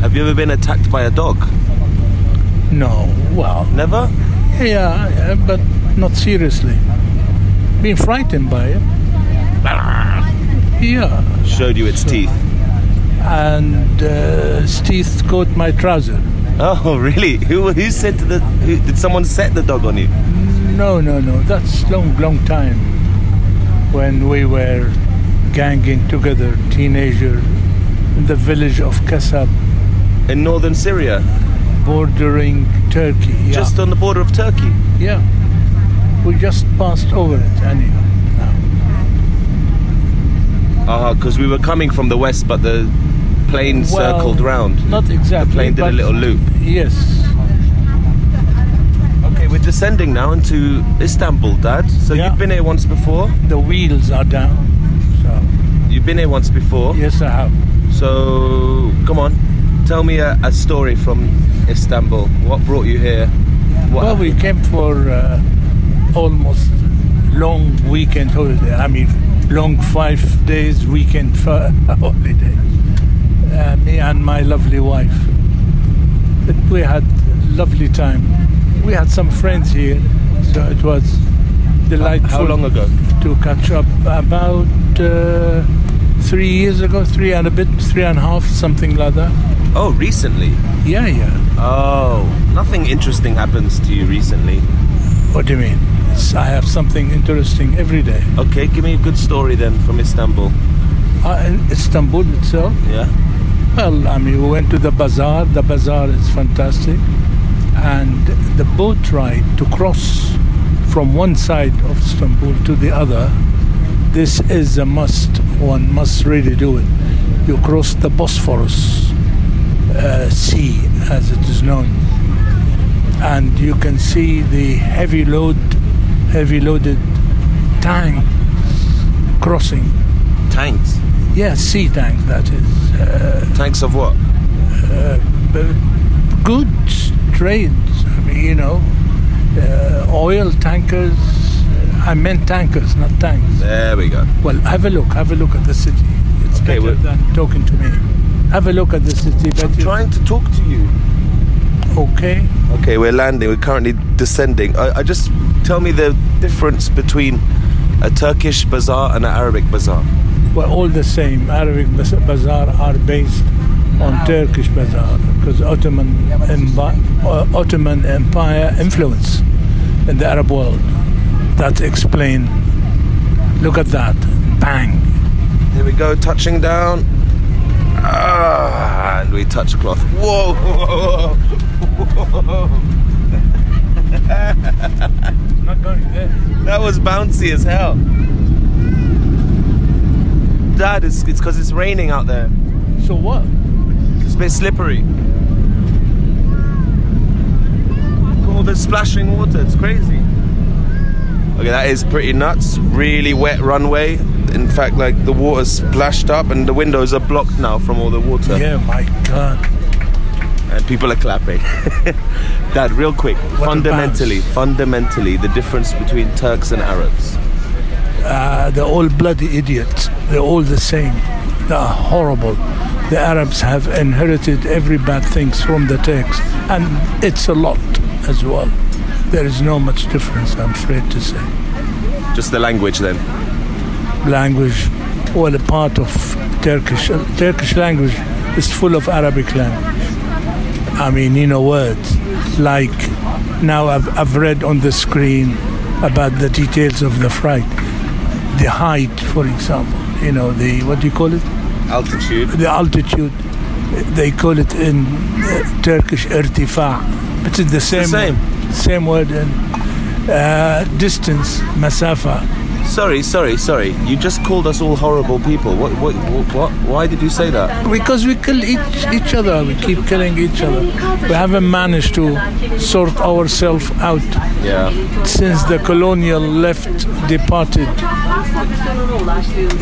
[SPEAKER 2] Have you ever been attacked by a dog?
[SPEAKER 7] No, well,
[SPEAKER 2] Never?
[SPEAKER 7] yeah, yeah, but not seriously. Being frightened by it. Yeah,
[SPEAKER 2] Showed you its teeth.
[SPEAKER 7] and uh, its teeth caught my trouser.
[SPEAKER 2] Oh, really? Who, who said to the. Who, did someone set the dog on you?
[SPEAKER 7] No, no, no. That's long, long time. When we were ganging together, teenager, in the village of Kasab,
[SPEAKER 2] In northern Syria,
[SPEAKER 7] bordering Turkey. Yeah,
[SPEAKER 2] just on the border of Turkey.
[SPEAKER 7] yeah. We just passed over it, anyhow. Now.
[SPEAKER 2] Ah, because we were coming from the west, but the plane
[SPEAKER 7] Well,
[SPEAKER 2] circled round.
[SPEAKER 7] Not exactly.
[SPEAKER 2] The plane did a
[SPEAKER 7] but-
[SPEAKER 2] little loop.
[SPEAKER 7] Yes.
[SPEAKER 2] Okay, we're descending now into Istanbul, Dad. So
[SPEAKER 7] Yeah.
[SPEAKER 2] you've been here once before.
[SPEAKER 7] The wheels are down. So
[SPEAKER 2] You've been here once before.
[SPEAKER 7] yes, I have.
[SPEAKER 2] So come on, tell me a, a story from Istanbul. What brought you here? What
[SPEAKER 7] Well,
[SPEAKER 2] happened?
[SPEAKER 7] we came for uh, almost long weekend holiday. I mean, long five days weekend for holiday. Uh, me and my lovely wife. But we had lovely time. We had some friends here, so it was delightful.
[SPEAKER 2] How long ago?
[SPEAKER 7] To catch up about uh, three years ago, three and a bit, three and a half, something like that.
[SPEAKER 2] Oh, recently.
[SPEAKER 7] Yeah, yeah.
[SPEAKER 2] Oh, nothing interesting happens to you recently.
[SPEAKER 7] What do you mean? It's, I have something interesting every day.
[SPEAKER 2] Okay, give me a good story then from Istanbul.
[SPEAKER 7] Uh, in Istanbul itself.
[SPEAKER 2] Yeah.
[SPEAKER 7] Well, I mean, we went to the bazaar. The bazaar is fantastic. And the boat ride to cross from one side of Istanbul to the other, this is a must. One must really do it. You cross the Bosphorus uh, Sea, as it is known. And you can see the heavy load, heavy loaded tank crossing.
[SPEAKER 2] Tanks.
[SPEAKER 7] Yeah, sea tank, that is.
[SPEAKER 2] Tanks of what?
[SPEAKER 7] uh, good trades. I mean, you know, uh, oil tankers. uh, I meant tankers, not tanks.
[SPEAKER 2] There we go.
[SPEAKER 7] Well, have a look. Have a look at the city. It's
[SPEAKER 2] Okay,
[SPEAKER 7] better
[SPEAKER 2] well-
[SPEAKER 7] than talking to me. Have a look at the city. Better.
[SPEAKER 2] Trying to talk to you.
[SPEAKER 7] Okay.
[SPEAKER 2] Okay, we're landing. We're currently descending. I, I just tell me the difference between a Turkish bazaar and an Arabic bazaar.
[SPEAKER 7] Well, all the same, Arabic baz- bazaar are based on Turkish bazaar because Ottoman empi- uh, Ottoman Empire influence in the Arab world. That explain. Look at that, bang.
[SPEAKER 2] Here we go, touching down. Ah, and we touch cloth. Whoa!
[SPEAKER 7] Not going there.
[SPEAKER 2] That was bouncy as hell. Dad, it's because it's, raining out there.
[SPEAKER 7] So what?
[SPEAKER 2] It's a bit slippery. All the splashing water, it's crazy. Okay, that is pretty nuts. Really wet runway. In fact, like the water splashed up and the windows are blocked now from all the water.
[SPEAKER 7] Yeah, my God.
[SPEAKER 2] and people are clapping. Dad, real quick,
[SPEAKER 7] a
[SPEAKER 2] fundamentally, fundamentally, the difference between Turks and Arabs.
[SPEAKER 7] Uh, they're all bloody idiots. They're all the same. They're horrible. The Arabs have inherited every bad things from the Turks, and it's a lot as well. There is no much difference, I'm afraid to say.
[SPEAKER 2] Just the language, then.
[SPEAKER 7] Language, well, a part of Turkish uh, Turkish language is full of Arabic language. I mean, you know, words like now I've, I've read on the screen about the details of the flight, the height, for example. You know, the what do you call it?
[SPEAKER 2] Altitude.
[SPEAKER 7] The altitude. They call it in uh, Turkish irtifa. It's the same
[SPEAKER 2] same.
[SPEAKER 7] same word and uh, distance, masafa.
[SPEAKER 2] Sorry, sorry, sorry. You just called us all horrible people. What? What? What? what? Why did you say that?
[SPEAKER 7] Because we kill each, each other, we keep killing each other. We haven't managed to sort ourselves out
[SPEAKER 2] Yeah.
[SPEAKER 7] since the colonial left departed.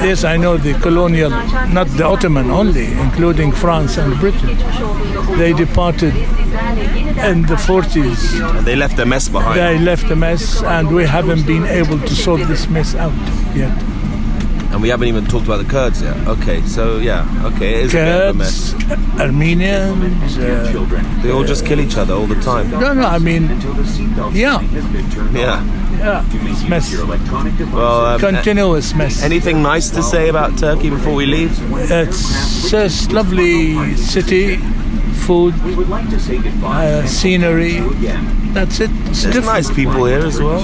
[SPEAKER 7] Yes, I know the colonial, not the Ottoman only, including France and Britain. They departed in the 40s.
[SPEAKER 2] They left a mess behind.
[SPEAKER 7] They left a mess, and we haven't been able to sort this mess out yet.
[SPEAKER 2] And we haven't even talked about the Kurds yet. Okay, so yeah, okay, it is a bit of a mess.
[SPEAKER 7] Kurds, Armenians. uh,
[SPEAKER 2] They all just kill each other all the time.
[SPEAKER 7] no, no, I mean, yeah.
[SPEAKER 2] Yeah.
[SPEAKER 7] Yeah, it's mess.
[SPEAKER 2] Well, um,
[SPEAKER 7] Continuous mess.
[SPEAKER 2] anything nice to say about Turkey before we leave?
[SPEAKER 7] It's just lovely city, food, uh, scenery. That's it. It's
[SPEAKER 2] There's
[SPEAKER 7] different.
[SPEAKER 2] nice people here as well.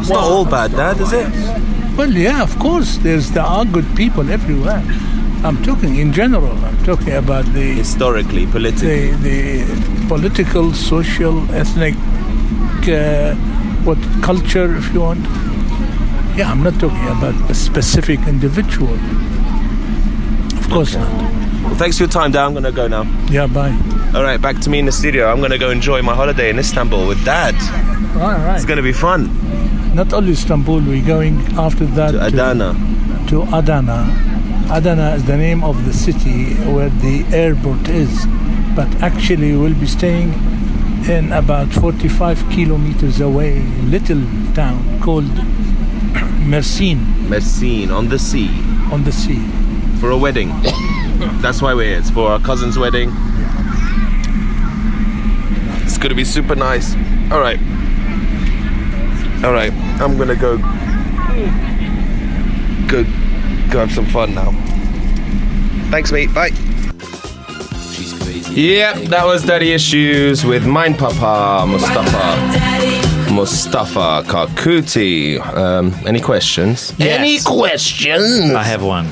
[SPEAKER 2] It's not all bad, Dad, is it?
[SPEAKER 7] Well, yeah, of course. There's there are good people everywhere. I'm talking in general. I'm talking about the
[SPEAKER 2] Historically, politically.
[SPEAKER 7] the, the political, social, ethnic, uh, what culture, if you want. Yeah, I'm not talking about a specific individual. Of course not.
[SPEAKER 2] Well, thanks for your time, Dad. I'm going to go now.
[SPEAKER 7] Yeah, bye.
[SPEAKER 2] All right, back to me in the studio. I'm going to go enjoy my holiday in Istanbul with Dad.
[SPEAKER 7] All right.
[SPEAKER 2] It's going to be fun.
[SPEAKER 7] Not only Istanbul, we're going after that
[SPEAKER 2] To Adana.
[SPEAKER 7] to Adana. Adana is the name of the city where the airport is, but actually we'll be staying in about 45 kilometers away, little town called Mersin
[SPEAKER 2] Mersin, on the sea,
[SPEAKER 7] on the sea.
[SPEAKER 2] for a wedding. That's why we're here. It's for our cousin's wedding. It's going to be super nice. All right. All right. I'm gonna go. Go, go have some fun now. Thanks, mate. Bye.
[SPEAKER 5] She's crazy.
[SPEAKER 2] Yep, that was Daddy Issues with Mind Papa Mustafa
[SPEAKER 6] Daddy
[SPEAKER 2] Mustafa Kakuti. Um, any questions?
[SPEAKER 3] Yes.
[SPEAKER 2] Any questions?
[SPEAKER 3] I have one.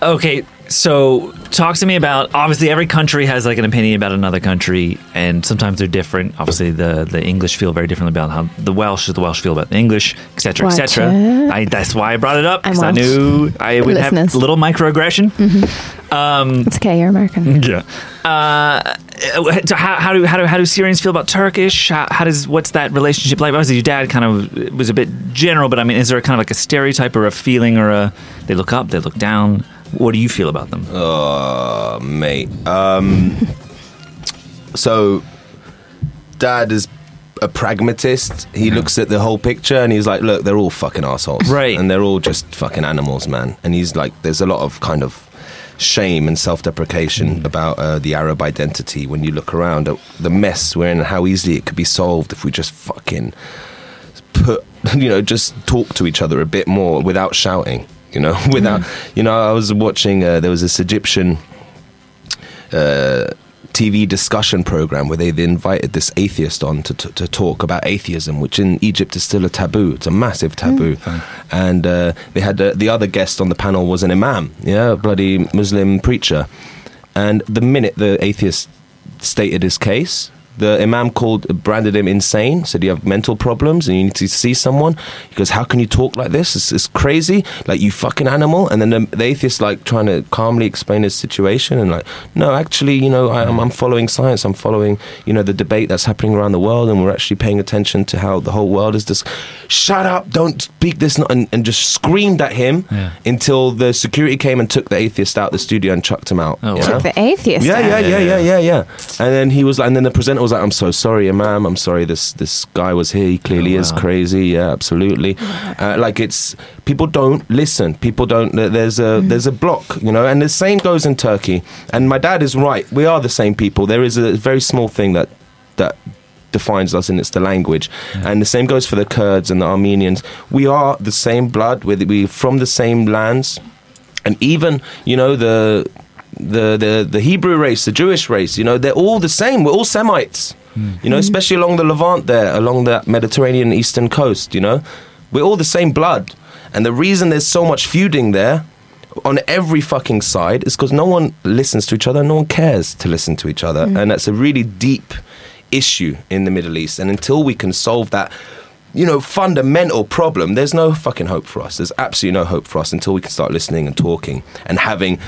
[SPEAKER 3] Okay, so talk to me about obviously every country has like an opinion about another country, and sometimes they're different. Obviously, the the English feel very differently about how the Welsh the Welsh feel about the English, etc.,
[SPEAKER 4] Right.
[SPEAKER 3] etc. I that's why I brought it up
[SPEAKER 4] I'm
[SPEAKER 3] because I
[SPEAKER 4] Welsh.
[SPEAKER 3] knew I would have
[SPEAKER 4] Listeners.
[SPEAKER 3] little microaggression.
[SPEAKER 4] It's okay. You're American.
[SPEAKER 3] Yeah. Uh, so how, how do how do how do Syrians feel about Turkish? How, how does what's that relationship like? Obviously, your dad kind of was a bit general, but I mean, is there kind of like a stereotype or a feeling or a they look up, they look down? What do you feel about them?
[SPEAKER 2] Oh, mate. Um, so, Dad is a pragmatist. He looks at the whole picture and he's like, "Look, they're all fucking assholes,
[SPEAKER 3] Right.
[SPEAKER 2] And they're all just fucking animals, man." And he's like, "There's a lot of kind of." Shame and self deprecation about uh, the Arab identity when you look around at the mess we're in and how easily it could be solved if we just fucking put you know just talk to each other a bit more without shouting you know without you know i was watching uh, there was this egyptian TV discussion program where they invited this atheist on to, to, to talk about atheism, which in Egypt is still a taboo. It's a massive taboo. And uh, they had uh, the other guest on the panel was an imam, yeah, a bloody Muslim preacher. And the minute the atheist stated his case, the imam called branded him insane. Said you have mental problems and you need to see someone. He goes, "How can you talk like this? It's, it's crazy! Like you fucking animal!" And then the, the atheist like trying to calmly explain his situation and like, "No, actually, you know, I, I'm, I'm following science. I'm following you know the debate that's happening around the world, and we're actually paying attention to how the whole world is just shut up, don't speak this, no-" and, and just screamed at him
[SPEAKER 3] Yeah.
[SPEAKER 2] until the security came and took the atheist out the studio and chucked him out.
[SPEAKER 3] Oh,
[SPEAKER 2] you
[SPEAKER 3] wow.
[SPEAKER 2] know?
[SPEAKER 4] Took the atheist.
[SPEAKER 2] Yeah,
[SPEAKER 4] out.
[SPEAKER 2] yeah, yeah, yeah, yeah, yeah. And then he was like, and then the presenter was like, "I'm so sorry, ma'am. I'm sorry. This this guy was here. He clearly
[SPEAKER 3] Oh,
[SPEAKER 2] is
[SPEAKER 3] wow.
[SPEAKER 2] crazy. Yeah, absolutely. Uh, like it's people don't listen. People don't. there- There's a there's a block, you know. And the same goes in Turkey. And my dad is right. We are the same people. There is a very small thing that that defines us and it's the language and the same goes for the kurds and the armenians we are the same blood we're, we from the same lands and even you know the the, the the Hebrew race, the Jewish race, you know, they're all the same. We're all Semites, you know, especially along the Levant there, along the Mediterranean eastern coast. You know, we're all the same blood, and the reason there's so much feuding there on every fucking side is because no one listens to each other, no one cares to listen to each other, and that's a really deep issue in the Middle East. And until we can solve that you know, fundamental problem, there's no fucking hope for us. There's absolutely no hope for us until we can start listening and talking and having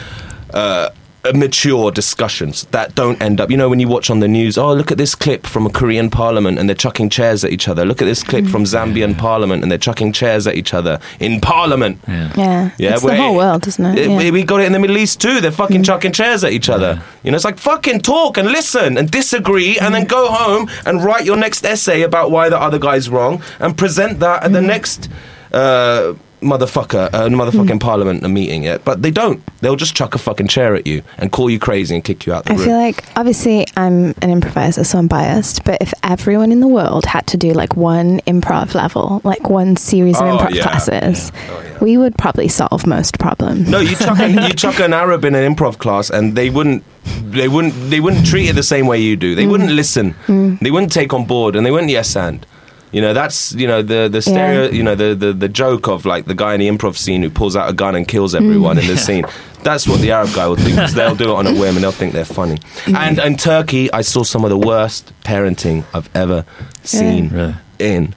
[SPEAKER 2] uh, mature discussions that don't end up. You know, when you watch on the news, oh, look at this clip from a Korean parliament and they're chucking chairs at each other. Look at this clip from Zambian parliament and they're chucking chairs at each other in parliament.
[SPEAKER 4] Yeah. it's the
[SPEAKER 2] we're-
[SPEAKER 4] whole world, isn't it? Yeah.
[SPEAKER 2] we- We got it in the Middle East too. They're fucking chucking chairs at each other. You know, it's like fucking talk and listen and disagree and then go home and write your next essay about why the other guy's wrong and present that at the
[SPEAKER 4] Mm-hmm.
[SPEAKER 2] next uh, motherfucker, uh,
[SPEAKER 4] Mm-hmm.
[SPEAKER 2] motherfucking parliament meeting. Yeah, but they don't. They'll just chuck a fucking chair at you and call you crazy and kick you out the
[SPEAKER 4] I
[SPEAKER 2] room.
[SPEAKER 4] feel like obviously I'm an improviser, so I'm biased. But if everyone in the world had to do like one improv level, like one series
[SPEAKER 2] Oh,
[SPEAKER 4] of improv
[SPEAKER 2] yeah.
[SPEAKER 4] classes,
[SPEAKER 2] Oh, yeah.
[SPEAKER 4] we would probably solve most problems.
[SPEAKER 2] No, you chuck, an, you chuck an Arab in an improv class, and they wouldn't. They wouldn't. They wouldn't treat it the same way you do. They wouldn't listen. They wouldn't take on board, and they wouldn't yes and. You know that's you know the the stereo. You know the, the the joke of like the guy in the improv scene who pulls out a gun and kills everyone in the scene. That's what the Arab guy will do because they'll do it on a whim and they'll think they're funny. And in Turkey, I saw some of the worst parenting I've ever seen
[SPEAKER 3] Really?
[SPEAKER 2] in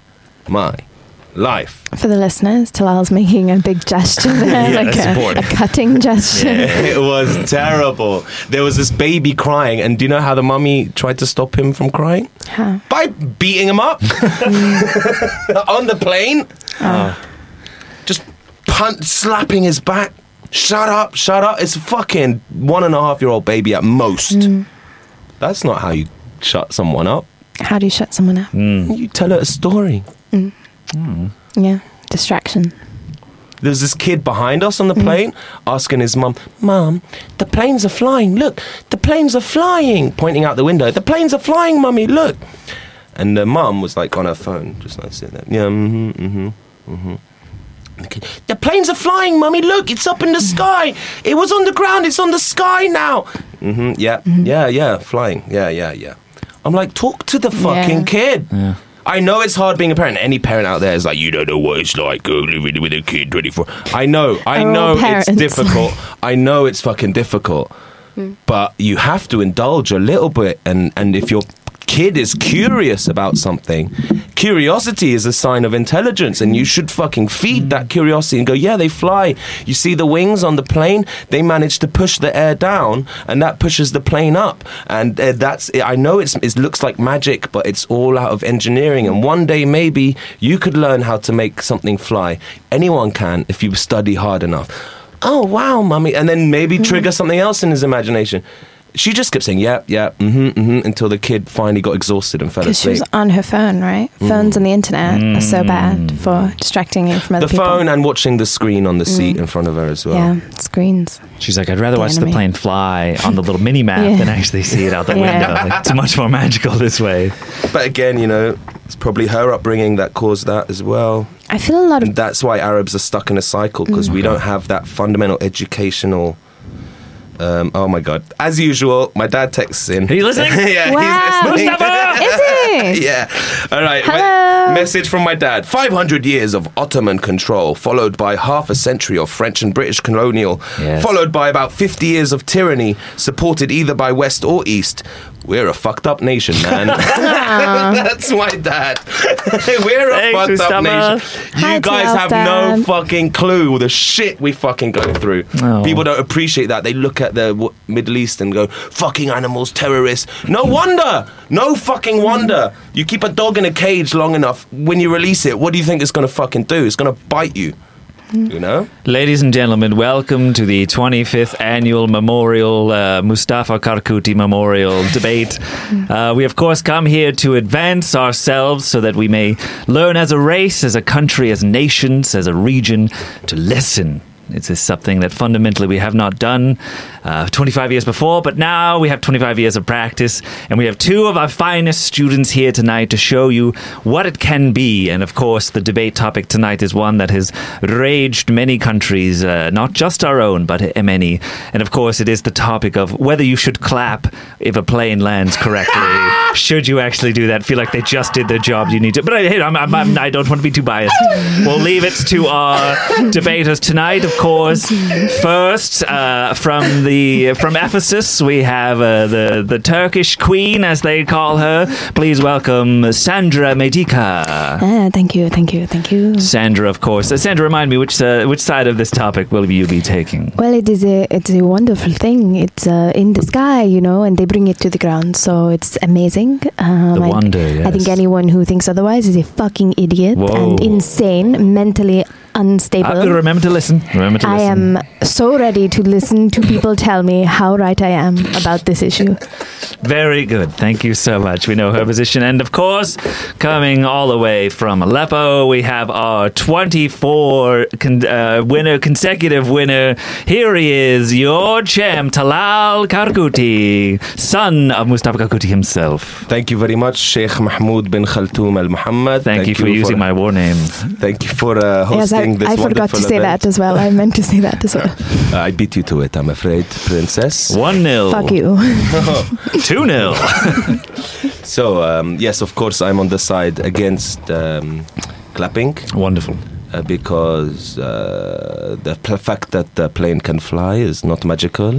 [SPEAKER 2] my life.
[SPEAKER 4] For the listeners, Talal's making a big gesture there,
[SPEAKER 2] Yeah,
[SPEAKER 4] like
[SPEAKER 2] that's important.
[SPEAKER 4] a, a cutting gesture.
[SPEAKER 2] it was terrible. There was this baby crying, and do you know how the mummy tried to stop him from crying?
[SPEAKER 4] Huh.
[SPEAKER 2] By beating him up on the plane. Just punt, slapping his back. Shut up, shut up. It's a fucking one and a half year old baby at most. That's not how you shut someone up.
[SPEAKER 4] How do you shut someone up?
[SPEAKER 2] You tell her a story.
[SPEAKER 4] Yeah, distraction.
[SPEAKER 2] There's this kid behind us on the plane asking his mum, Mum, the planes are flying. Look, the planes are flying. Pointing out the window, the planes are flying, mummy, look. And the mum was like on her phone, just like sitting there. Yeah, mm hmm, mm hmm, mm hmm. The, kid, the planes are flying, mummy. Look, it's up in the sky. It was on the ground. It's on the sky now. Mm-hmm, yeah, yeah, yeah, flying. Yeah, yeah, yeah. I'm like, talk to the fucking kid. I know it's hard being a parent. Any parent out there is like, you don't know what it's like uh, living with a kid 24. I know, I
[SPEAKER 4] Are all
[SPEAKER 2] know it's
[SPEAKER 4] parents.
[SPEAKER 2] difficult. I know it's fucking difficult. But you have to indulge a little bit. And, and if your kid is curious about something, curiosity is a sign of intelligence. And you should fucking feed that curiosity and go, yeah, they fly. You see the wings on the plane? They manage to push the air down, and that pushes the plane up. And uh, that's, I know it's, it looks like magic, but it's all out of engineering. And one day, maybe, you could learn how to make something fly. Anyone can if you study hard enough oh wow, mummy, and then maybe
[SPEAKER 4] Hmm.
[SPEAKER 2] trigger something else in his imagination. She just kept saying, yeah, yeah, mm-hmm, mm-hmm, until the kid finally got exhausted and fell
[SPEAKER 4] Because she
[SPEAKER 2] asleep.
[SPEAKER 4] was on her phone, right? Phones and the internet are so bad for distracting you from other
[SPEAKER 2] Mm. the
[SPEAKER 4] people. Mm.
[SPEAKER 2] phone and watching the screen on the seat in front of her as well.
[SPEAKER 4] yeah, screens.
[SPEAKER 3] She's like, I'd rather watch the
[SPEAKER 4] enemy.
[SPEAKER 3] plane fly on the little mini map
[SPEAKER 4] Yeah.
[SPEAKER 3] than actually see it out the
[SPEAKER 4] Yeah.
[SPEAKER 3] window. It's much more magical this way.
[SPEAKER 2] But again, you know, it's probably her upbringing that caused that as well.
[SPEAKER 4] I feel a lot
[SPEAKER 2] And
[SPEAKER 4] of
[SPEAKER 2] that's why Arabs are stuck in a cycle because we don't have that fundamental educational. Um, oh my god! As usual, my dad texts in.
[SPEAKER 3] Are you listening?
[SPEAKER 2] yeah,
[SPEAKER 4] Wow.
[SPEAKER 2] he's listening.
[SPEAKER 4] is it?
[SPEAKER 2] yeah. All right. me-
[SPEAKER 4] Hello.
[SPEAKER 2] message from my dad. 500 years of Ottoman control, followed by half a century of French and British colonial,
[SPEAKER 3] Yes.
[SPEAKER 2] followed by about 50 years of tyranny, supported either by West or East. We're a fucked up nation, man. That's my dad. We're a
[SPEAKER 3] Thanks,
[SPEAKER 2] fucked up
[SPEAKER 3] Mustafa.
[SPEAKER 2] nation.
[SPEAKER 4] Hi
[SPEAKER 2] you
[SPEAKER 4] to
[SPEAKER 2] guys
[SPEAKER 4] our
[SPEAKER 2] have no
[SPEAKER 4] dad.
[SPEAKER 2] fucking clue the shit we fucking go through.
[SPEAKER 3] Oh.
[SPEAKER 2] People don't appreciate that. They look at the w- Middle East and go, fucking animals, terrorists. No wonder. No fucking wonder. You keep a dog in a cage long enough, when you release it, what do you think it's going to fucking do? It's going to bite you.
[SPEAKER 3] Hmm.
[SPEAKER 2] You know?
[SPEAKER 3] Ladies and gentlemen, welcome to the 25th annual memorial uh, Mustafa Karkuti memorial debate. Uh, we, of course, come here to advance ourselves so that we may learn as a race, as a country, as nations, as a region to listen. It's just something that fundamentally we have not done uh, 25 years before, but now we have 25 years of practice, and we have two of our finest students here tonight to show you what it can be. And of course, the debate topic tonight is one that has raged many countries, uh, not just our own, but uh, many. And of course, it is the topic of whether you should clap if a plane lands correctly. should you actually do that? Feel like they just did their job. You need to, but I, hey, I'm, I'm, I'm, I don't want to be too biased. We'll leave it to our debaters tonight, of course. First, uh, from the from Ephesus, we have uh, the the Turkish queen, as they call her. Please welcome Sandra Medica.
[SPEAKER 4] Ah, thank you, thank you, thank you.
[SPEAKER 3] Sandra, of course. Uh, Sandra, remind me which uh, which side of this topic will you be taking?
[SPEAKER 4] Well, it is a it's a wonderful thing. It's uh, in the sky, you know, and they bring it to the ground, so it's amazing. Um,
[SPEAKER 3] The
[SPEAKER 4] I-
[SPEAKER 3] wonder,
[SPEAKER 4] I think
[SPEAKER 3] yes.
[SPEAKER 4] anyone who thinks otherwise is a fucking idiot and
[SPEAKER 3] Whoa.
[SPEAKER 4] insane, mentally unstable.
[SPEAKER 3] Uh, remember to listen. Remember to
[SPEAKER 4] I
[SPEAKER 3] listen.
[SPEAKER 4] am so ready to listen to people tell me how right I am about this issue.
[SPEAKER 3] Very good. Thank you so much. We know her position. And of course, coming all the way from Aleppo, we have our 24 con- uh, winner, consecutive winner. Here he is, your champ, Talal Karkuti, son of Mustafa Karkuti himself.
[SPEAKER 2] Thank you very much, Sheikh Mahmoud bin Khaltoum Al Muhammad.
[SPEAKER 3] Thank, you, for using my war name.
[SPEAKER 2] Thank you for uh,
[SPEAKER 4] yes, I,
[SPEAKER 2] hosting this
[SPEAKER 4] I forgot to
[SPEAKER 2] wonderful
[SPEAKER 4] say
[SPEAKER 2] event.
[SPEAKER 4] that as well. I meant to say that as well.
[SPEAKER 2] Uh, I beat you to it, I'm afraid, Princess.
[SPEAKER 3] 1 0.
[SPEAKER 2] Oh.
[SPEAKER 4] Fuck you.
[SPEAKER 3] 2 0.
[SPEAKER 2] So um, yes, of course, I'm on the side against um, clapping
[SPEAKER 3] Wonderful.
[SPEAKER 2] uh, because uh, the pl- fact that the plane can fly is not magical.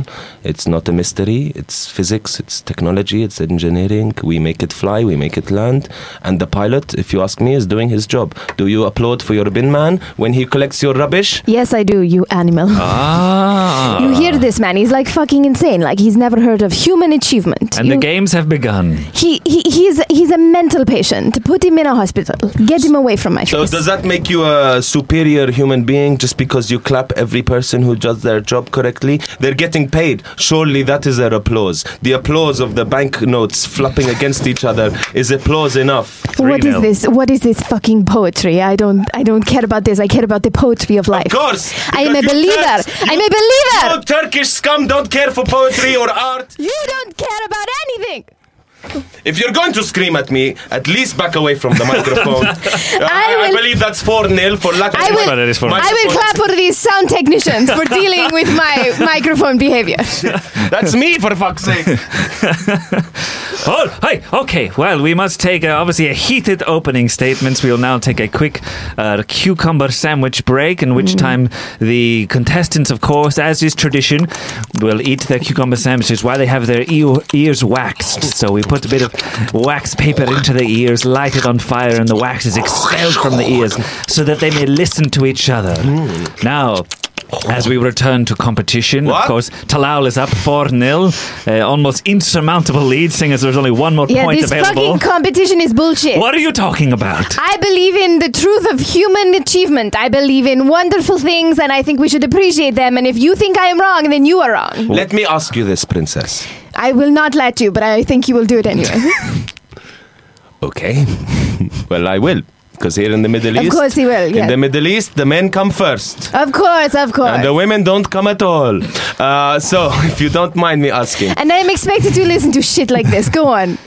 [SPEAKER 2] It's not a mystery. It's physics. It's technology. It's engineering. We make it fly. We make it land. And the pilot, if you ask me, is doing his job. Do you applaud for your bin man when he collects your rubbish?
[SPEAKER 4] yes, I do, you animal.
[SPEAKER 3] Ah.
[SPEAKER 4] You hear this man? He's like fucking insane. Like he's never heard of human achievement.
[SPEAKER 3] and the
[SPEAKER 4] You-
[SPEAKER 3] games have begun.
[SPEAKER 4] He, he he's he's a mental patient. Put him in a hospital. Get him away from my
[SPEAKER 2] So
[SPEAKER 4] face.
[SPEAKER 2] does that make you a superior human being just because you clap every person who does their job correctly? They're getting paid. Surely that is their applause. The applause of the banknotes flapping against each other is applause enough.
[SPEAKER 4] what
[SPEAKER 3] Three
[SPEAKER 4] is
[SPEAKER 3] nil.
[SPEAKER 4] this? What is this fucking poetry? I don't I don't care about this. I care about the poetry of life.
[SPEAKER 2] Of course.
[SPEAKER 4] I am a
[SPEAKER 2] because you
[SPEAKER 4] believer.
[SPEAKER 2] Turks-
[SPEAKER 4] I'm
[SPEAKER 2] you-
[SPEAKER 4] a believer.
[SPEAKER 2] You Turkish scum don't care for poetry or art.
[SPEAKER 4] You don't care about anything.
[SPEAKER 2] If you're going to scream at me, at least back away from the microphone. I, I
[SPEAKER 4] will-
[SPEAKER 2] believe that's 4 0 for lack of
[SPEAKER 4] I will-
[SPEAKER 3] But it is for-
[SPEAKER 2] My
[SPEAKER 4] I will
[SPEAKER 2] support-
[SPEAKER 4] clap for these sound technicians for dealing with my microphone behavior.
[SPEAKER 2] That's me, for fuck's sake.
[SPEAKER 3] Oh, hi. Okay. Well, we must take uh, obviously a heated opening statements. We will now take a quick uh, cucumber sandwich break, in which time the contestants, of course, as is tradition, will eat their cucumber sandwiches while they have their eo- ears waxed. So we put a bit of wax paper into the ears, light it on fire, and the wax is expelled from the ears so that they may listen to each other. Now. As we return to competition, of
[SPEAKER 2] What?
[SPEAKER 3] course, Talal is up 4 0. Uh, almost insurmountable lead, seeing as there's only one more
[SPEAKER 4] Yeah,
[SPEAKER 3] point
[SPEAKER 4] this
[SPEAKER 3] available.
[SPEAKER 4] fucking competition is bullshit.
[SPEAKER 3] what are you talking about?
[SPEAKER 4] I believe in the truth of human achievement. I believe in wonderful things, and I think we should appreciate them. And if you think I am wrong, then you are wrong.
[SPEAKER 2] Let me ask you this, princess.
[SPEAKER 4] I will not let you, but I think you will do it anyway.
[SPEAKER 2] Okay. well, I will. Because here in the Middle
[SPEAKER 4] Of
[SPEAKER 2] East.
[SPEAKER 4] course he will, yeah.
[SPEAKER 2] In the Middle East, the men come first.
[SPEAKER 4] of course, of course.
[SPEAKER 2] And the women don't come at all. Uh, so, if you don't mind me asking,
[SPEAKER 4] And I am expected to listen to shit like this. Go on.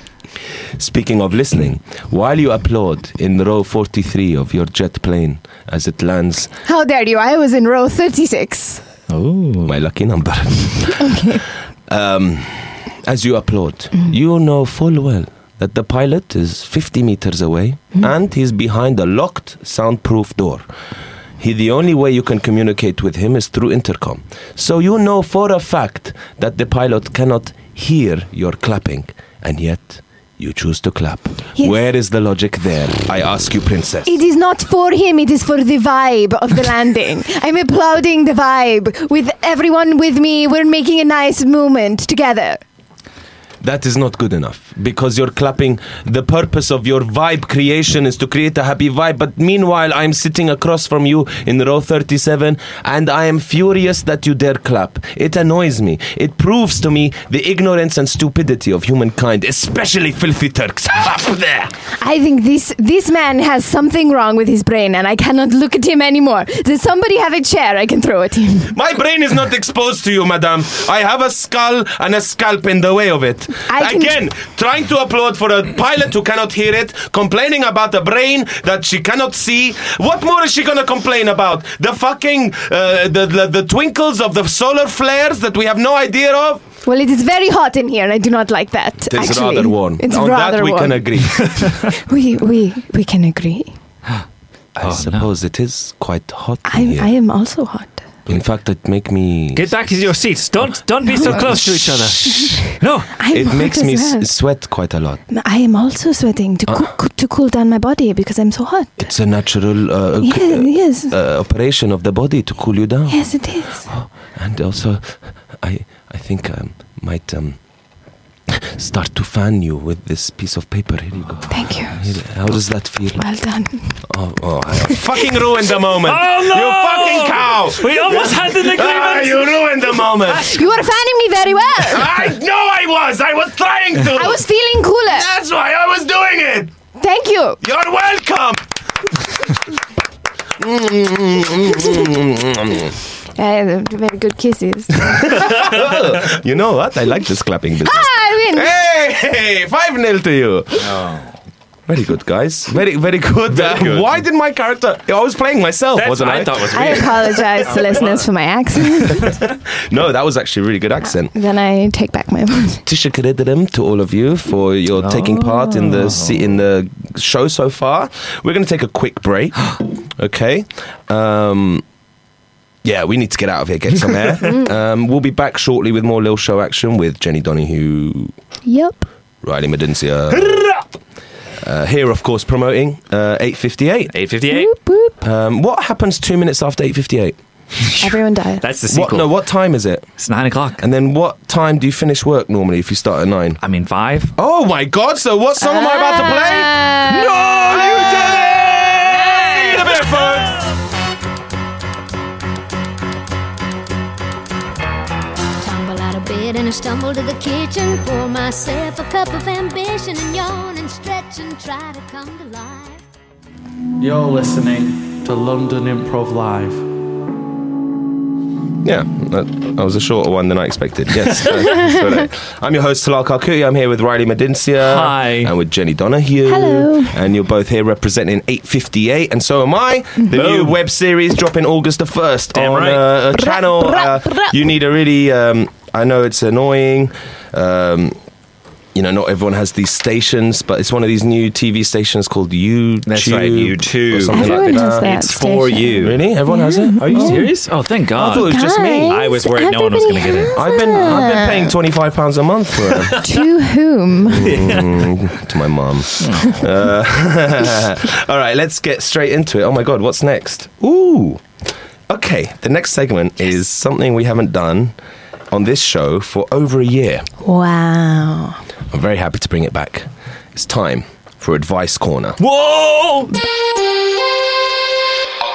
[SPEAKER 2] speaking of listening, while you applaud in row 43 of your jet plane as it lands,
[SPEAKER 4] How dare you? I was in row 36.
[SPEAKER 2] my lucky number. Um, as you applaud,
[SPEAKER 4] Mm-hmm.
[SPEAKER 2] you know full well that the pilot is 50 meters away
[SPEAKER 4] Mm-hmm.
[SPEAKER 2] and he's behind a locked soundproof door. He, the only way you can communicate with him is through intercom. So you know for a fact that the pilot cannot hear your clapping, and yet you choose to clap.
[SPEAKER 4] Yes.
[SPEAKER 2] Where is the logic there? I ask you, princess.
[SPEAKER 4] It is not for him, it is for the vibe of the landing. I'm applauding the vibe with everyone with me. We're making a nice movement together.
[SPEAKER 2] That is not good enough because you're clapping. The purpose of your vibe creation is to create a happy vibe, but meanwhile, I'm sitting across from you in row 37 and I am furious that you dare clap. It annoys me. It proves to me the ignorance and stupidity of humankind, especially filthy Turks. Up there!
[SPEAKER 4] I think this this man has something wrong with his brain and I cannot look at him anymore. Does somebody have a chair I can throw at him?
[SPEAKER 2] My brain is not exposed to you, madame. I have a skull and a scalp in the way of it.
[SPEAKER 4] I can-
[SPEAKER 2] Again, trying to applaud for a pilot who cannot hear it, complaining about a brain that she cannot see. What more is she gonna complain about? The fucking uh, the, the the twinkles of the solar flares that we have no idea of.
[SPEAKER 4] Well, it is very hot in here and I do not like that.
[SPEAKER 2] It's
[SPEAKER 4] actually.
[SPEAKER 2] rather warm. Oh,
[SPEAKER 4] It's
[SPEAKER 2] On
[SPEAKER 4] rather
[SPEAKER 2] that we
[SPEAKER 4] warm.
[SPEAKER 2] can agree.
[SPEAKER 4] We, we, we can agree.
[SPEAKER 2] I suppose it is quite hot
[SPEAKER 4] I, I am also hot.
[SPEAKER 2] In fact, it make me.
[SPEAKER 3] Get back to your seats. Don't don't be so close to each other. No.
[SPEAKER 4] I'm
[SPEAKER 2] It
[SPEAKER 4] hot
[SPEAKER 2] makes
[SPEAKER 4] as
[SPEAKER 2] me
[SPEAKER 4] well.
[SPEAKER 2] s- Uh-huh. sweat quite a lot.
[SPEAKER 4] I am also sweating to, coo- to cool down my body because I'm so hot.
[SPEAKER 2] It's a natural uh, c-
[SPEAKER 4] Yes, yes,
[SPEAKER 2] uh, operation of the body to cool you down.
[SPEAKER 4] yes, it is.
[SPEAKER 2] And also, I I think I might um, start to fan you with this piece of paper. Here you go.
[SPEAKER 4] Thank you.
[SPEAKER 2] Here, How does that feel?
[SPEAKER 4] Well done.
[SPEAKER 2] Oh, oh I fucking ruined the moment!
[SPEAKER 3] Oh, no!
[SPEAKER 2] You fucking cow!
[SPEAKER 3] We almost had an
[SPEAKER 2] Ah,
[SPEAKER 3] agreement.
[SPEAKER 2] you ruined the moment!
[SPEAKER 4] You are fanning me very well.
[SPEAKER 2] I know I was! I was trying to!
[SPEAKER 4] I was feeling cooler.
[SPEAKER 2] That's why I was doing it!
[SPEAKER 4] Thank you.
[SPEAKER 2] You're welcome!
[SPEAKER 4] Uh, very good kisses. Ah,
[SPEAKER 2] You know what? I like this clapping business.
[SPEAKER 4] I win.
[SPEAKER 2] Hey, five 0 to you. Very good, guys. Very, very good. Uh, Why did my character? I was playing myself,
[SPEAKER 3] That's
[SPEAKER 2] wasn't
[SPEAKER 3] what
[SPEAKER 2] I?
[SPEAKER 3] I thought was
[SPEAKER 4] I
[SPEAKER 3] weird.
[SPEAKER 4] apologize to listeners for my accent.
[SPEAKER 2] No, that was actually a really good accent.
[SPEAKER 4] then I take back my apology.
[SPEAKER 2] Tishakadidim to all of you for
[SPEAKER 3] Oh.
[SPEAKER 2] your taking part in the se- in the show so far. We're going to take a quick break. Okay. Um, yeah, we need to get out of here, get some air. um, we'll be back shortly with more Lil Show action with Jenny Donahue,
[SPEAKER 4] Yep.
[SPEAKER 2] Riley Medencia. Uh, here, of course, promoting uh, 858.
[SPEAKER 3] 858.
[SPEAKER 4] Boop, boop.
[SPEAKER 2] Um, what happens two minutes after eight fifty-eight?
[SPEAKER 4] Everyone dies.
[SPEAKER 3] That's the
[SPEAKER 2] What?
[SPEAKER 3] sequel.
[SPEAKER 2] No, what time is it?
[SPEAKER 3] It's 9 o'clock.
[SPEAKER 2] And then what time do you finish work normally if you start at nine?
[SPEAKER 3] I mean, 5.
[SPEAKER 2] Oh my God! So what song am I about to play? No, you did it! See you in a bit, folks.
[SPEAKER 8] Tumble out of bed and I stumble to the kitchen. Pour myself a cup of ambition and yawn and stretch and try to come to life.
[SPEAKER 9] You're listening to London Improv Live.
[SPEAKER 2] Yeah, that, that was a shorter one than I expected. Yes. uh, so that- I'm your host, Talal Kalkuti. I'm here with Riley Medincia.
[SPEAKER 3] Hi.
[SPEAKER 2] And with Jenny Donahue.
[SPEAKER 4] Hello.
[SPEAKER 2] And you're both here representing 858, and so am I. The new web series dropping August the 1st
[SPEAKER 3] Damn
[SPEAKER 2] on
[SPEAKER 3] right.
[SPEAKER 2] uh, a channel. uh, you need a really, um, I know it's annoying. Um, you know, not everyone has these stations, but it's one of these new TV stations called YouTube.
[SPEAKER 3] That's right, YouTube.
[SPEAKER 2] or something
[SPEAKER 4] Everyone
[SPEAKER 2] like
[SPEAKER 4] has
[SPEAKER 2] that.
[SPEAKER 4] that.
[SPEAKER 3] It's for
[SPEAKER 4] station.
[SPEAKER 3] you.
[SPEAKER 2] Really? Everyone has it?
[SPEAKER 3] Are you serious? Oh, thank
[SPEAKER 2] I
[SPEAKER 3] God.
[SPEAKER 2] thought it was just me.
[SPEAKER 4] Guys,
[SPEAKER 3] I was worried no one was gonna get
[SPEAKER 4] everybody
[SPEAKER 3] in.
[SPEAKER 2] I've been I've been paying twenty five pounds a month for it.
[SPEAKER 4] has- To whom?
[SPEAKER 2] to my mum. Uh, all right, let's get straight into it. Oh my god, what's next? Ooh. Okay, the next segment is something we haven't done on this show for over a year.
[SPEAKER 4] Wow.
[SPEAKER 2] I'm very happy to bring it back. It's time for advice corner.
[SPEAKER 3] Whoa!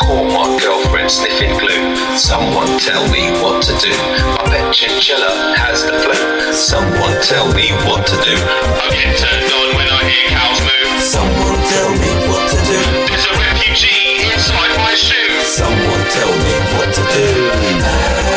[SPEAKER 9] caught my girlfriend sniffing glue. Someone tell me what to do. I bet Chinchilla has the flu. Someone tell me what to do. I'm getting turned on when I hear cows move. Someone tell me what to do. There's a refugee inside my shoe. Someone tell me what to do.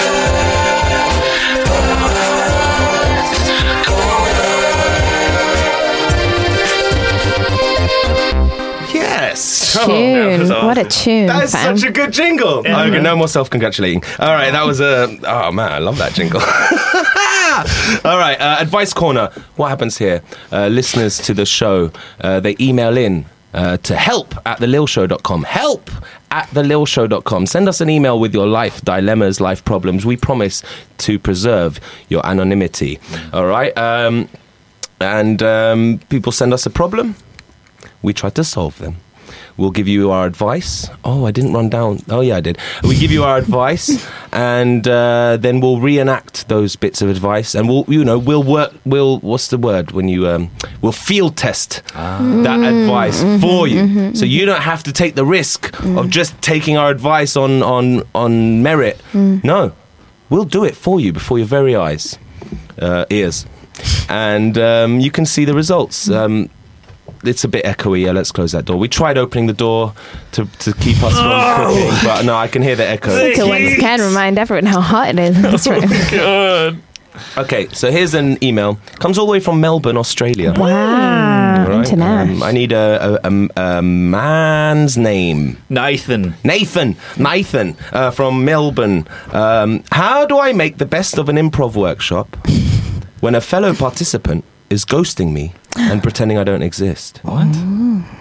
[SPEAKER 2] Yes.
[SPEAKER 4] Tune. what a tune.
[SPEAKER 2] That is
[SPEAKER 4] fam.
[SPEAKER 2] such a good jingle. Okay, no more self-congratulating. All right, that was a. Oh man, I love that jingle. All right, uh, advice corner. What happens here? Uh, listeners to the show, uh, they email in. Uh, to help at thelilshow.com. Help at thelilshow.com. Send us an email with your life dilemmas, life problems. We promise to preserve your anonymity. All right. Um, and um, people send us a problem. We try to solve them. We'll give you our advice. Oh, I didn't run down. Oh, yeah, I did. We give you our advice, and uh, then we'll reenact those bits of advice, and we'll, you know, we'll work. We'll what's the word when you um, we'll field test that advice for you, so you don't have to take the risk of just taking our advice on on on merit. No, we'll do it for you before your very eyes uh, ears, and um, you can see the results. Um, it's a bit echoey. Yeah, let's close that door. We tried opening the door to, to keep us from cooking, but no, I can hear the echo.
[SPEAKER 4] to once again remind everyone how hot it is in this room.
[SPEAKER 2] Okay, so here's an email. Comes all the way from Melbourne, Australia.
[SPEAKER 4] wow.
[SPEAKER 2] All right,
[SPEAKER 4] International.
[SPEAKER 2] um, I need a, a, a, a man's name.
[SPEAKER 3] Nathan.
[SPEAKER 2] Nathan, Nathan uh, from Melbourne. Um, how do I make the best of an improv workshop when a fellow participant is ghosting me and pretending I don't exist? Mm.
[SPEAKER 3] What?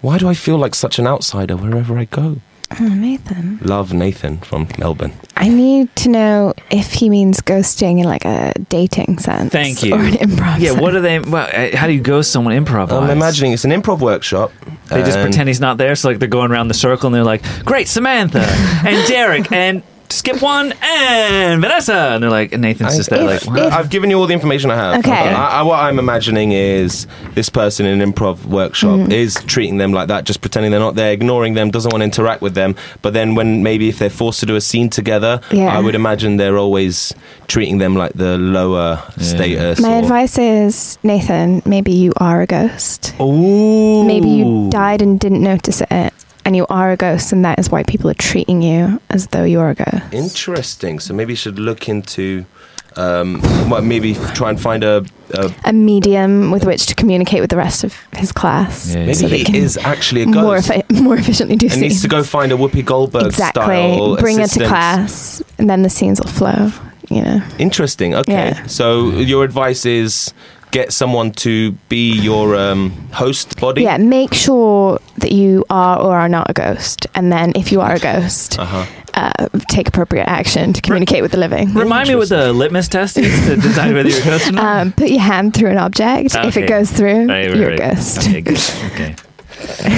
[SPEAKER 2] Why do I feel like such an outsider wherever I go?
[SPEAKER 4] Oh, Nathan.
[SPEAKER 2] Love Nathan from Melbourne.
[SPEAKER 4] I need to know if he means ghosting in like a dating sense.
[SPEAKER 3] Thank you.
[SPEAKER 4] Or an improv
[SPEAKER 3] Yeah,
[SPEAKER 4] sense.
[SPEAKER 3] what are they? Well, uh, how do you ghost someone improv?
[SPEAKER 2] I'm imagining it's an improv workshop.
[SPEAKER 3] They just
[SPEAKER 2] and-
[SPEAKER 3] pretend he's not there, so like they're going around the circle and they're like, "Great, Samantha and Derek and skip one and Vanessa," and they're like, and Nathan's just there, like,
[SPEAKER 4] If-
[SPEAKER 3] "What?"
[SPEAKER 4] if-
[SPEAKER 2] I've given you all the information I have.
[SPEAKER 4] Okay. Okay.
[SPEAKER 2] I, I, what I'm imagining is this person in an improv workshop
[SPEAKER 4] Mm.
[SPEAKER 2] is treating them like that, just pretending they're not there, ignoring them, doesn't want to interact with them. But then, when maybe if they're forced to do a scene together,
[SPEAKER 4] Yeah.
[SPEAKER 2] I would imagine they're always treating them like the lower status.
[SPEAKER 4] My
[SPEAKER 2] or-
[SPEAKER 4] advice is Nathan, maybe you are a ghost.
[SPEAKER 3] Ooh.
[SPEAKER 4] Maybe you died and didn't notice it, and you are a ghost, and that is why people are treating you as though you're a ghost.
[SPEAKER 2] Interesting. So maybe you should look into. Um, what- maybe try and find a. a
[SPEAKER 4] A medium with which to communicate with the rest of his class.
[SPEAKER 3] Yeah.
[SPEAKER 2] maybe
[SPEAKER 4] So they
[SPEAKER 2] he
[SPEAKER 4] can
[SPEAKER 2] is actually a ghost.
[SPEAKER 4] More, effi- more efficiently do
[SPEAKER 2] and needs
[SPEAKER 4] scenes.
[SPEAKER 2] to go find a Whoopi Goldberg
[SPEAKER 4] exactly.
[SPEAKER 2] style.
[SPEAKER 4] Bring it
[SPEAKER 2] assistant.
[SPEAKER 4] to class, and then the scenes will flow. You know,
[SPEAKER 2] Interesting. Okay.
[SPEAKER 4] Yeah.
[SPEAKER 2] So your advice is get someone to be your um, host body.
[SPEAKER 4] yeah. Make sure that you are or are not a ghost, and then if you are a ghost,
[SPEAKER 2] Uh-huh.
[SPEAKER 4] uh, take appropriate action to communicate with the living.
[SPEAKER 3] Remind me what the litmus test is to decide whether you're a ghost or not.
[SPEAKER 4] Um, put your hand through an object. If
[SPEAKER 3] Okay.
[SPEAKER 4] it goes through,
[SPEAKER 3] Right, right,
[SPEAKER 4] you're
[SPEAKER 3] right.
[SPEAKER 4] a ghost.
[SPEAKER 3] Okay, good. Okay.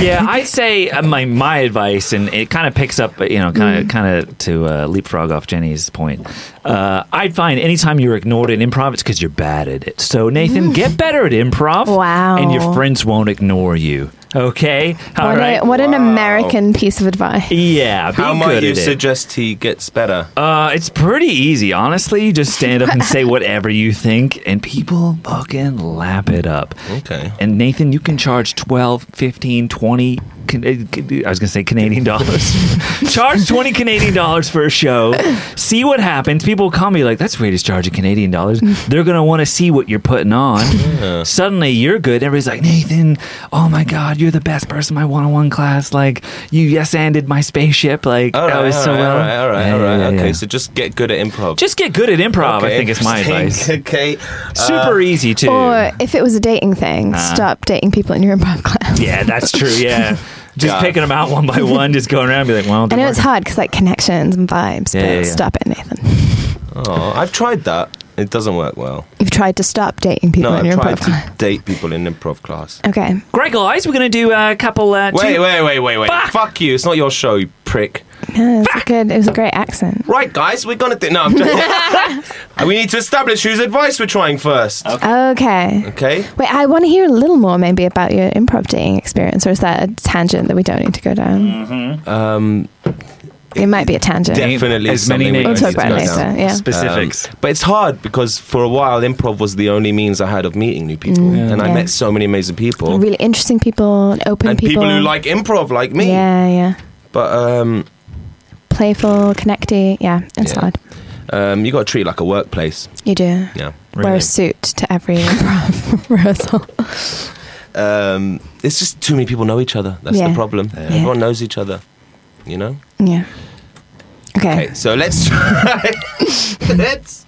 [SPEAKER 3] yeah, I'd say uh, my my advice, and it kind of picks up, you know, kind
[SPEAKER 4] Mm.
[SPEAKER 3] of kind of to uh, leapfrog off Jenny's point. Uh, I'd find anytime you're ignored in improv, it's because you're bad at it. So Nathan, get better at improv.
[SPEAKER 4] Mm. Wow.
[SPEAKER 3] and your friends won't ignore you. Okay, all
[SPEAKER 4] What,
[SPEAKER 3] right.
[SPEAKER 4] a, what an American piece of advice.
[SPEAKER 3] yeah, be
[SPEAKER 2] How might
[SPEAKER 3] good
[SPEAKER 2] you
[SPEAKER 3] at it.
[SPEAKER 2] suggest he gets better?
[SPEAKER 3] Uh, it's pretty easy, honestly. You just stand up and say whatever you think, and people fucking lap it up.
[SPEAKER 2] Okay.
[SPEAKER 3] And Nathan, you can charge 12, 15, 20 Can- I was going to say Canadian dollars. Charge 20 Canadian dollars for a show. See what happens. People will call me like, that's weird. He's charging Canadian dollars. They're going to want to see what you're putting on. Suddenly you're good. Everybody's like, Nathan, oh my God, you're the best person in my one on one class. Like, you yes anded my spaceship. Like,
[SPEAKER 2] All right,
[SPEAKER 3] that was
[SPEAKER 2] all
[SPEAKER 3] so
[SPEAKER 2] right,
[SPEAKER 3] well.
[SPEAKER 2] all right, all right,
[SPEAKER 3] Yeah,
[SPEAKER 2] all right.
[SPEAKER 3] yeah, yeah,
[SPEAKER 2] okay,
[SPEAKER 3] yeah.
[SPEAKER 2] so just get good at improv.
[SPEAKER 3] Just get good at improv, I
[SPEAKER 2] Okay, uh,
[SPEAKER 3] think is my advice.
[SPEAKER 2] interesting. okay,
[SPEAKER 3] Super easy, too.
[SPEAKER 4] Or if it was a dating thing,
[SPEAKER 3] Ah.
[SPEAKER 4] stop dating people in your improv class.
[SPEAKER 3] Yeah, that's true. Yeah. Just
[SPEAKER 2] God.
[SPEAKER 3] picking them out one by one, just going around and be like, well,
[SPEAKER 4] I know it's
[SPEAKER 3] hot.
[SPEAKER 4] hard because like connections and vibes,
[SPEAKER 3] Yeah,
[SPEAKER 4] but
[SPEAKER 3] yeah, yeah.
[SPEAKER 4] stop it, Nathan.
[SPEAKER 2] Oh, I've tried that. It doesn't work well.
[SPEAKER 4] You've tried to stop dating people
[SPEAKER 2] No,
[SPEAKER 4] in your
[SPEAKER 2] I've
[SPEAKER 4] improv
[SPEAKER 2] tried to
[SPEAKER 4] class.
[SPEAKER 2] date people in improv class.
[SPEAKER 4] Okay.
[SPEAKER 3] Great, guys, we're going to do a couple. Uh,
[SPEAKER 2] Wait,
[SPEAKER 3] two-
[SPEAKER 2] wait, wait, wait, wait.
[SPEAKER 3] Fuck.
[SPEAKER 2] Fuck you. It's not your show, you prick.
[SPEAKER 4] No, it was a good. It was a great accent.
[SPEAKER 2] Right, guys, we're gonna do. No, I'm just. we need to establish whose advice we're trying first.
[SPEAKER 4] Okay.
[SPEAKER 2] Okay.
[SPEAKER 4] Wait, I want to hear a little more maybe about your improv dating experience, or is that a tangent that we don't need to go down? Mm-hmm. Um, it might be a tangent.
[SPEAKER 3] Ain't
[SPEAKER 2] Definitely
[SPEAKER 3] as many
[SPEAKER 2] something we
[SPEAKER 3] names.
[SPEAKER 4] We'll
[SPEAKER 2] don't
[SPEAKER 4] talk
[SPEAKER 2] need to Um,
[SPEAKER 4] about it
[SPEAKER 2] go
[SPEAKER 4] later.
[SPEAKER 2] down.
[SPEAKER 4] Yeah.
[SPEAKER 3] Specifics.
[SPEAKER 2] But it's hard because for a while, improv was the only means I had of meeting new people, and I
[SPEAKER 4] Mm, Yeah.
[SPEAKER 2] met so many amazing people,
[SPEAKER 4] Really interesting people, and open
[SPEAKER 2] and people.
[SPEAKER 4] people
[SPEAKER 2] who like improv, like me.
[SPEAKER 4] Yeah, yeah.
[SPEAKER 2] But um,
[SPEAKER 4] Playful, connecty. Yeah, it's
[SPEAKER 2] Yeah.
[SPEAKER 4] hard.
[SPEAKER 2] um, you got to treat it like a workplace.
[SPEAKER 4] You do.
[SPEAKER 2] Yeah.
[SPEAKER 4] Wear
[SPEAKER 3] Really.
[SPEAKER 4] a suit to every improv rehearsal.
[SPEAKER 2] Um, it's just too many people know each other. That's the
[SPEAKER 4] Yeah.
[SPEAKER 2] problem. Everyone knows each other. You know.
[SPEAKER 4] Yeah. Okay.
[SPEAKER 2] Okay, so let's try. let's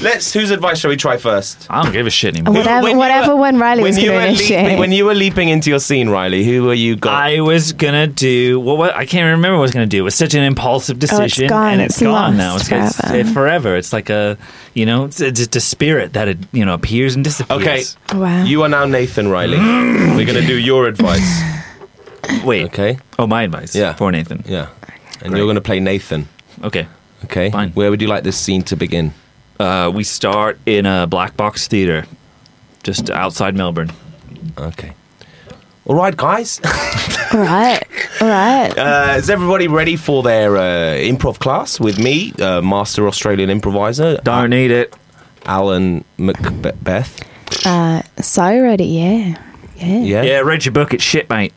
[SPEAKER 2] let's. Whose advice shall we try first?
[SPEAKER 3] I don't give a shit anymore.
[SPEAKER 4] Whatever- whatever one Riley was
[SPEAKER 2] you
[SPEAKER 4] gonna
[SPEAKER 2] were
[SPEAKER 4] initiate.
[SPEAKER 2] leaping- when you were leaping into your scene, Riley, who were you? Got?
[SPEAKER 3] I was gonna do well, what I can't remember what I was gonna do. It was such an impulsive decision,
[SPEAKER 4] Oh, gone.
[SPEAKER 3] and it's
[SPEAKER 4] It's
[SPEAKER 3] gone
[SPEAKER 4] lost
[SPEAKER 3] now. It's it's-
[SPEAKER 4] forever.
[SPEAKER 3] It's, forever. It's like a you know, it's, it's just a spirit that it, you know appears and disappears.
[SPEAKER 2] okay,
[SPEAKER 4] Wow.
[SPEAKER 2] you are now Nathan Riley. we're gonna do your advice.
[SPEAKER 3] wait.
[SPEAKER 2] Okay.
[SPEAKER 3] Oh, my advice.
[SPEAKER 2] Yeah.
[SPEAKER 3] for Nathan.
[SPEAKER 2] Yeah, and you're gonna play Nathan.
[SPEAKER 3] Okay.
[SPEAKER 2] Okay.
[SPEAKER 3] Fine.
[SPEAKER 2] Where would you like this scene to begin?
[SPEAKER 3] Uh, we start in a black box theater, just outside Melbourne.
[SPEAKER 2] Okay. All right, guys.
[SPEAKER 4] All right. All right.
[SPEAKER 2] Uh, is everybody ready for their uh, improv class with me, uh, Master Australian Improviser
[SPEAKER 3] Don't need it.
[SPEAKER 2] Alan Macbeth?
[SPEAKER 4] Uh, so ready. Yeah. Yeah.
[SPEAKER 2] Yeah.
[SPEAKER 3] Yeah, read your book. It's shit, mate.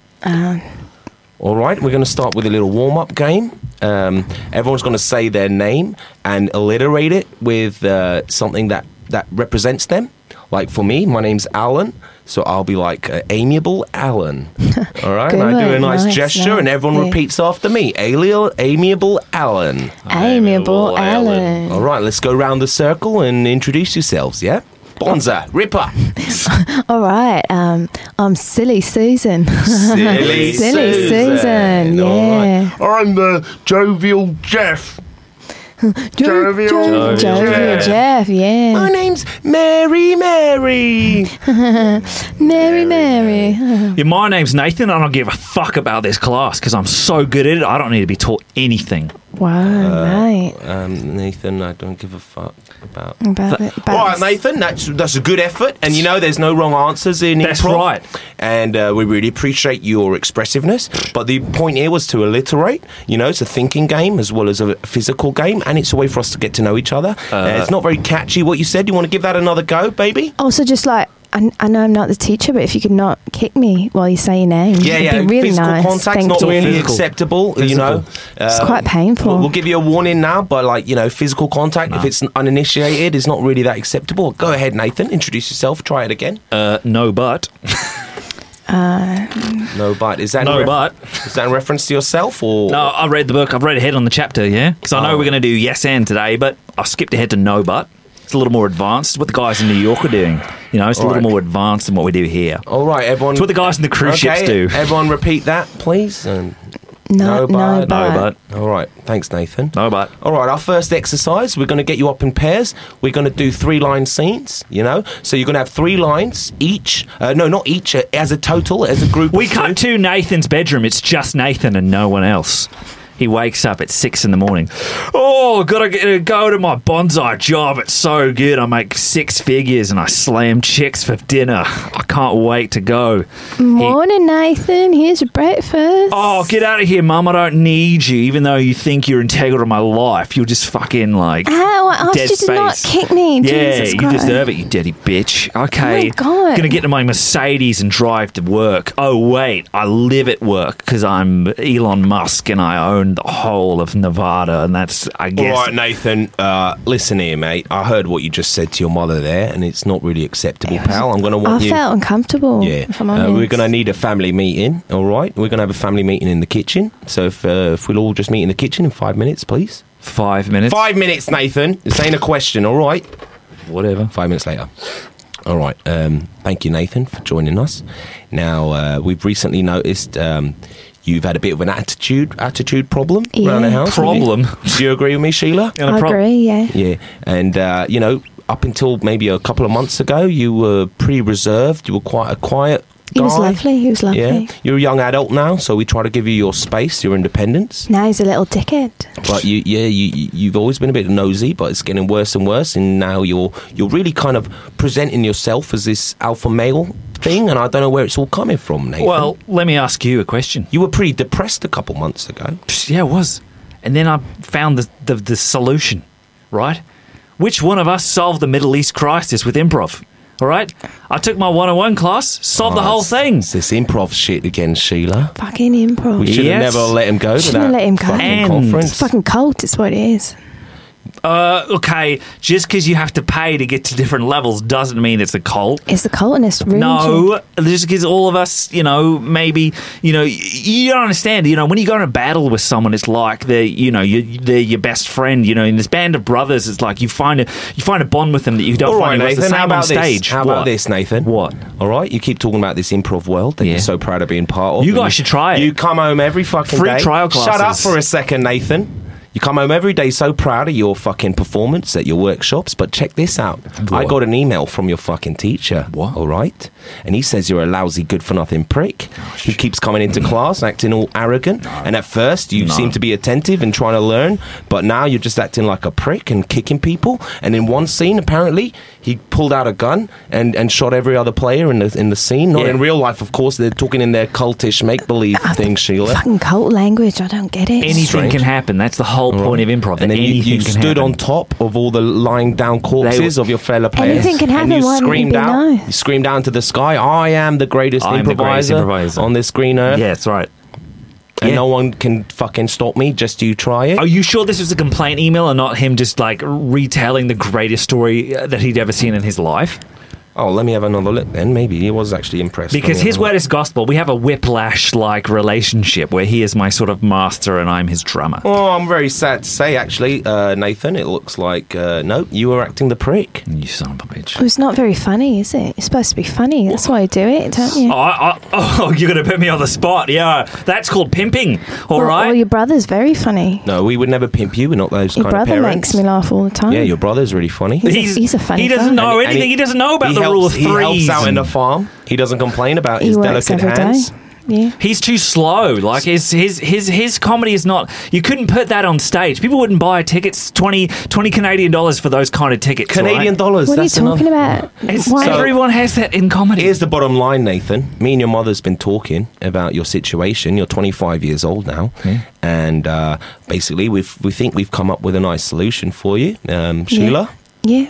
[SPEAKER 2] All right, we're going to start with a little warm up game. Um, everyone's going to say their name and alliterate it with uh, something that, that represents them. Like for me, my name's Alan, so I'll be like uh, Amiable Alan. All right, and I do a
[SPEAKER 4] Good,
[SPEAKER 2] nice,
[SPEAKER 4] nice,
[SPEAKER 2] gesture, and
[SPEAKER 4] nice,
[SPEAKER 2] everyone
[SPEAKER 4] yeah.
[SPEAKER 2] repeats after me Aliel, Amiable Alan.
[SPEAKER 4] Amiable Alan.
[SPEAKER 2] All right, let's go round the circle and introduce yourselves, yeah? Bonza, Ripper,
[SPEAKER 4] All right. Um, I'm silly Susan.
[SPEAKER 2] Silly,
[SPEAKER 4] Silly Susan,
[SPEAKER 2] All
[SPEAKER 4] yeah.
[SPEAKER 2] I'm the jovial Jeff. Jovial
[SPEAKER 4] Jovial Jeff.
[SPEAKER 2] Jeff.
[SPEAKER 4] Jeff.
[SPEAKER 2] My
[SPEAKER 4] Yeah.
[SPEAKER 2] name's Mary Mary.
[SPEAKER 4] Mary, Mary.
[SPEAKER 3] Yeah, my name's Nathan. I don't give a fuck about this class because I'm so good at it. I don't need to be taught anything.
[SPEAKER 4] Wow.
[SPEAKER 2] Uh,
[SPEAKER 4] right.
[SPEAKER 2] um, Nathan, I don't give a fuck about.
[SPEAKER 4] About it.
[SPEAKER 2] All right,
[SPEAKER 4] about-
[SPEAKER 2] Nathan, that's that's a good effort, and you know there's no wrong answers in
[SPEAKER 3] That's
[SPEAKER 2] improv.
[SPEAKER 3] right.
[SPEAKER 2] And uh, we really appreciate your expressiveness, but the point here was to alliterate. You know, it's a thinking game as well as a physical game, and it's a way for us to get to know each other. Uh, it's not very catchy what you said. You want to give that another go, baby?
[SPEAKER 4] Also, just like I, I know I'm not the teacher, but if you could not kick me while you say your name,
[SPEAKER 2] Yeah,
[SPEAKER 4] it'd
[SPEAKER 2] yeah.
[SPEAKER 4] be really
[SPEAKER 2] physical
[SPEAKER 4] nice.
[SPEAKER 2] contact's
[SPEAKER 4] Thank
[SPEAKER 2] not
[SPEAKER 4] you.
[SPEAKER 2] really
[SPEAKER 3] Physical.
[SPEAKER 2] acceptable. You know,
[SPEAKER 4] It's
[SPEAKER 2] Um,
[SPEAKER 4] quite painful.
[SPEAKER 2] We'll, we'll give you a warning now, but like you know, physical contact if it's uninitiated is not really that acceptable. Go ahead, Nathan. Introduce yourself. Try it again.
[SPEAKER 3] Uh, no, but
[SPEAKER 2] no, but is that in
[SPEAKER 3] no, but
[SPEAKER 2] is that in reference to yourself or
[SPEAKER 3] no. I read the book. I've read ahead on the chapter. Yeah, because I know
[SPEAKER 2] Oh.
[SPEAKER 3] we're going to do yes and today, but I skipped ahead to no, but it's a little more advanced. What the guys in New York are doing, you know, it's a
[SPEAKER 2] Right.
[SPEAKER 3] little more advanced than what we do here.
[SPEAKER 2] All right, everyone.
[SPEAKER 3] It's what the guys in the cruise ships
[SPEAKER 2] okay,
[SPEAKER 3] do.
[SPEAKER 2] everyone, repeat that, please. And
[SPEAKER 4] No, no, but.
[SPEAKER 3] no, but
[SPEAKER 2] all right, thanks, Nathan.
[SPEAKER 3] no, but
[SPEAKER 2] All right, our first exercise, we're going to get you up in pairs. We're going to do three line scenes, you know? So you're going to have three lines each. Uh, no, not each, uh, as a total, as a group.
[SPEAKER 3] we
[SPEAKER 2] of
[SPEAKER 3] cut
[SPEAKER 2] two.
[SPEAKER 3] to Nathan's bedroom. It's just Nathan and no one else. He wakes up at six in the morning. Oh, gotta g- go to my bonsai job. It's so good. I make six figures and I slam chicks for dinner. I can't wait to go.
[SPEAKER 4] Morning, Nathan. Here's your breakfast.
[SPEAKER 3] Oh, get out of here, Mum. I don't need you, even though you think you're integral to my life. You're just fucking like.
[SPEAKER 4] Ow, I asked
[SPEAKER 3] dead
[SPEAKER 4] you to Oh, not
[SPEAKER 3] space.
[SPEAKER 4] kick me.
[SPEAKER 3] Yeah,
[SPEAKER 4] Jesus
[SPEAKER 3] you
[SPEAKER 4] Christ. Oh
[SPEAKER 3] deserve it, you dirty bitch. Okay.
[SPEAKER 4] God.
[SPEAKER 3] Gonna get to my Mercedes and drive to work. Oh, wait. I live at work because I'm Elon Musk and I own the whole of Nevada. And that's, I
[SPEAKER 2] All
[SPEAKER 3] guess.
[SPEAKER 2] right, Nathan. Uh, listen here, mate. I heard what you just said to your mother there, and it's not really acceptable, pal. I'm going to want
[SPEAKER 4] I
[SPEAKER 2] you.
[SPEAKER 4] felt uncomfortable.
[SPEAKER 2] yeah,
[SPEAKER 4] If I'm
[SPEAKER 2] Uh,
[SPEAKER 4] honest.
[SPEAKER 2] we're going to need a family meeting. All right, we're going to have a family meeting in the kitchen. So if, uh, if we'll all just meet in the kitchen in five minutes, please.
[SPEAKER 3] Five minutes.
[SPEAKER 2] Five minutes, Nathan. This ain't a question. All right.
[SPEAKER 3] Whatever.
[SPEAKER 2] Five minutes later. All right. Um, thank you, Nathan, for joining us. Now uh, we've recently noticed um, you've had a bit of an attitude attitude problem around the
[SPEAKER 4] Yeah.
[SPEAKER 2] house. haven't you?
[SPEAKER 3] Problem?
[SPEAKER 2] Do you agree with me, Sheila?
[SPEAKER 3] You know,
[SPEAKER 4] I
[SPEAKER 3] prob-
[SPEAKER 4] agree. Yeah.
[SPEAKER 2] Yeah, and uh, you know, up until maybe a couple of months ago, you were pretty reserved. You were quite a quiet.
[SPEAKER 4] He was
[SPEAKER 2] guy.
[SPEAKER 4] lovely. He was lovely.
[SPEAKER 2] Yeah, you're a young adult now, so we try to give you your space, your independence.
[SPEAKER 4] Now he's a little dickhead.
[SPEAKER 2] But you, yeah, you, you- you've always been a bit nosy, but it's getting worse and worse, and now you're you're really kind of presenting yourself as this alpha male thing, and I don't know where it's all coming from, Nathan.
[SPEAKER 3] Well, let me ask you a question.
[SPEAKER 2] you were pretty depressed a couple months ago.
[SPEAKER 3] Psh, Yeah, it was. And then I found the, the, the solution, right? Which one of us solved the Middle East crisis with improv? All right? I took my 101 class, solved the whole thing.
[SPEAKER 2] It's this improv shit again, Sheila.
[SPEAKER 4] Fucking improv.
[SPEAKER 2] We should have
[SPEAKER 3] Yes.
[SPEAKER 2] never let him go to
[SPEAKER 4] Shouldn't
[SPEAKER 2] that
[SPEAKER 4] have let him go.
[SPEAKER 2] fucking
[SPEAKER 3] And-
[SPEAKER 2] conference.
[SPEAKER 4] It's fucking cult. It's what it is.
[SPEAKER 3] Uh, okay, just because you have to pay to get to different levels doesn't mean it's a cult.
[SPEAKER 4] It's the cult and it's ruined you.
[SPEAKER 3] No, just because all of us, you know, maybe, you know, y- you don't understand. You know, when you go in a battle with someone, it's like they're, you know, you, they're your best friend. You know, in this band of brothers, it's like you find a you find a bond with them that you don't
[SPEAKER 2] All right,
[SPEAKER 3] find. Nathan, the
[SPEAKER 2] Nathan.
[SPEAKER 3] same
[SPEAKER 2] How
[SPEAKER 3] on
[SPEAKER 2] about
[SPEAKER 3] stage.
[SPEAKER 2] this? How
[SPEAKER 3] What?
[SPEAKER 2] about this, Nathan?
[SPEAKER 3] What?
[SPEAKER 2] All right, you keep talking about this improv world that
[SPEAKER 3] Yeah.
[SPEAKER 2] you're so proud of being part of.
[SPEAKER 3] You
[SPEAKER 2] and
[SPEAKER 3] guys should try it.
[SPEAKER 2] You come home every fucking
[SPEAKER 3] Free
[SPEAKER 2] day.
[SPEAKER 3] trial
[SPEAKER 2] Shut up
[SPEAKER 3] classes.
[SPEAKER 2] for a second, Nathan. You come home every day so proud of your fucking performance at your workshops, but check this out. I
[SPEAKER 3] What?
[SPEAKER 2] got an email from your fucking teacher.
[SPEAKER 3] What?
[SPEAKER 2] All right. And he says you're a lousy, good for nothing prick
[SPEAKER 3] Oh,
[SPEAKER 2] who keeps coming into class and acting all arrogant. And at first, you
[SPEAKER 3] No.
[SPEAKER 2] seem to be attentive and trying to learn, but now you're just acting like a prick and kicking people. And in one scene, apparently, he pulled out a gun and, and shot every other player in the, in the scene. Not
[SPEAKER 3] Yeah.
[SPEAKER 2] in real life, of course. They're talking in their cultish make believe thing, Sheila.
[SPEAKER 4] Fucking cult language. I don't get it.
[SPEAKER 3] Anything
[SPEAKER 2] Strange.
[SPEAKER 3] can happen. That's the whole point of improv.
[SPEAKER 2] And
[SPEAKER 3] that
[SPEAKER 2] then you,
[SPEAKER 3] anything
[SPEAKER 2] you
[SPEAKER 3] can
[SPEAKER 2] stood
[SPEAKER 3] happen.
[SPEAKER 2] on top of all the lying down corpses
[SPEAKER 3] They-
[SPEAKER 2] of your fellow players.
[SPEAKER 4] Anything can
[SPEAKER 2] And
[SPEAKER 4] happen,
[SPEAKER 2] you
[SPEAKER 4] why wouldn't it
[SPEAKER 2] screamed
[SPEAKER 4] be
[SPEAKER 2] out,
[SPEAKER 4] nice?
[SPEAKER 2] you screamed out into the sky, I am the greatest,
[SPEAKER 3] I'm the greatest
[SPEAKER 2] improviser,
[SPEAKER 3] improviser."
[SPEAKER 2] on this green earth.
[SPEAKER 3] Yeah, that's right.
[SPEAKER 2] And
[SPEAKER 3] Yeah.
[SPEAKER 2] no one can fucking stop me, just you try it.
[SPEAKER 3] Are you sure this was a complaint email and not him just like retelling the greatest story uh, that he'd ever seen in his life?
[SPEAKER 2] Oh, let me have another look then. Maybe he was actually impressed.
[SPEAKER 3] Because
[SPEAKER 2] with me.
[SPEAKER 3] his word is gospel. We have a whiplash like relationship where he is my sort of master and I'm his drummer.
[SPEAKER 2] Oh, I'm very sad to say, actually, uh, Nathan. It looks like uh, no, you were acting the prick.
[SPEAKER 3] You son of
[SPEAKER 2] Oh,
[SPEAKER 3] a bitch.
[SPEAKER 4] It's not very funny, is it? You're supposed to be funny. That's why you do it, don't you?
[SPEAKER 3] Oh, I, I, oh, you're going to put me on the spot. Yeah, that's called pimping. All
[SPEAKER 4] Or-
[SPEAKER 3] right.
[SPEAKER 4] Or your brother's very funny.
[SPEAKER 2] No, we would never pimp you. We're not those
[SPEAKER 4] Your
[SPEAKER 2] kind of
[SPEAKER 4] brother
[SPEAKER 2] parents.
[SPEAKER 4] makes me laugh all the time.
[SPEAKER 2] Yeah, your brother's really funny.
[SPEAKER 4] He's- he's a funny
[SPEAKER 3] He doesn't
[SPEAKER 4] guy.
[SPEAKER 3] know
[SPEAKER 2] And
[SPEAKER 3] Oh, anything. He, doesn't know about
[SPEAKER 2] he
[SPEAKER 3] the
[SPEAKER 2] helps,
[SPEAKER 3] rule of threes.
[SPEAKER 2] He helps out in
[SPEAKER 3] and-
[SPEAKER 2] the farm. He doesn't complain about
[SPEAKER 4] he
[SPEAKER 2] his
[SPEAKER 4] works
[SPEAKER 2] delicate
[SPEAKER 4] every day.
[SPEAKER 2] hands.
[SPEAKER 4] Yeah.
[SPEAKER 3] He's too slow. Like his his his his comedy is not. You couldn't put that on stage. People wouldn't buy tickets 20, 20 Canadian dollars for those kind of tickets.
[SPEAKER 2] Canadian
[SPEAKER 3] right?
[SPEAKER 2] dollars.
[SPEAKER 4] What are you
[SPEAKER 2] that's
[SPEAKER 4] talking
[SPEAKER 2] another-
[SPEAKER 4] about?
[SPEAKER 3] It's-
[SPEAKER 4] Why?
[SPEAKER 2] So-
[SPEAKER 3] everyone has that in comedy.
[SPEAKER 2] Here's the bottom line, Nathan. Me and your mother's been talking about your situation. You're 25 years old now, and uh, basically, we've we think we've come up with a nice solution for you, um, Sheila.
[SPEAKER 4] yeah.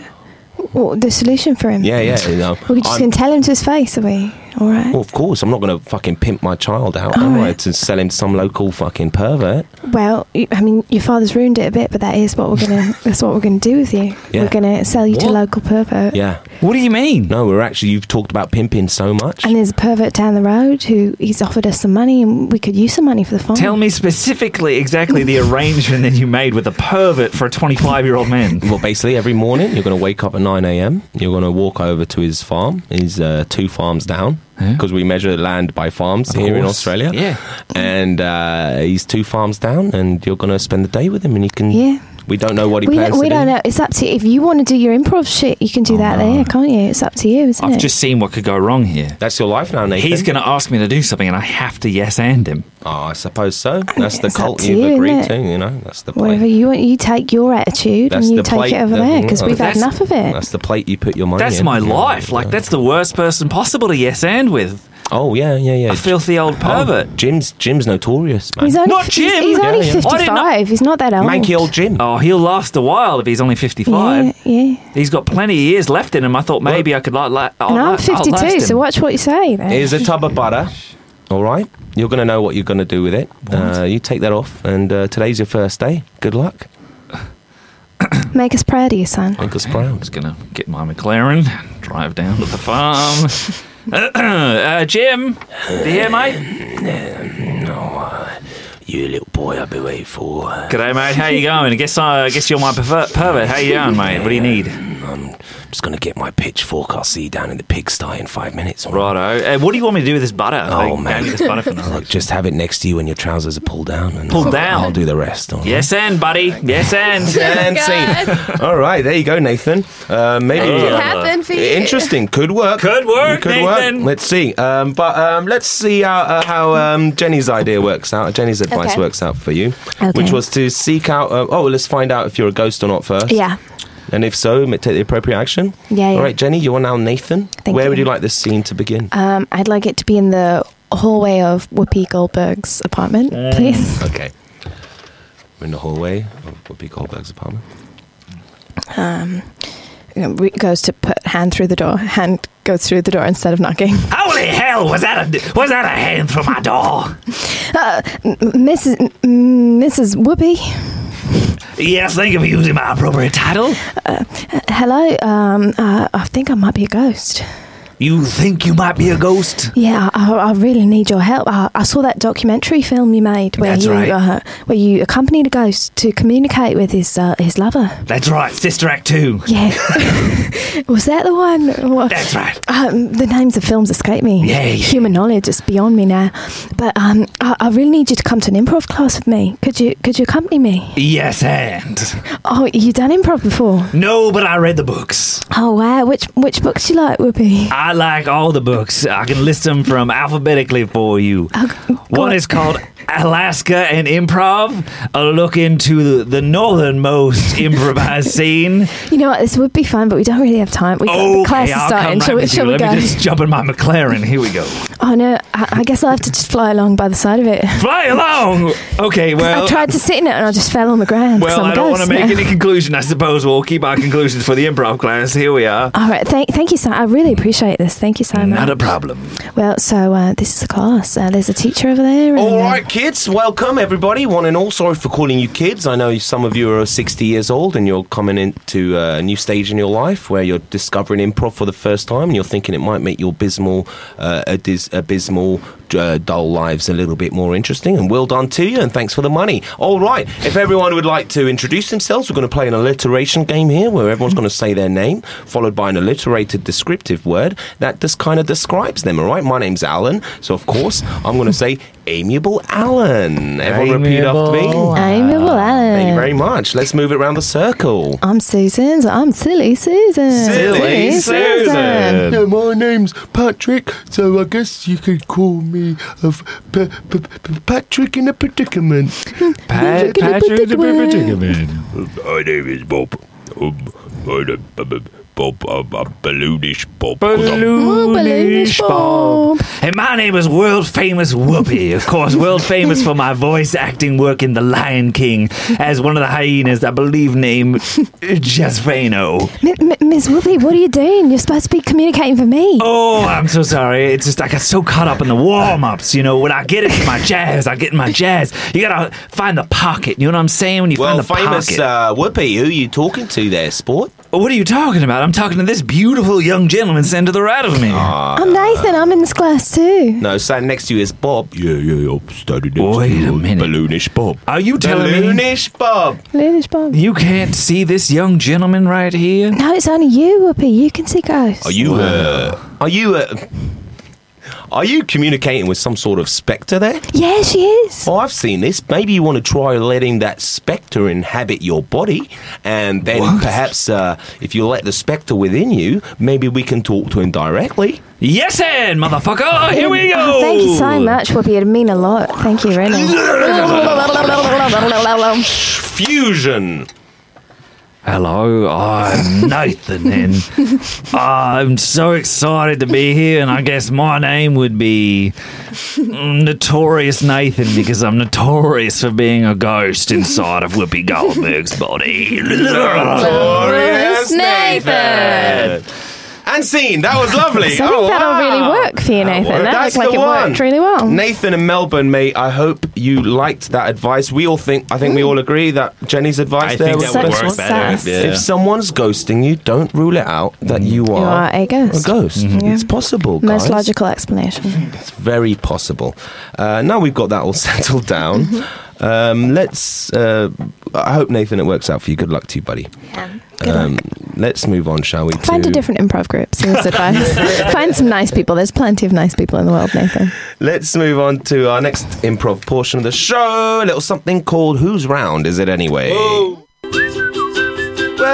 [SPEAKER 4] Well, the solution for him.
[SPEAKER 2] Yeah, yeah. you know,
[SPEAKER 4] We're just
[SPEAKER 2] I'm-
[SPEAKER 4] going to tell him to his face, are we? All right.
[SPEAKER 2] Well, of course, I'm not going to fucking pimp my child out, am I,
[SPEAKER 4] Alright.
[SPEAKER 2] to sell him to some local fucking pervert?
[SPEAKER 4] Well, you- I mean, your father's ruined it a bit, but that is what we're gonna. that's what we're gonna do with you.
[SPEAKER 2] Yeah.
[SPEAKER 4] We're gonna sell you to
[SPEAKER 3] What?
[SPEAKER 4] local pervert.
[SPEAKER 2] Yeah.
[SPEAKER 3] what do you mean?
[SPEAKER 2] No, we're actually, you've talked about pimping so much.
[SPEAKER 4] And there's a pervert down the road who he's offered us some money, and we could use some money for the farm.
[SPEAKER 3] Tell me specifically exactly the arrangement that you made with a pervert for a 25 year old man.
[SPEAKER 2] well, basically, every morning you're going to wake up at 9 a.m. You're going to walk over to his farm. He's uh, two farms down because we measure land by farms here in
[SPEAKER 3] course.
[SPEAKER 2] Australia.
[SPEAKER 3] Yeah.
[SPEAKER 2] And uh, he's two farms down, and you're going to spend the day with him, and he can
[SPEAKER 4] Yeah.
[SPEAKER 2] We don't know what he
[SPEAKER 4] We,
[SPEAKER 2] plans
[SPEAKER 4] we
[SPEAKER 2] to
[SPEAKER 4] don't
[SPEAKER 2] do.
[SPEAKER 4] know. It's up to if you want to do your improv shit, you can do that there, can't you? It's up to you, isn't
[SPEAKER 3] Oh, I've
[SPEAKER 4] it?
[SPEAKER 3] just seen what could go wrong here.
[SPEAKER 2] That's your life now, Nathan.
[SPEAKER 3] He's going to ask me to do something, and I have to yes and him.
[SPEAKER 2] Oh, I suppose so. That's the
[SPEAKER 4] it's up
[SPEAKER 2] cult
[SPEAKER 4] to
[SPEAKER 2] you've
[SPEAKER 4] you,
[SPEAKER 2] agreed
[SPEAKER 4] isn't
[SPEAKER 2] to.
[SPEAKER 4] it?
[SPEAKER 2] You know, that's the plate.
[SPEAKER 4] Whatever you want, you take your attitude
[SPEAKER 2] that's
[SPEAKER 4] and you
[SPEAKER 2] the
[SPEAKER 4] take
[SPEAKER 2] plate
[SPEAKER 4] it over
[SPEAKER 2] that- Mm-hmm.
[SPEAKER 4] there because we've had
[SPEAKER 3] That's-
[SPEAKER 4] enough of it.
[SPEAKER 2] That's the plate you put your money.
[SPEAKER 3] That's
[SPEAKER 2] in.
[SPEAKER 3] my
[SPEAKER 2] Oh, Yeah,
[SPEAKER 3] life. Like
[SPEAKER 2] yeah.
[SPEAKER 3] that's the worst person possible to yes and with.
[SPEAKER 2] Oh yeah, yeah, yeah.
[SPEAKER 3] A filthy old
[SPEAKER 2] Oh.
[SPEAKER 3] pervert.
[SPEAKER 2] Jim's Jim's notorious, man.
[SPEAKER 4] He's only
[SPEAKER 3] Not
[SPEAKER 4] f- he's-
[SPEAKER 3] Jim!
[SPEAKER 4] He's,
[SPEAKER 3] Yeah,
[SPEAKER 2] yeah.
[SPEAKER 4] only
[SPEAKER 3] I didn't know-
[SPEAKER 4] 55. He's not that old.
[SPEAKER 2] Manky old Jim.
[SPEAKER 3] Oh, he'll last a while if he's only fifty-five.
[SPEAKER 4] Yeah, yeah.
[SPEAKER 3] He's got plenty of years left in him. I thought maybe I could like. like oh,
[SPEAKER 4] And I'm 52, so watch what you say. Then.
[SPEAKER 2] Here's a tub of butter. All right, you're going to know what you're going to do with it. Uh, you take that off, and uh, today's your first day. Good luck,
[SPEAKER 4] Make us proud of you, son.
[SPEAKER 2] Uncle
[SPEAKER 3] I'm
[SPEAKER 2] Sprout.
[SPEAKER 3] just gonna get my McLaren, drive down to the farm. uh, Jim, you here, mate?
[SPEAKER 2] uh, You little boy, I've been waiting for.
[SPEAKER 3] G'day, mate. How you going? I guess uh, I, I guess you're my pervert. pervert. How you going, mate? What do you need?
[SPEAKER 2] um, I'm just going to get my pitchfork. I'll see you down in the pigsty in five minutes. all
[SPEAKER 3] Righto. Uh, what do you want me to do with this butter?
[SPEAKER 2] Oh,
[SPEAKER 3] Like,
[SPEAKER 2] man.
[SPEAKER 3] hand me this butter for now.
[SPEAKER 2] Look, just have it next to you when your trousers are pulled down. And
[SPEAKER 3] Pulled
[SPEAKER 2] I'll-
[SPEAKER 3] down?
[SPEAKER 2] I'll do the rest. all right?
[SPEAKER 3] Yes, and buddy. Yes, and.
[SPEAKER 2] And scene. All right, there you go, Nathan. Uh, maybe
[SPEAKER 3] It
[SPEAKER 2] uh,
[SPEAKER 10] happened for you.
[SPEAKER 2] interesting. Could work.
[SPEAKER 3] Could work,
[SPEAKER 2] Could
[SPEAKER 3] Nathan.
[SPEAKER 2] work. Let's see. Um, but um, let's see how, uh, how um, Jenny's idea works out. Jenny's advice
[SPEAKER 10] Okay.
[SPEAKER 2] works out for you,
[SPEAKER 4] Okay.
[SPEAKER 2] which was to seek out. Uh, oh, let's find out if you're a ghost or not first.
[SPEAKER 4] Yeah.
[SPEAKER 2] And if so, m- take the appropriate action.
[SPEAKER 4] Yeah, yeah.
[SPEAKER 2] All right, Jenny, you are now Nathan.
[SPEAKER 4] Thank
[SPEAKER 2] Where would
[SPEAKER 4] you.
[SPEAKER 2] you like this scene to begin?
[SPEAKER 4] Um, I'd like it to be in the hallway of Whoopi Goldberg's apartment, please.
[SPEAKER 2] okay. We're in the hallway of Whoopi Goldberg's apartment.
[SPEAKER 4] You know, re- goes to put hand through the door. Hand goes through the door instead of knocking.
[SPEAKER 3] Holy hell! Was that a was that a hand from my door?
[SPEAKER 4] Mrs. Uh, M- Mrs. Whoopi,
[SPEAKER 3] Yes, thank you for using my appropriate title.
[SPEAKER 4] hello. Um, uh, I think I might be a ghost.
[SPEAKER 3] You think you might be a ghost?
[SPEAKER 4] Yeah, I, I really need your help. I, I saw that documentary film you made where
[SPEAKER 3] That's
[SPEAKER 4] you
[SPEAKER 3] right.
[SPEAKER 4] uh, where you accompanied a ghost to communicate with his uh, his lover.
[SPEAKER 3] That's right, Sister Act Two.
[SPEAKER 4] Yeah, was that the one? What-
[SPEAKER 3] That's right.
[SPEAKER 4] Um, the names of films escape me.
[SPEAKER 3] Yeah, yeah.
[SPEAKER 4] Human knowledge is beyond me now. But um, I, I really need you to come to an improv class with me. Could you could you accompany me?
[SPEAKER 3] Yes, and
[SPEAKER 4] Oh, you done improv before?
[SPEAKER 3] no, but I read the books.
[SPEAKER 4] Oh wow, which which books you like, Whoopi?
[SPEAKER 3] I like all the books. I can list them from alphabetically for you.
[SPEAKER 4] g- go
[SPEAKER 3] One
[SPEAKER 4] Oh, on.
[SPEAKER 3] is called Alaska and Improv, a look into the, the northernmost improvised scene.
[SPEAKER 4] You know what, this would be fun, but we don't really have time. We the class
[SPEAKER 3] Okay,
[SPEAKER 4] is
[SPEAKER 3] I'll come
[SPEAKER 4] starting.
[SPEAKER 3] right
[SPEAKER 4] shall we,
[SPEAKER 3] with
[SPEAKER 4] shall
[SPEAKER 3] you.
[SPEAKER 4] we
[SPEAKER 3] Let
[SPEAKER 4] go?
[SPEAKER 3] me just jump in my McLaren. Here we go.
[SPEAKER 4] Oh no, I, I guess I'll have to just fly along by the side of it.
[SPEAKER 3] Fly along. Okay, well.
[SPEAKER 4] I tried to sit in it and I just fell on the ground. 'cause
[SPEAKER 3] Well,
[SPEAKER 4] I'm a
[SPEAKER 3] I don't want
[SPEAKER 4] ghost
[SPEAKER 3] to make
[SPEAKER 4] now.
[SPEAKER 3] any conclusion. I suppose we'll keep our conclusions for the improv class. Here we are.
[SPEAKER 4] All right, thank thank you, so. I really appreciate this. Thank you so much.
[SPEAKER 3] Not a problem.
[SPEAKER 4] well, so uh, this is the class. Uh, there's a teacher over there. And,
[SPEAKER 2] All
[SPEAKER 4] uh,
[SPEAKER 2] right, kids, welcome everybody, one and all. Sorry for calling you kids. I know some of you are 60 years old and you're coming into a new stage in your life where you're discovering improv for the first time and you're thinking it might make your abysmal, uh, adis- abysmal, uh, dull lives a little bit more interesting. And well done to you, and thanks for the money. All right, if everyone would like to introduce themselves, we're going to play an alliteration game here where everyone's going to say their name, followed by an alliterated descriptive word that just kind of describes them, all right? My name's Alan, so of course I'm going to say Amiable Alan. Everyone repeat after
[SPEAKER 3] Amiable.
[SPEAKER 2] me.
[SPEAKER 4] I'm Mabel Allen.
[SPEAKER 2] Thank you very much. Let's move it around the circle.
[SPEAKER 4] I'm Susan. so I'm silly Susan.
[SPEAKER 3] Silly Susan.
[SPEAKER 11] Yeah, Uh, my name's Patrick, so I guess you could call me of P- P- P- Patrick in a predicament.
[SPEAKER 3] Pat,
[SPEAKER 4] Look at the
[SPEAKER 3] Patrick the
[SPEAKER 4] particular.
[SPEAKER 3] Predicament.
[SPEAKER 11] My name is Bob. Um, my name, Bob, I'm, I'm balloonish Bob.
[SPEAKER 4] Balloonish
[SPEAKER 3] Balloonish
[SPEAKER 4] Bob.
[SPEAKER 3] Bob. And my name is world famous Whoopi. Of course, world famous for my voice acting work in The Lion King as one of the hyenas, I believe, named Jasvano.
[SPEAKER 4] M- M- Miss Whoopi, what are you doing? You're supposed to be communicating for me.
[SPEAKER 3] Oh, I'm so sorry. It's just I got so caught up in the warm ups. You know, when I get into my jazz, I get in my jazz. You gotta find the pocket. You know what I'm saying? When you
[SPEAKER 2] Well,
[SPEAKER 3] find the
[SPEAKER 2] famous
[SPEAKER 3] pocket.
[SPEAKER 2] uh, Whoopi, who are you talking to there, sport?
[SPEAKER 3] what are you talking about? I'm talking to this beautiful young gentleman sitting to the right of me.
[SPEAKER 4] I'm Nathan. I'm in this class too.
[SPEAKER 2] No, standing next to you is Bob.
[SPEAKER 11] Yeah, yeah, I'm standing next
[SPEAKER 3] Wait
[SPEAKER 11] to
[SPEAKER 3] a minute.
[SPEAKER 11] balloonish Bob.
[SPEAKER 3] Are you telling me
[SPEAKER 2] Balloonish Bob.
[SPEAKER 4] Balloonish Bob.
[SPEAKER 3] you can't see this young gentleman right here?
[SPEAKER 2] Oh,
[SPEAKER 4] No, it's only you, Whoopi. You can see ghosts.
[SPEAKER 2] Are you uh Are you uh Are you communicating with some sort of spectre there?
[SPEAKER 4] Yeah, she is.
[SPEAKER 2] Oh, I've seen this. Maybe you want to try letting that spectre inhabit your body, and then perhaps uh, if you let the spectre within you, maybe we can talk to him directly.
[SPEAKER 3] Yes, and motherfucker, here we go.
[SPEAKER 4] Oh, thank you so much, Whoopi. It'd mean a lot. Thank you, really. Hello,
[SPEAKER 2] Fusion.
[SPEAKER 3] Hello, I'm Nathan, and I'm so excited to be here. And I guess my name would be Notorious Nathan because I'm notorious for being a ghost inside of Whoopi Goldberg's body.
[SPEAKER 2] Glorious
[SPEAKER 4] Nathan.
[SPEAKER 2] And scene. That was lovely.
[SPEAKER 4] So I think
[SPEAKER 2] oh,
[SPEAKER 4] that'll
[SPEAKER 2] wow.
[SPEAKER 4] really work for you, Nathan.
[SPEAKER 2] Well,
[SPEAKER 4] That
[SPEAKER 2] that's
[SPEAKER 4] looks
[SPEAKER 2] the
[SPEAKER 4] like it
[SPEAKER 2] one.
[SPEAKER 4] worked really well.
[SPEAKER 2] Nathan in Melbourne, mate. I hope you liked that advice. We all think. I think
[SPEAKER 4] Mm.
[SPEAKER 2] we all agree that Jenny's advice
[SPEAKER 9] I
[SPEAKER 2] there
[SPEAKER 9] think that
[SPEAKER 2] was the
[SPEAKER 9] would
[SPEAKER 2] best
[SPEAKER 9] work
[SPEAKER 2] one.
[SPEAKER 9] better.
[SPEAKER 4] Yeah.
[SPEAKER 2] If someone's ghosting you, don't rule it out that you are,
[SPEAKER 4] are a ghost. Yeah.
[SPEAKER 2] It's possible, guys.
[SPEAKER 4] Most logical explanation.
[SPEAKER 2] It's very possible. Uh, now we've got that all settled down.
[SPEAKER 4] Mm-hmm.
[SPEAKER 2] Um, let's. Uh, I hope Nathan, it works out for you. Good luck to you, buddy.
[SPEAKER 4] Good
[SPEAKER 2] um, Let's move on, shall we?
[SPEAKER 4] Find
[SPEAKER 2] to-
[SPEAKER 4] a different improv group. See this advice. Find some nice people. There's plenty of nice people in the world, Nathan.
[SPEAKER 2] Let's move on to our next improv portion of the show. A little something called Whose Round Is It Anyway? Well,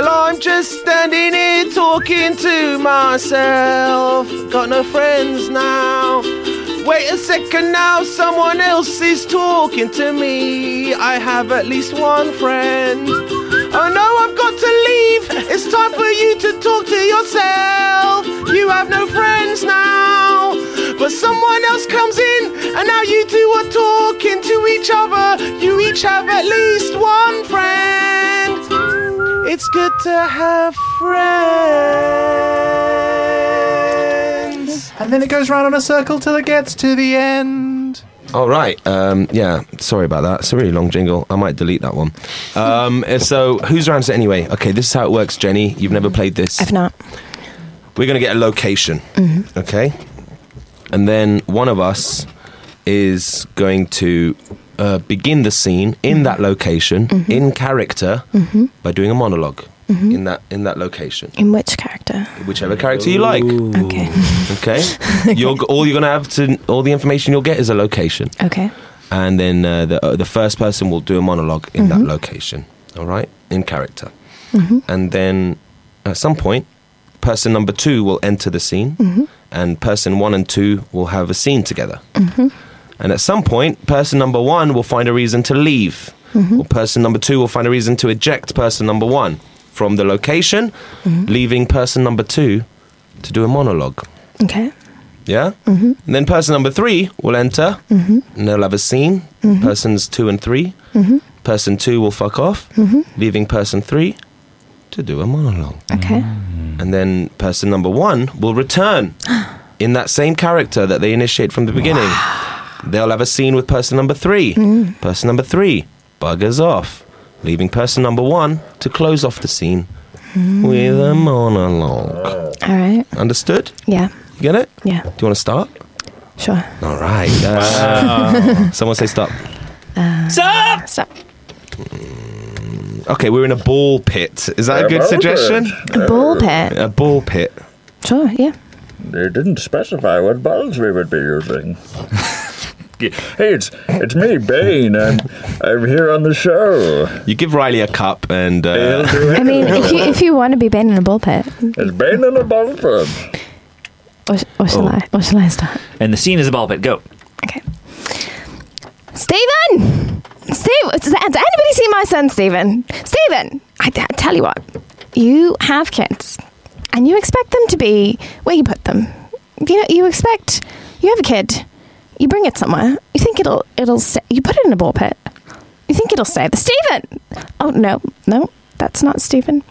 [SPEAKER 2] I'm just standing here talking to myself. Got no friends now. Wait a second now, someone else is talking to me. I have at least one friend. Oh no, I've got to leave. It's time for you to talk to yourself. You have no friends now. But someone else comes in, and now you two are talking to each other. You each have at least one friend. It's good to have friends.
[SPEAKER 10] And then it goes round in a circle till it gets to the end.
[SPEAKER 2] All right. Um, yeah. Sorry about that. It's a really long jingle. I might delete that one. Um, uh, so, who's round is it anyway? Okay, this is how it works, Jenny. You've never played this.
[SPEAKER 4] I've not. Mm-hmm.
[SPEAKER 2] We're going to get a location. Okay. And then one of us is going to uh, begin the scene in that location,
[SPEAKER 4] Mm-hmm.
[SPEAKER 2] in character,
[SPEAKER 4] Mhm.
[SPEAKER 2] by doing a monolog
[SPEAKER 4] Mhm.
[SPEAKER 2] in that in that location.
[SPEAKER 4] In which character?
[SPEAKER 2] whichever character you like.
[SPEAKER 4] Okay.
[SPEAKER 2] Okay. You're, all you're going to have to, all the information you'll get is a location,
[SPEAKER 4] Okay.
[SPEAKER 2] and then uh, the uh, the first person will do a monologue in that location. All right, in character,
[SPEAKER 4] Mhm.
[SPEAKER 2] and then at some point, person number two will enter the scene,
[SPEAKER 4] Mhm.
[SPEAKER 2] and person one and two will have a scene together.
[SPEAKER 4] Mhm.
[SPEAKER 2] And at some point, person number one will find a reason to leave.
[SPEAKER 4] Mhm.
[SPEAKER 2] Or person number two will find a reason to eject person number one from the location, leaving person number two to do a monologue.
[SPEAKER 4] Okay.
[SPEAKER 2] Yeah?
[SPEAKER 4] Mhm.
[SPEAKER 2] And then person number three will enter
[SPEAKER 4] Mhm.
[SPEAKER 2] and they'll have a scene.
[SPEAKER 4] Mhm.
[SPEAKER 2] Persons two and three.
[SPEAKER 4] Mhm.
[SPEAKER 2] Person two will fuck off,
[SPEAKER 4] Mhm.
[SPEAKER 2] leaving person three to do a monologue.
[SPEAKER 4] Okay.
[SPEAKER 2] And then person number one will return in that same character that they initiate from the beginning. They'll have a scene with person number three.
[SPEAKER 4] Mm.
[SPEAKER 2] Person number three buggers off, leaving person number one to close off the scene with a monologue.
[SPEAKER 4] All right.
[SPEAKER 2] Understood?
[SPEAKER 4] Yeah.
[SPEAKER 2] You get it?
[SPEAKER 4] Yeah.
[SPEAKER 2] Do you want to start?
[SPEAKER 4] Sure.
[SPEAKER 2] All right.
[SPEAKER 12] uh,
[SPEAKER 4] Wow.
[SPEAKER 2] Someone say stop.
[SPEAKER 4] Uh, Stop. Stop.
[SPEAKER 2] Okay, we're in a ball pit. Is that a good
[SPEAKER 13] About
[SPEAKER 2] suggestion?
[SPEAKER 13] it.
[SPEAKER 4] A ball pit.
[SPEAKER 2] A ball pit.
[SPEAKER 4] Sure. Yeah.
[SPEAKER 13] They didn't specify what balls we would be using. hey, it's it's me, Bane. I'm I'm here on the show.
[SPEAKER 2] You give Riley a cup and. Uh,
[SPEAKER 4] I mean, if you if you want to be banned in a ball pit,
[SPEAKER 13] it's Bane in a ball pit.
[SPEAKER 4] or, sh- or shall
[SPEAKER 3] Oh.
[SPEAKER 4] I? Or shall I start?
[SPEAKER 3] And the scene is a ball pit. Go.
[SPEAKER 4] Stephen! Steve, has anybody seen my son, Stephen? Stephen, I, I tell you what, you have kids, and you expect them to be where you put them. You know, you expect you have a kid, you bring it somewhere, you think it'll it'll stay, you put it in a ball pit, you think it'll stay. But Stephen, oh no, no, that's not Stephen.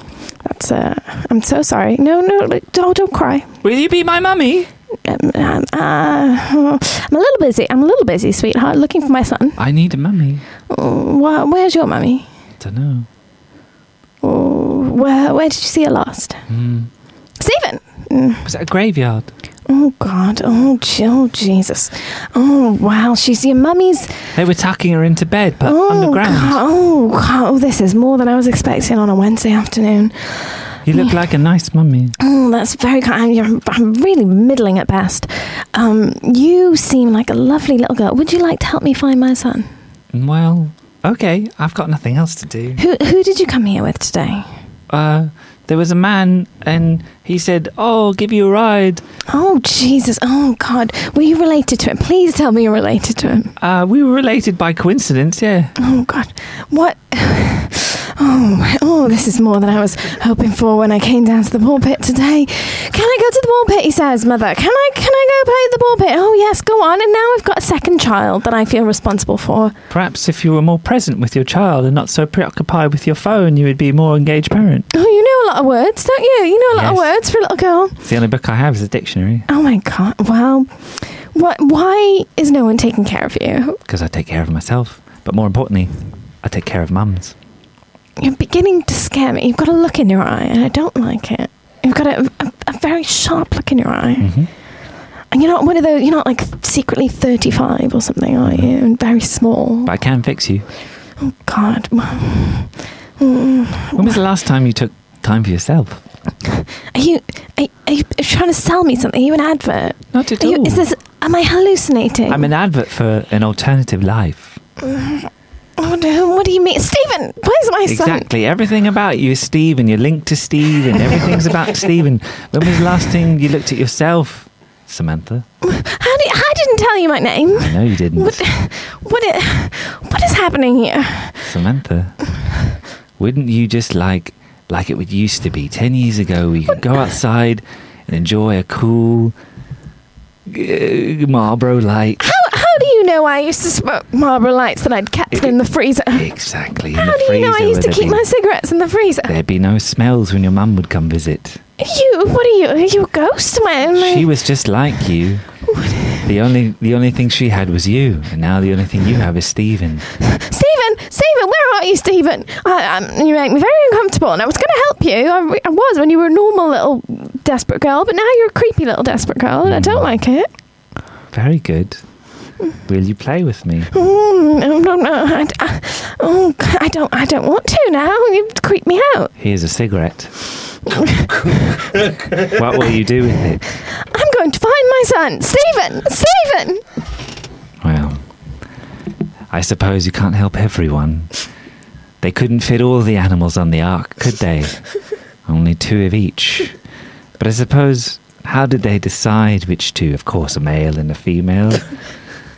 [SPEAKER 4] That's uh, I'm so sorry. No, no, don't don't cry.
[SPEAKER 3] Will you be my mummy?
[SPEAKER 4] Um, um, uh, I'm a little busy. I'm a little busy, sweetheart. Looking for my son.
[SPEAKER 3] I need a mummy.
[SPEAKER 4] Oh, wh- where's your mummy?
[SPEAKER 3] Don't know.
[SPEAKER 4] Oh, where, where did you see her last? Stephen! Mm.
[SPEAKER 3] Was it a graveyard?
[SPEAKER 4] Oh, God. Oh, Jill, Jesus. Oh, wow. She's your mummy's.
[SPEAKER 3] They were tucking her into bed, but
[SPEAKER 4] oh,
[SPEAKER 3] underground.
[SPEAKER 4] God. Oh, God. Oh, this is more than I was expecting on a Wednesday afternoon.
[SPEAKER 3] You look like a nice mummy.
[SPEAKER 4] Oh, that's very kind. I'm, I'm really middling at best. Um, you seem like a lovely little girl. Would you like to help me find my son?
[SPEAKER 3] Well, okay. I've got nothing else to do.
[SPEAKER 4] Who, who did you come here with today?
[SPEAKER 3] Uh, there was a man, and he said, "Oh, I'll give you a ride."
[SPEAKER 4] Oh, Jesus. Oh, God. Were you related to him? Please tell me you're related to him.
[SPEAKER 3] Uh, we were related by coincidence, yeah.
[SPEAKER 4] Oh, God. What? Oh, my- oh, this is more than I was hoping for when I came down to the ball pit today. Can I go to the ball pit? He says, Mother. Can I? Can I go play at the ball pit? Oh yes, go on. And now I've got a second child that I feel responsible for.
[SPEAKER 3] Perhaps if you were more present with your child and not so preoccupied with your phone, you would be a more engaged parent.
[SPEAKER 4] Oh, you know a lot of words, don't you? You know a lot of
[SPEAKER 3] Yes.
[SPEAKER 4] words for a little girl.
[SPEAKER 3] It's the only book I have is a dictionary
[SPEAKER 4] Oh my God. Well, what? Why is no one taking care of you?
[SPEAKER 3] because I take care of myself, but more importantly, I take care of mums.
[SPEAKER 4] You're beginning to scare me. You've got a look in your eye, and I don't like it. You've got a, a, a very sharp look in your eye.
[SPEAKER 3] Mm-hmm.
[SPEAKER 4] And you're not one of those, you're not like secretly 35 or something, are you?
[SPEAKER 3] Mm-hmm.
[SPEAKER 4] And very small.
[SPEAKER 3] But I can fix you.
[SPEAKER 4] Oh, God. Well, mm.
[SPEAKER 3] When was the last time you took time for yourself?
[SPEAKER 4] Are you, are, are you trying to sell me something? Are you an advert?
[SPEAKER 3] Not at
[SPEAKER 4] are You,
[SPEAKER 3] all.
[SPEAKER 4] is this, am I hallucinating?
[SPEAKER 3] I'm an advert for an alternative life.
[SPEAKER 4] Mm. Oh, no. What do you mean? Stephen, where's my son?
[SPEAKER 3] Exactly. Everything about you is Steve, and you're linked to Steve, and everything's about Steve. And when was the last time you looked at yourself, Samantha?
[SPEAKER 4] How did, I didn't tell you my name.
[SPEAKER 3] I know you didn't.
[SPEAKER 4] What, what, i- what is happening here?
[SPEAKER 3] Samantha, wouldn't you just like like it would used to be ten years ago? We could go outside and enjoy a cool uh, Marlboro light.
[SPEAKER 4] How, how do you know I used to smoke Marlboro Lights that I'd kept in the freezer?
[SPEAKER 3] Exactly. in
[SPEAKER 4] How
[SPEAKER 3] the
[SPEAKER 4] do you know I
[SPEAKER 3] freezer
[SPEAKER 4] used to
[SPEAKER 3] where
[SPEAKER 4] keep
[SPEAKER 3] there'd
[SPEAKER 4] my
[SPEAKER 3] be-
[SPEAKER 4] cigarettes in the freezer?
[SPEAKER 3] There'd be no smells when your mum would come visit.
[SPEAKER 4] You, what are you? Are you a ghost man?
[SPEAKER 3] She was just like you. The only the only thing she had was you, and now the only thing you have is Stephen.
[SPEAKER 4] Stephen, Stephen, where are you, Stephen? I, um, you make me very uncomfortable, and I was going to help you. I, re- I was when you were a normal little desperate girl, but now you're a creepy little desperate girl, and I
[SPEAKER 3] Mm.
[SPEAKER 4] don't like it.
[SPEAKER 3] Very good. Will you play with me?
[SPEAKER 4] Mm, no, no, no. I, I, oh, God, I don't, I don't want to now. You creep me out.
[SPEAKER 3] Here's a cigarette. what will you do with it?
[SPEAKER 4] I'm going to find my son, Stephen. Stephen.
[SPEAKER 3] Well, I suppose you can't help everyone. They couldn't fit all the animals on the ark, could they? Only two of each. But I suppose, how did they decide which two? Of course, a male and a female.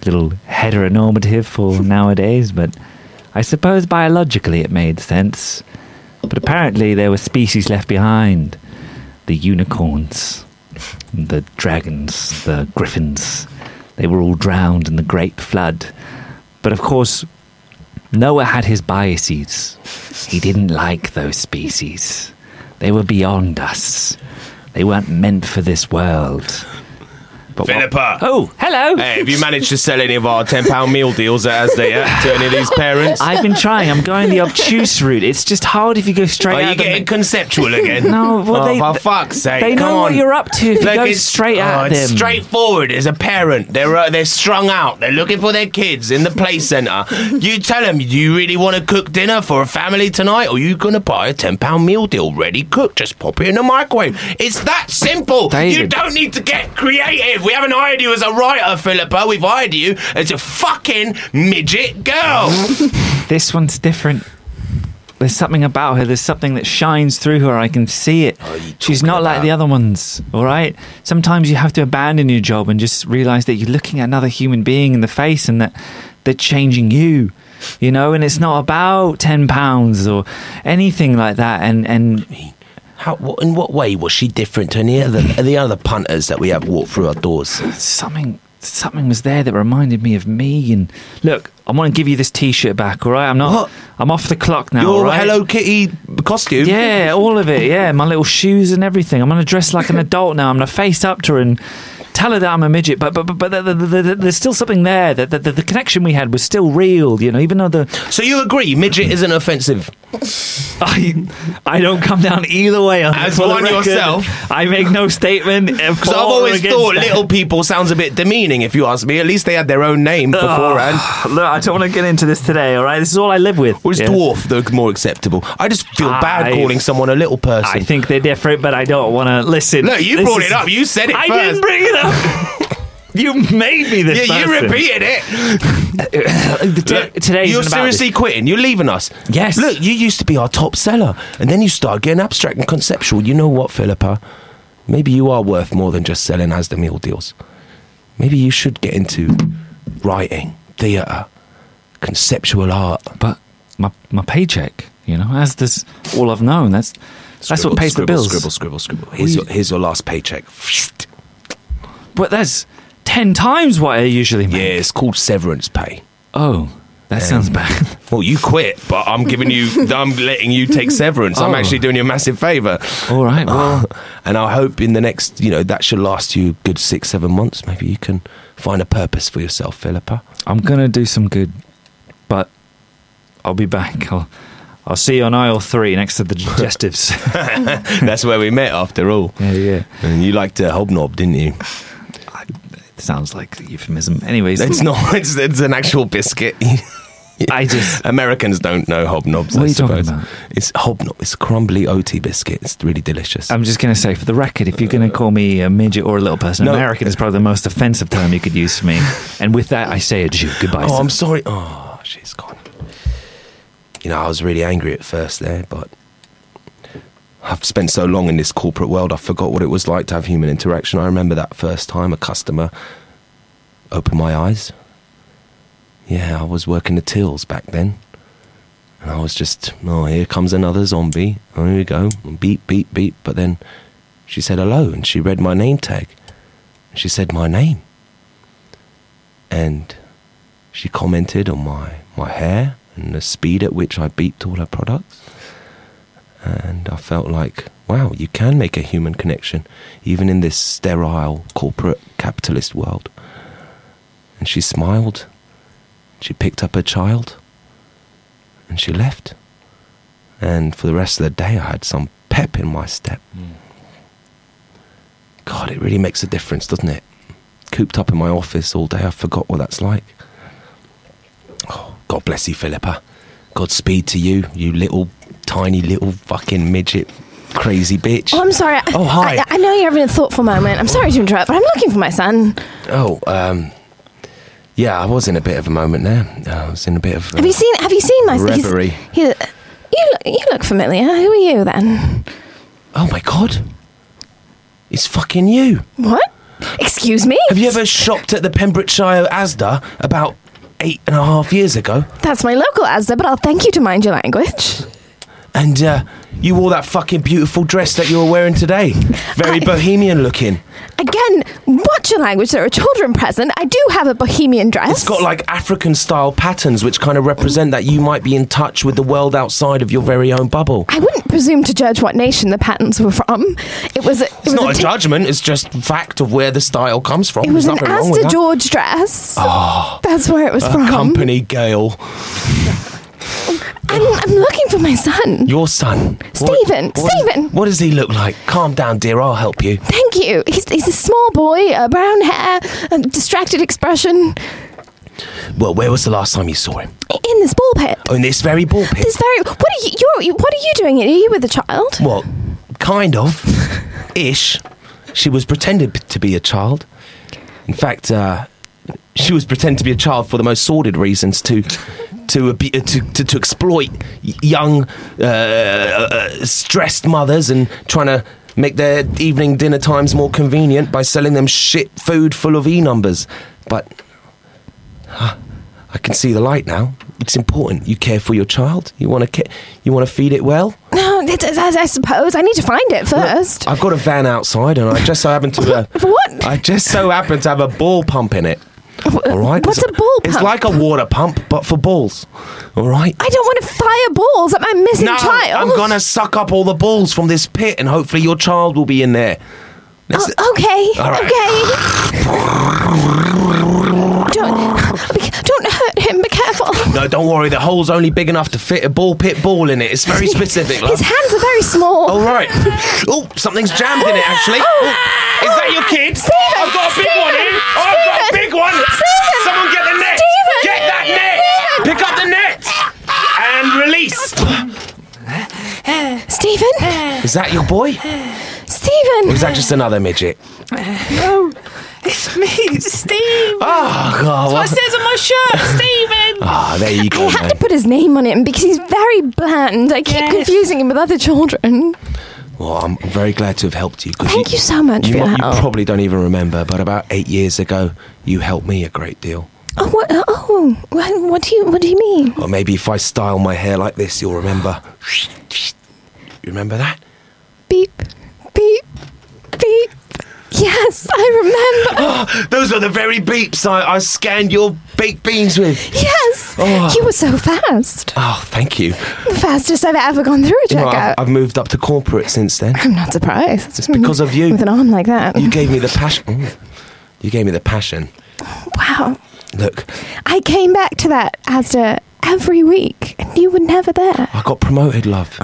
[SPEAKER 3] Little heteronormative for nowadays, but I suppose biologically it made sense. But apparently there were species left behind the unicorns, the dragons, the griffins. They were all drowned in the Great Flood. But of course, Noah had his biases. He didn't like those species. They were beyond us. They weren't meant for this world. But
[SPEAKER 12] Philippa.
[SPEAKER 3] Oh, hello.
[SPEAKER 12] Hey, have you managed to sell any of our £10 meal deals at Asda yet to any of these parents?
[SPEAKER 3] I've been trying. I'm going the obtuse route. It's just hard if you go straight.
[SPEAKER 12] Are
[SPEAKER 3] out
[SPEAKER 12] you
[SPEAKER 3] of the
[SPEAKER 12] getting conceptual again?
[SPEAKER 3] No, well,
[SPEAKER 12] oh,
[SPEAKER 3] they-
[SPEAKER 12] for fuck's sake!
[SPEAKER 3] they know
[SPEAKER 12] come
[SPEAKER 3] what
[SPEAKER 12] on.
[SPEAKER 3] you're up to if you go
[SPEAKER 12] it's-
[SPEAKER 3] straight
[SPEAKER 12] oh,
[SPEAKER 3] at
[SPEAKER 12] it's
[SPEAKER 3] them.
[SPEAKER 12] straightforward as a parent. They're uh, they're strung out. They're looking for their kids in the play centre. you tell them, do you really want to cook dinner for a family tonight, or are you gonna buy a ten pound meal deal ready cooked? Just pop it in the microwave. It's that simple. You
[SPEAKER 3] David.
[SPEAKER 12] don't need to get creative. We haven't hired you as a writer, Philippa. We've hired you as a fucking midget girl.
[SPEAKER 3] This one's different. There's something about her. There's something that shines through her. I can see it. She's not like the other ones, all right? Sometimes you have to abandon your job and just realize that you're looking at another human being in the face and that they're changing you, you know? And it's not about 10 pounds or anything like that. And, and
[SPEAKER 12] How, what, in what way was she different to any other the other punters that we have walked through our doors?
[SPEAKER 3] something something was there that reminded me of me and look i want to give you this t-shirt back all right i'm not i'm off the clock now
[SPEAKER 12] Your
[SPEAKER 3] all right?
[SPEAKER 12] Hello Kitty costume
[SPEAKER 3] yeah all of it yeah my little shoes and everything i'm gonna dress like an adult now i'm gonna face up to her and tell her that i'm a midget but but but, but th th th th- there's still something there that the, the, the connection we had was still real you know even though the
[SPEAKER 12] So you agree midget isn't offensive?
[SPEAKER 3] I, I don't come down either way. on-
[SPEAKER 2] As
[SPEAKER 3] for the
[SPEAKER 2] one
[SPEAKER 3] record.
[SPEAKER 2] yourself.
[SPEAKER 3] I make no statement. Because
[SPEAKER 2] Because I've always thought little people sounds a bit demeaning, if you ask me. At least they had their own name
[SPEAKER 3] Ah.
[SPEAKER 2] beforehand.
[SPEAKER 3] Look, I don't want to get into this today, all right? This is all I live with.
[SPEAKER 2] Ah. Was
[SPEAKER 3] Yeah.
[SPEAKER 2] dwarf the more acceptable? I just feel bad
[SPEAKER 3] I-
[SPEAKER 2] calling someone a little person.
[SPEAKER 3] I think they're different, but I don't want to listen.
[SPEAKER 2] Look, you
[SPEAKER 3] this
[SPEAKER 2] brought
[SPEAKER 3] is-
[SPEAKER 2] it up. You said it
[SPEAKER 3] I
[SPEAKER 2] first.
[SPEAKER 3] didn't bring it up. you made me this.
[SPEAKER 2] Yeah, you
[SPEAKER 3] person.
[SPEAKER 2] repeated it.
[SPEAKER 3] Look, today
[SPEAKER 2] you're
[SPEAKER 3] isn't about this.
[SPEAKER 2] seriously quitting. You're leaving us.
[SPEAKER 3] Yes.
[SPEAKER 2] Look, you used to be our top seller, and then you started getting abstract and conceptual. You know what, Philippa? Maybe you are worth more than just selling as the meal deals. Maybe you should get into writing, theatre, conceptual art.
[SPEAKER 3] But my my paycheck, you know, as this all I've known. That's that's what pays
[SPEAKER 2] scribble,
[SPEAKER 3] the bills.
[SPEAKER 2] Scribble, scribble, scribble. Here's your, here's your last paycheck.
[SPEAKER 3] But that's ten times what I usually make.
[SPEAKER 2] Yeah, it's called severance pay.
[SPEAKER 3] Oh, that sounds bad.
[SPEAKER 2] Well, you quit, but I'm giving you, I'm letting you take severance. I'm
[SPEAKER 3] Oh.
[SPEAKER 2] actually doing you a massive favour.
[SPEAKER 3] All right, well-
[SPEAKER 2] and I hope in the next, you know, that should last you a good six, seven months. Maybe you can find a purpose for yourself, Philippa.
[SPEAKER 3] I'm gonna do some good, but I'll be back. I'll I'll see you on aisle three next to the digestives.
[SPEAKER 2] That's where we met, after all.
[SPEAKER 3] Yeah, yeah.
[SPEAKER 2] And you liked to hobnob, didn't you?
[SPEAKER 3] it sounds like a euphemism. Anyways,
[SPEAKER 2] It's not. It's, it's an actual biscuit.
[SPEAKER 3] I just
[SPEAKER 2] Americans don't know hobnobs.
[SPEAKER 3] What
[SPEAKER 2] I
[SPEAKER 3] are you talking
[SPEAKER 2] suppose. It's hobnob. It's crumbly OT biscuit. It's really delicious.
[SPEAKER 3] I'm just going to say, for the record, if you're going to call me a midget or a little person,
[SPEAKER 2] Uh, No.
[SPEAKER 3] American is probably the most offensive term you could use for me. And with that, I say adieu. Goodbye.
[SPEAKER 2] Oh,
[SPEAKER 3] sir.
[SPEAKER 2] I'm sorry. Oh, she's gone. You know, I was really angry at first there, but I've spent so long in this corporate world, I forgot what it was like to have human interaction. I remember that first time a customer opened my eyes. Yeah, I was working the tills back then. And I was just, oh, here comes another zombie. Oh, here we go. Beep, beep, beep. But then she said hello and she read my name tag. She said my name. And she commented on my, my hair and the speed at which I beat all her products. And I felt like, wow, you can make a human connection, even in this sterile corporate capitalist world. And she smiled. She picked up her child. And she left. And for the rest of the day, I had some pep in my step. God, it really makes a difference, doesn't it? Cooped up in my office all day, I forgot what that's like. Oh, God bless you, Philippa. Godspeed to you, you little, tiny, little fucking midget, crazy bitch.
[SPEAKER 4] Oh, I'm sorry.
[SPEAKER 2] Oh, hi.
[SPEAKER 4] I, I know you're having a thoughtful moment. I'm sorry to interrupt, but I'm looking for my son.
[SPEAKER 2] Oh, um, yeah, I was in a bit of a moment there. I was in a bit of. uh,
[SPEAKER 4] Have you seen? Have you seen my son? He's-
[SPEAKER 2] Reverie.
[SPEAKER 4] he- you look. You look familiar. Who are you then?
[SPEAKER 2] Oh my god, it's fucking you.
[SPEAKER 4] What? Excuse me.
[SPEAKER 2] Have you ever shopped at the Pembrokeshire Asda about eight and a half years ago?
[SPEAKER 4] That's my local Asda, but I'll thank you to mind your language.
[SPEAKER 2] And uh, you wore that fucking beautiful dress that you were wearing today, very bohemian looking.
[SPEAKER 4] Again, watch your language. There are children present. I do have a bohemian dress.
[SPEAKER 2] It's got like African style patterns, which kind of represent that you might be in touch with the world outside of your very own bubble.
[SPEAKER 4] I wouldn't presume to judge what nation the patterns were from. It was. A, it
[SPEAKER 2] It's
[SPEAKER 4] was
[SPEAKER 2] not a
[SPEAKER 4] a ta-
[SPEAKER 2] judgment, it's just fact of where the style comes from.
[SPEAKER 4] It was
[SPEAKER 2] There's
[SPEAKER 4] an
[SPEAKER 2] nothing wrong with
[SPEAKER 4] Asda
[SPEAKER 2] that. Ah.
[SPEAKER 4] George dress. That's where it was
[SPEAKER 2] A
[SPEAKER 4] from.
[SPEAKER 2] company Gale.
[SPEAKER 4] I'm, I'm looking for my son.
[SPEAKER 2] Your son.
[SPEAKER 4] Stephen, Stephen.
[SPEAKER 2] What does he look like? Calm down, dear. I'll help you.
[SPEAKER 4] Thank you. He's, he's a small boy, uh, brown hair, a distracted expression
[SPEAKER 2] Well, where was the last time you saw him?
[SPEAKER 4] in this ball pit.
[SPEAKER 2] Oh, in this very ball pit.
[SPEAKER 4] This very. What are you? You're, you- what are you doing? here? Are you with a child?
[SPEAKER 2] Well, kind of, ish. She was pretended p- to be a child. In fact, uh, she was pretended to be a child for the most sordid reasons to to ab- uh, to, to, to exploit y- young uh, uh, stressed mothers and trying to make their evening dinner times more convenient by selling them shit food full of e numbers. But I can see the light now. It's important. You care for your child. You want to ca- you want to feed it well.
[SPEAKER 4] No, it, it- I, I suppose I need to find it first.
[SPEAKER 2] I've got a van outside, and I just so happen to. Uh,
[SPEAKER 4] What?
[SPEAKER 2] I just so happen to have a ball pump in it. All right.
[SPEAKER 4] what's
[SPEAKER 2] It's-
[SPEAKER 4] a ball
[SPEAKER 2] It's
[SPEAKER 4] pump?
[SPEAKER 2] like a water pump, but for balls. All right.
[SPEAKER 4] I don't want to fire balls at my missing
[SPEAKER 2] No,
[SPEAKER 4] child.
[SPEAKER 2] I'm gonna suck up all the balls from this pit, and hopefully your child will be in there. That's-
[SPEAKER 4] Oh, okay.
[SPEAKER 2] All right.
[SPEAKER 4] Okay. don't, be- don't hurt him. Be careful. awful.
[SPEAKER 2] No, don't worry. The hole's only big enough to fit a ball pit ball in it. It's very specific. love.
[SPEAKER 4] His hands are very small.
[SPEAKER 2] All right. Oh, something's jammed in it, actually. Oh, is that your kid? I've got a big one here. Oh, I've got a big one. Someone get the net. Get that net. Pick up the net. And release.
[SPEAKER 4] Stephen?
[SPEAKER 2] Is that your boy?
[SPEAKER 4] Stephen!
[SPEAKER 2] Or is that just another midget?
[SPEAKER 14] No, it's me, Steve.
[SPEAKER 2] Oh, God.
[SPEAKER 14] That's what it says on my shirt, Steven.
[SPEAKER 2] Ah, there you go.
[SPEAKER 4] I had
[SPEAKER 2] man.
[SPEAKER 4] to put his name on him because he's very bland. I keep confusing him with other children.
[SPEAKER 2] Well, I'm very glad to have helped you. 'cause
[SPEAKER 4] Thank you so much
[SPEAKER 2] you,
[SPEAKER 4] for your
[SPEAKER 2] mo- you
[SPEAKER 4] help.
[SPEAKER 2] probably don't even remember, but about eight years ago, you helped me a great deal.
[SPEAKER 4] oh, what, oh what, what do you what do you mean?
[SPEAKER 2] Or maybe if I style my hair like this, you'll remember. You remember that?
[SPEAKER 4] Beep, beep, beep. Yes, I remember.
[SPEAKER 2] Those are the very beeps I, I scanned your baked beans with.
[SPEAKER 4] yes,
[SPEAKER 2] Oh.
[SPEAKER 4] you were so fast.
[SPEAKER 2] Oh, thank you.
[SPEAKER 4] The fastest I've ever gone through a
[SPEAKER 2] You know, I've,
[SPEAKER 4] checkout.
[SPEAKER 2] I've moved up to corporate since then.
[SPEAKER 4] I'm not surprised. It's
[SPEAKER 2] because of you.
[SPEAKER 4] With an arm like that.
[SPEAKER 2] You gave me the passion. Mm. You gave me the passion.
[SPEAKER 4] wow.
[SPEAKER 2] Look,
[SPEAKER 4] I came back to that Asda every week, and you were never there.
[SPEAKER 2] I got promoted, love.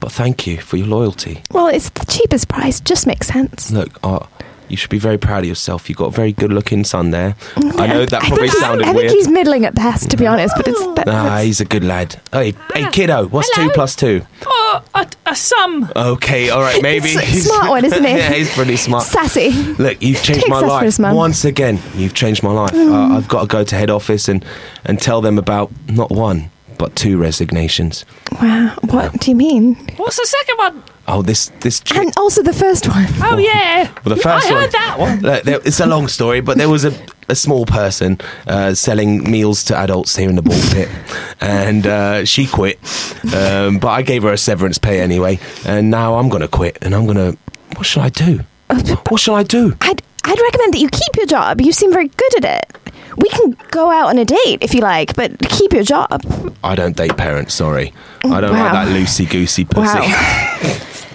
[SPEAKER 2] But thank you for your loyalty.
[SPEAKER 4] Well, it's the cheapest price. Just makes sense.
[SPEAKER 2] Look, uh, you should be very proud of yourself. You got a very good-looking son there. I know that
[SPEAKER 4] I
[SPEAKER 2] probably
[SPEAKER 4] think he's-
[SPEAKER 2] sounded
[SPEAKER 4] I
[SPEAKER 2] weird.
[SPEAKER 4] think he's middling at best, to be honest. But it's that,
[SPEAKER 2] Ah, he's a good lad. Hey, hey, kiddo, what's two plus two?
[SPEAKER 14] Oh, a, a sum.
[SPEAKER 2] Okay, all right, maybe.
[SPEAKER 14] He's a
[SPEAKER 2] he's-
[SPEAKER 14] smart one, isn't he?
[SPEAKER 2] yeah, he's pretty smart.
[SPEAKER 4] sassy.
[SPEAKER 2] Look, you've changed
[SPEAKER 4] Takes
[SPEAKER 2] my
[SPEAKER 4] us for
[SPEAKER 2] life
[SPEAKER 4] his mum.
[SPEAKER 2] once again. You've changed my life.
[SPEAKER 4] Mm.
[SPEAKER 2] Uh, I've got to go to head office and and tell them about not one but two resignations.
[SPEAKER 4] Wow. What do you mean?
[SPEAKER 14] What's the second one?
[SPEAKER 2] Oh, this this. chick-
[SPEAKER 4] And also the first one.
[SPEAKER 14] Oh, yeah.
[SPEAKER 2] Well, the first
[SPEAKER 14] I
[SPEAKER 2] one.
[SPEAKER 14] heard that one.
[SPEAKER 2] Look, there, it's a long story, but there was a, a small person uh, selling meals to adults here in the ball pit, and uh, she quit. Um, but I gave her a severance pay anyway, and now I'm going to quit, and I'm going to. What should I do? What shall I do?
[SPEAKER 4] I'd I'd recommend that you keep your job. You seem very good at it. We can go out on a date if you like, but keep your job.
[SPEAKER 2] I don't date parents. Sorry, I don't
[SPEAKER 4] Wow.
[SPEAKER 2] like that loosey goosey pussy.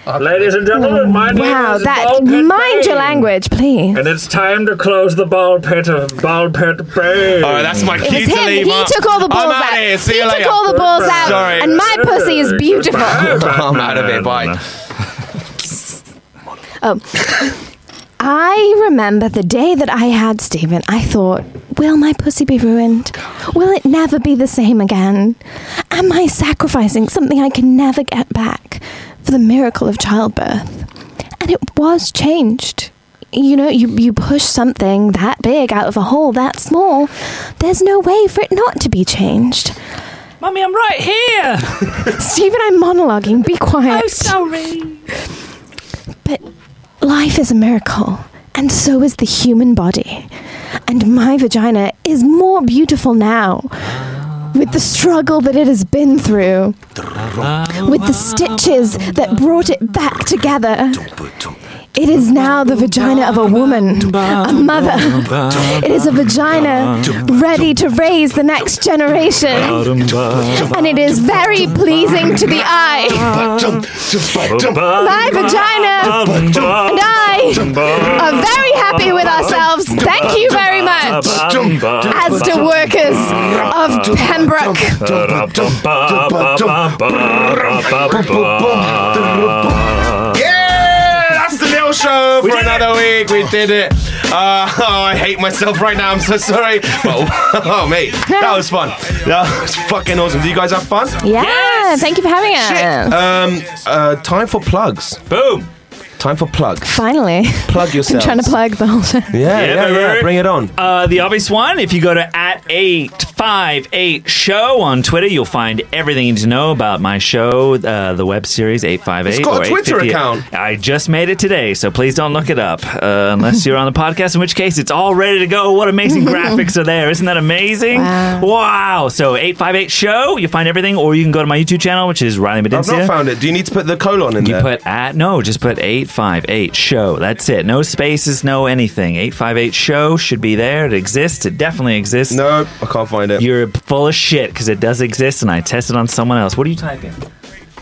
[SPEAKER 13] Ladies and gentlemen, my name
[SPEAKER 4] wow,
[SPEAKER 13] is
[SPEAKER 4] that
[SPEAKER 13] Bald Pit
[SPEAKER 4] mind your
[SPEAKER 13] Bane,
[SPEAKER 4] language, please.
[SPEAKER 13] And it's time to close the ball pit of ball pit bay.
[SPEAKER 2] All right, that's my
[SPEAKER 4] It was him. He took all the balls out. he took all the balls out,
[SPEAKER 2] Sorry.
[SPEAKER 4] and my pussy is beautiful.
[SPEAKER 2] I'm out of it. Bye.
[SPEAKER 4] Oh. I remember the day that I had Stephen, I thought, will my pussy be ruined? Will it never be the same again? Am I sacrificing something I can never get back for the miracle of childbirth? And it was changed. You know, you, you push something that big out of a hole that small, there's no way for it not to be changed.
[SPEAKER 14] Mummy, I'm right here.
[SPEAKER 4] Stephen, I'm monologuing. Be quiet.
[SPEAKER 14] oh, sorry.
[SPEAKER 4] But life is a miracle, and so is the human body. And my vagina is more beautiful now with the struggle that it has been through, with the stitches that brought it back together. It is now the vagina of a woman, a mother. It is a vagina ready to raise the next generation. And it is very pleasing to the eye. My vagina and I are very happy with ourselves. Thank you very much, as the workers of Pembroke.
[SPEAKER 2] Yeah, that's the Neil Show for another week. We did it. Uh, oh, I hate myself right now. I'm so sorry. But, oh, mate, that was fun. That was fucking awesome. Do you guys have fun?
[SPEAKER 4] Yeah, thank you for having us.
[SPEAKER 2] Um, uh, time for plugs. Boom. Time for plugs.
[SPEAKER 4] Finally.
[SPEAKER 2] Plug
[SPEAKER 4] I'm
[SPEAKER 2] yourself.
[SPEAKER 4] trying to plug the whole show.
[SPEAKER 2] Yeah, yeah, yeah,
[SPEAKER 3] baby.
[SPEAKER 2] Bring it on.
[SPEAKER 3] Uh, the obvious one, if you go to at 858 show on Twitter, you'll find everything you need to know about my show, uh, the web series 858.
[SPEAKER 2] It's got a
[SPEAKER 3] or
[SPEAKER 2] Twitter
[SPEAKER 3] 858.
[SPEAKER 2] account.
[SPEAKER 3] I just made it today, so please don't look it up uh, unless you're on the podcast, in which case it's all ready to go. What amazing graphics are there. Isn't that amazing? Wow. So 858 show, you'll find everything, or you can go to my YouTube channel, which is Riley Medincia.
[SPEAKER 2] I've not found it. Do you need to put the colon in
[SPEAKER 3] You
[SPEAKER 2] there?
[SPEAKER 3] put at no, just put eight five eight show. That's it. No spaces, no anything. Eight five eight show should be there. It exists. It definitely exists.
[SPEAKER 2] No, I can't find it.
[SPEAKER 3] You're full of shit because it does exist, and I tested on someone else. What are you typing?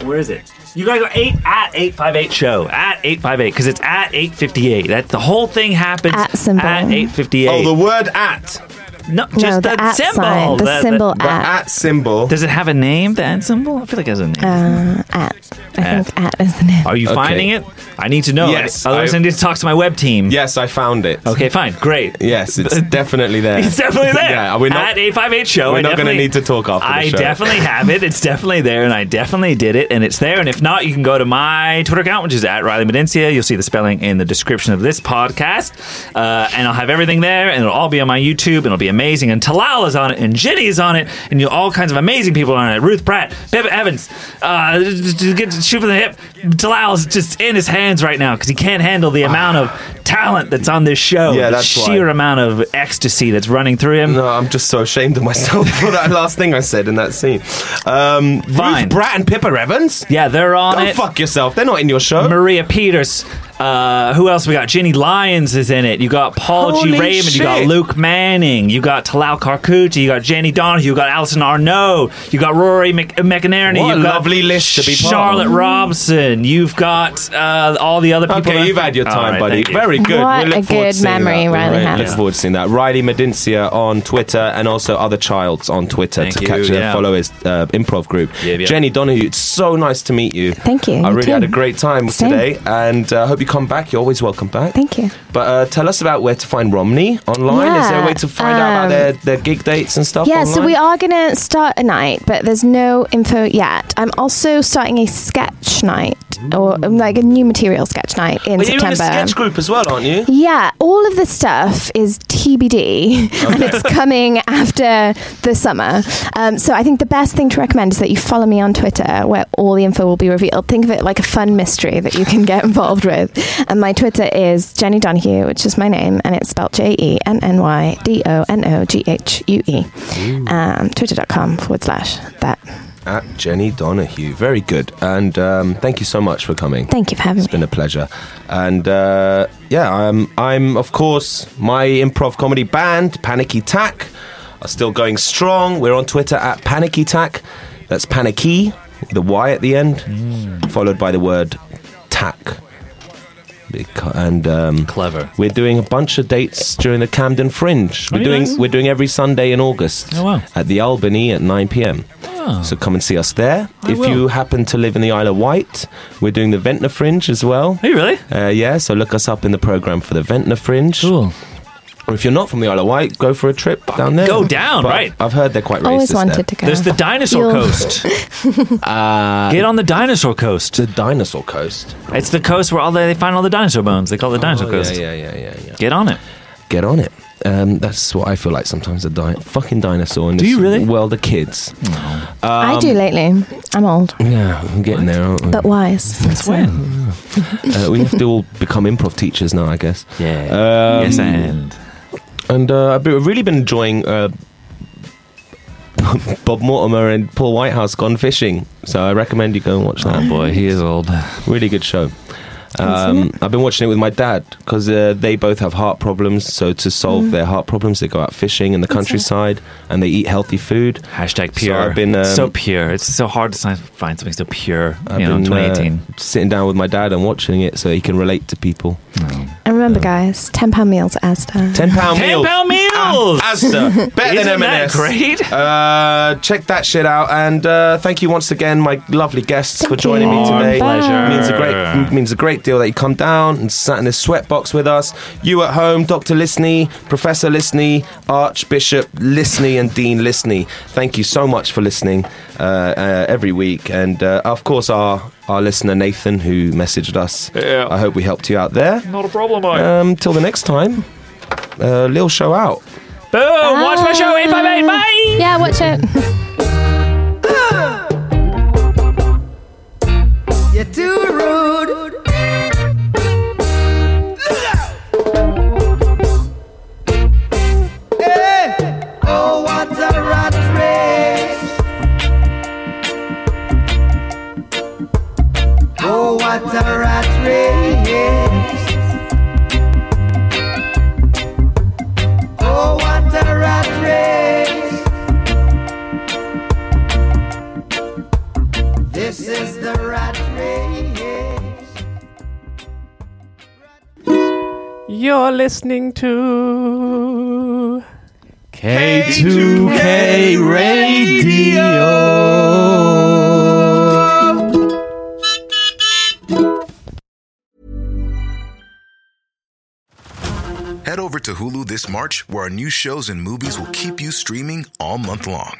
[SPEAKER 3] Where is it? You gotta go eight at eight five eight show at eight five eight because it's at eight fifty eight. That the whole thing happens at, eight fifty eight.
[SPEAKER 2] Oh, the word at.
[SPEAKER 3] No,
[SPEAKER 4] No,
[SPEAKER 3] just
[SPEAKER 4] the
[SPEAKER 3] that
[SPEAKER 4] at
[SPEAKER 3] symbol.
[SPEAKER 4] sign, the symbol at.
[SPEAKER 2] symbol.
[SPEAKER 3] Does it have a name? The at symbol. I feel like it has a name.
[SPEAKER 4] Uh, at. I think at is the name.
[SPEAKER 3] Are you
[SPEAKER 2] Okay.
[SPEAKER 3] finding it? I need to know.
[SPEAKER 2] Yes,
[SPEAKER 3] Otherwise, I,
[SPEAKER 2] I-
[SPEAKER 3] need to talk to my web team.
[SPEAKER 2] Yes, I found it.
[SPEAKER 3] Okay, fine. Great.
[SPEAKER 2] Yes, it's definitely there.
[SPEAKER 3] It's definitely there.
[SPEAKER 2] yeah, we're not
[SPEAKER 3] at 858 show.
[SPEAKER 2] We're
[SPEAKER 3] I
[SPEAKER 2] not going to
[SPEAKER 3] definitely-
[SPEAKER 2] need to talk after
[SPEAKER 3] I
[SPEAKER 2] the show.
[SPEAKER 3] definitely have it. It's definitely there, and I definitely did it, and it's there. And if not, you can go to my Twitter account, which is at Riley Medencia. You'll see the spelling in the description of this podcast, uh, and I'll have everything there, and it'll all be on my YouTube, and it'll be amazing. And Talal is on it, and Jenny is on it, and you all kinds of amazing people are on it. Ruth Pratt, Pippa Evans, uh, just- just get to shoot from the hip. Talal's just in his hands right now because he can't handle the amount of talent that's on this show.
[SPEAKER 2] Yeah,
[SPEAKER 3] the
[SPEAKER 2] that's why.
[SPEAKER 3] sheer amount of ecstasy that's running through him.
[SPEAKER 2] No, I'm just so ashamed of myself for that last thing I said in that scene. Um,
[SPEAKER 3] Fine.
[SPEAKER 2] Ruth Bratt and Pippa Evans?
[SPEAKER 3] Yeah, they're on
[SPEAKER 2] Don't
[SPEAKER 3] it.
[SPEAKER 2] fuck yourself. They're not in your show.
[SPEAKER 3] Maria Peters. Uh, who else we got? Ginny Lyons is in it. You got Paul G.
[SPEAKER 2] Holy
[SPEAKER 3] Raymond. You got
[SPEAKER 2] shit.
[SPEAKER 3] Luke Manning. You got Talal Karkuti. You got Jenny Donahue. You got Alison Arnault. You got Rory Mc- McInerney.
[SPEAKER 2] What a
[SPEAKER 3] you got
[SPEAKER 2] lovely list to be part of.
[SPEAKER 3] Charlotte Robson. You've got uh, all the other people.
[SPEAKER 2] Okay,
[SPEAKER 3] that-
[SPEAKER 2] you've had your
[SPEAKER 3] All
[SPEAKER 2] time,
[SPEAKER 3] right,
[SPEAKER 2] buddy.
[SPEAKER 3] thank you.
[SPEAKER 2] Very good.
[SPEAKER 4] What
[SPEAKER 2] we look
[SPEAKER 4] a
[SPEAKER 2] forward
[SPEAKER 4] good
[SPEAKER 2] to seeing
[SPEAKER 4] memory
[SPEAKER 2] that.
[SPEAKER 4] Riley
[SPEAKER 2] Right,
[SPEAKER 4] had.
[SPEAKER 2] Look forward to seeing that. Riley Medincia on Twitter and also other childs on Twitter
[SPEAKER 3] Thank
[SPEAKER 2] to
[SPEAKER 3] you,
[SPEAKER 2] catch
[SPEAKER 3] yeah.
[SPEAKER 2] and follow his uh, improv group.
[SPEAKER 3] Yeah, yeah.
[SPEAKER 2] Jenny Donahue, it's so nice to meet you.
[SPEAKER 4] Thank you.
[SPEAKER 2] I
[SPEAKER 4] You
[SPEAKER 2] really had
[SPEAKER 4] too.
[SPEAKER 2] a great time
[SPEAKER 4] Same.
[SPEAKER 2] today, and uh, hope you come back. You're always welcome back.
[SPEAKER 4] Thank you.
[SPEAKER 2] But uh, tell us about where to find Romney online. Is there a
[SPEAKER 4] Yeah,
[SPEAKER 2] way to find out about
[SPEAKER 4] um,
[SPEAKER 2] their, their gig dates and stuff?
[SPEAKER 4] Yeah, so
[SPEAKER 2] online?
[SPEAKER 4] we are going to start a night, but there's no info yet. I'm also starting a sketch night, or um, like a new material sketch night in
[SPEAKER 2] Well, you're in a
[SPEAKER 4] September.
[SPEAKER 2] sketch group as well, aren't you?
[SPEAKER 4] Yeah, all of this stuff is TBD, and it's coming after the summer. Um, so I think the best thing to recommend is that you follow me on Twitter, where all the info will be revealed. Think of it like a fun mystery that you can get involved with. And my Twitter is Jenny Donahue, which is my name, and it's spelled J E N N Y D O N O G H U E. Um, Twitter.com forward slash that.
[SPEAKER 2] At Jenny Donahue. Very good. And um, thank you so much for coming.
[SPEAKER 4] Thank you for having
[SPEAKER 2] It's been a pleasure. And uh, yeah, I'm, I'm, of course, my improv comedy band, Panicky Tack, are still going strong. We're on Twitter at Panicky Tack. That's Panicky, the Y at the end, followed by the word tack. Beca- and um,
[SPEAKER 3] clever.
[SPEAKER 2] We're doing a bunch of dates during the Camden Fringe.
[SPEAKER 3] Oh,
[SPEAKER 2] We're doing
[SPEAKER 3] yes?
[SPEAKER 2] we're doing every Sunday in August
[SPEAKER 3] Oh, wow.
[SPEAKER 2] at the Albany at 9 p.m.
[SPEAKER 3] Oh.
[SPEAKER 2] So come and see us there.
[SPEAKER 3] I
[SPEAKER 2] if
[SPEAKER 3] will.
[SPEAKER 2] you happen to live in the Isle of Wight, we're doing the Ventnor Fringe as well.
[SPEAKER 3] Are you really?
[SPEAKER 2] Uh, yeah, so look us up in the program for the Ventnor Fringe. Cool. Or if you're not from the Isle of Wight, go for a trip down there.
[SPEAKER 3] go down,
[SPEAKER 2] But
[SPEAKER 3] right.
[SPEAKER 2] I've heard they're quite racist.
[SPEAKER 4] Always wanted
[SPEAKER 2] there.
[SPEAKER 4] to go.
[SPEAKER 3] There's the dinosaur
[SPEAKER 4] You'll-
[SPEAKER 3] coast. Uh, Get on the dinosaur coast.
[SPEAKER 2] The dinosaur coast.
[SPEAKER 3] It's the coast where all the, they find all the dinosaur bones. They call it the dinosaur
[SPEAKER 2] Oh,
[SPEAKER 3] coast.
[SPEAKER 2] Yeah, yeah, yeah, yeah, yeah.
[SPEAKER 3] Get on it.
[SPEAKER 2] Get on it. Um, that's what I feel like sometimes. A di- fucking dinosaur in
[SPEAKER 3] Do
[SPEAKER 2] this
[SPEAKER 3] you really?
[SPEAKER 2] world of kids. Um,
[SPEAKER 4] I do lately. I'm old,
[SPEAKER 2] Yeah, I'm getting there, aren't we?
[SPEAKER 4] but wise. That's
[SPEAKER 3] when.
[SPEAKER 2] uh, we have to all become improv teachers now, I guess.
[SPEAKER 3] Yeah.
[SPEAKER 2] Um,
[SPEAKER 3] yes, and
[SPEAKER 2] And uh, I've been- I've really been enjoying uh, Bob Mortimer and Paul Whitehouse gone fishing. So I recommend you go and watch that.
[SPEAKER 3] Oh, boy, he is old.
[SPEAKER 2] Really good show.
[SPEAKER 4] Haven't seen
[SPEAKER 2] Um, I've been watching it with my dad because uh, they both have heart problems. So to
[SPEAKER 4] Mm.
[SPEAKER 2] solve their heart problems, they go out fishing in the countryside and they eat healthy food.
[SPEAKER 3] Hashtag
[SPEAKER 2] So
[SPEAKER 3] pure.
[SPEAKER 2] I've been,
[SPEAKER 3] It's so
[SPEAKER 2] um,
[SPEAKER 3] pure. It's so hard to si- find something so pure.
[SPEAKER 2] I've
[SPEAKER 3] you know, in
[SPEAKER 2] been uh,
[SPEAKER 3] 2018.
[SPEAKER 2] sitting down with my dad and watching it so he can relate to people.
[SPEAKER 4] And remember, guys, ten pound meals uh, at Asda.
[SPEAKER 2] Ten pound
[SPEAKER 3] Ten
[SPEAKER 2] meal.
[SPEAKER 3] pound meals.
[SPEAKER 2] Asda, better
[SPEAKER 3] Isn't
[SPEAKER 2] than
[SPEAKER 3] that
[SPEAKER 2] M&S.
[SPEAKER 3] great?
[SPEAKER 2] Uh, check that shit out, and uh, thank you once again, my lovely guests, for joining me
[SPEAKER 4] you. Our
[SPEAKER 2] today.
[SPEAKER 4] pleasure.
[SPEAKER 2] means a great means a great deal that you come down and sat in this sweatbox with us. You at home, Doctor Listney, Professor Listney, Archbishop Listney, and Dean Listney. Thank you so much for listening uh, uh, every week, and uh, of course our our listener Nathan who messaged us.
[SPEAKER 3] Yeah.
[SPEAKER 2] I hope we helped you out there.
[SPEAKER 3] Not a problem, I.
[SPEAKER 2] Um, till the next time, uh, Lil Show out.
[SPEAKER 3] Boom! Watch my show, 858. Bye!
[SPEAKER 4] Yeah, watch it.
[SPEAKER 15] You're too rude. Hey! Oh, what a rat race. Oh, what a rat race. Oh, what a rat race. This is the rat race.
[SPEAKER 14] You're listening to
[SPEAKER 16] K2K Radio.
[SPEAKER 17] Head over to Hulu this March, where our new shows and movies will keep you streaming all month long.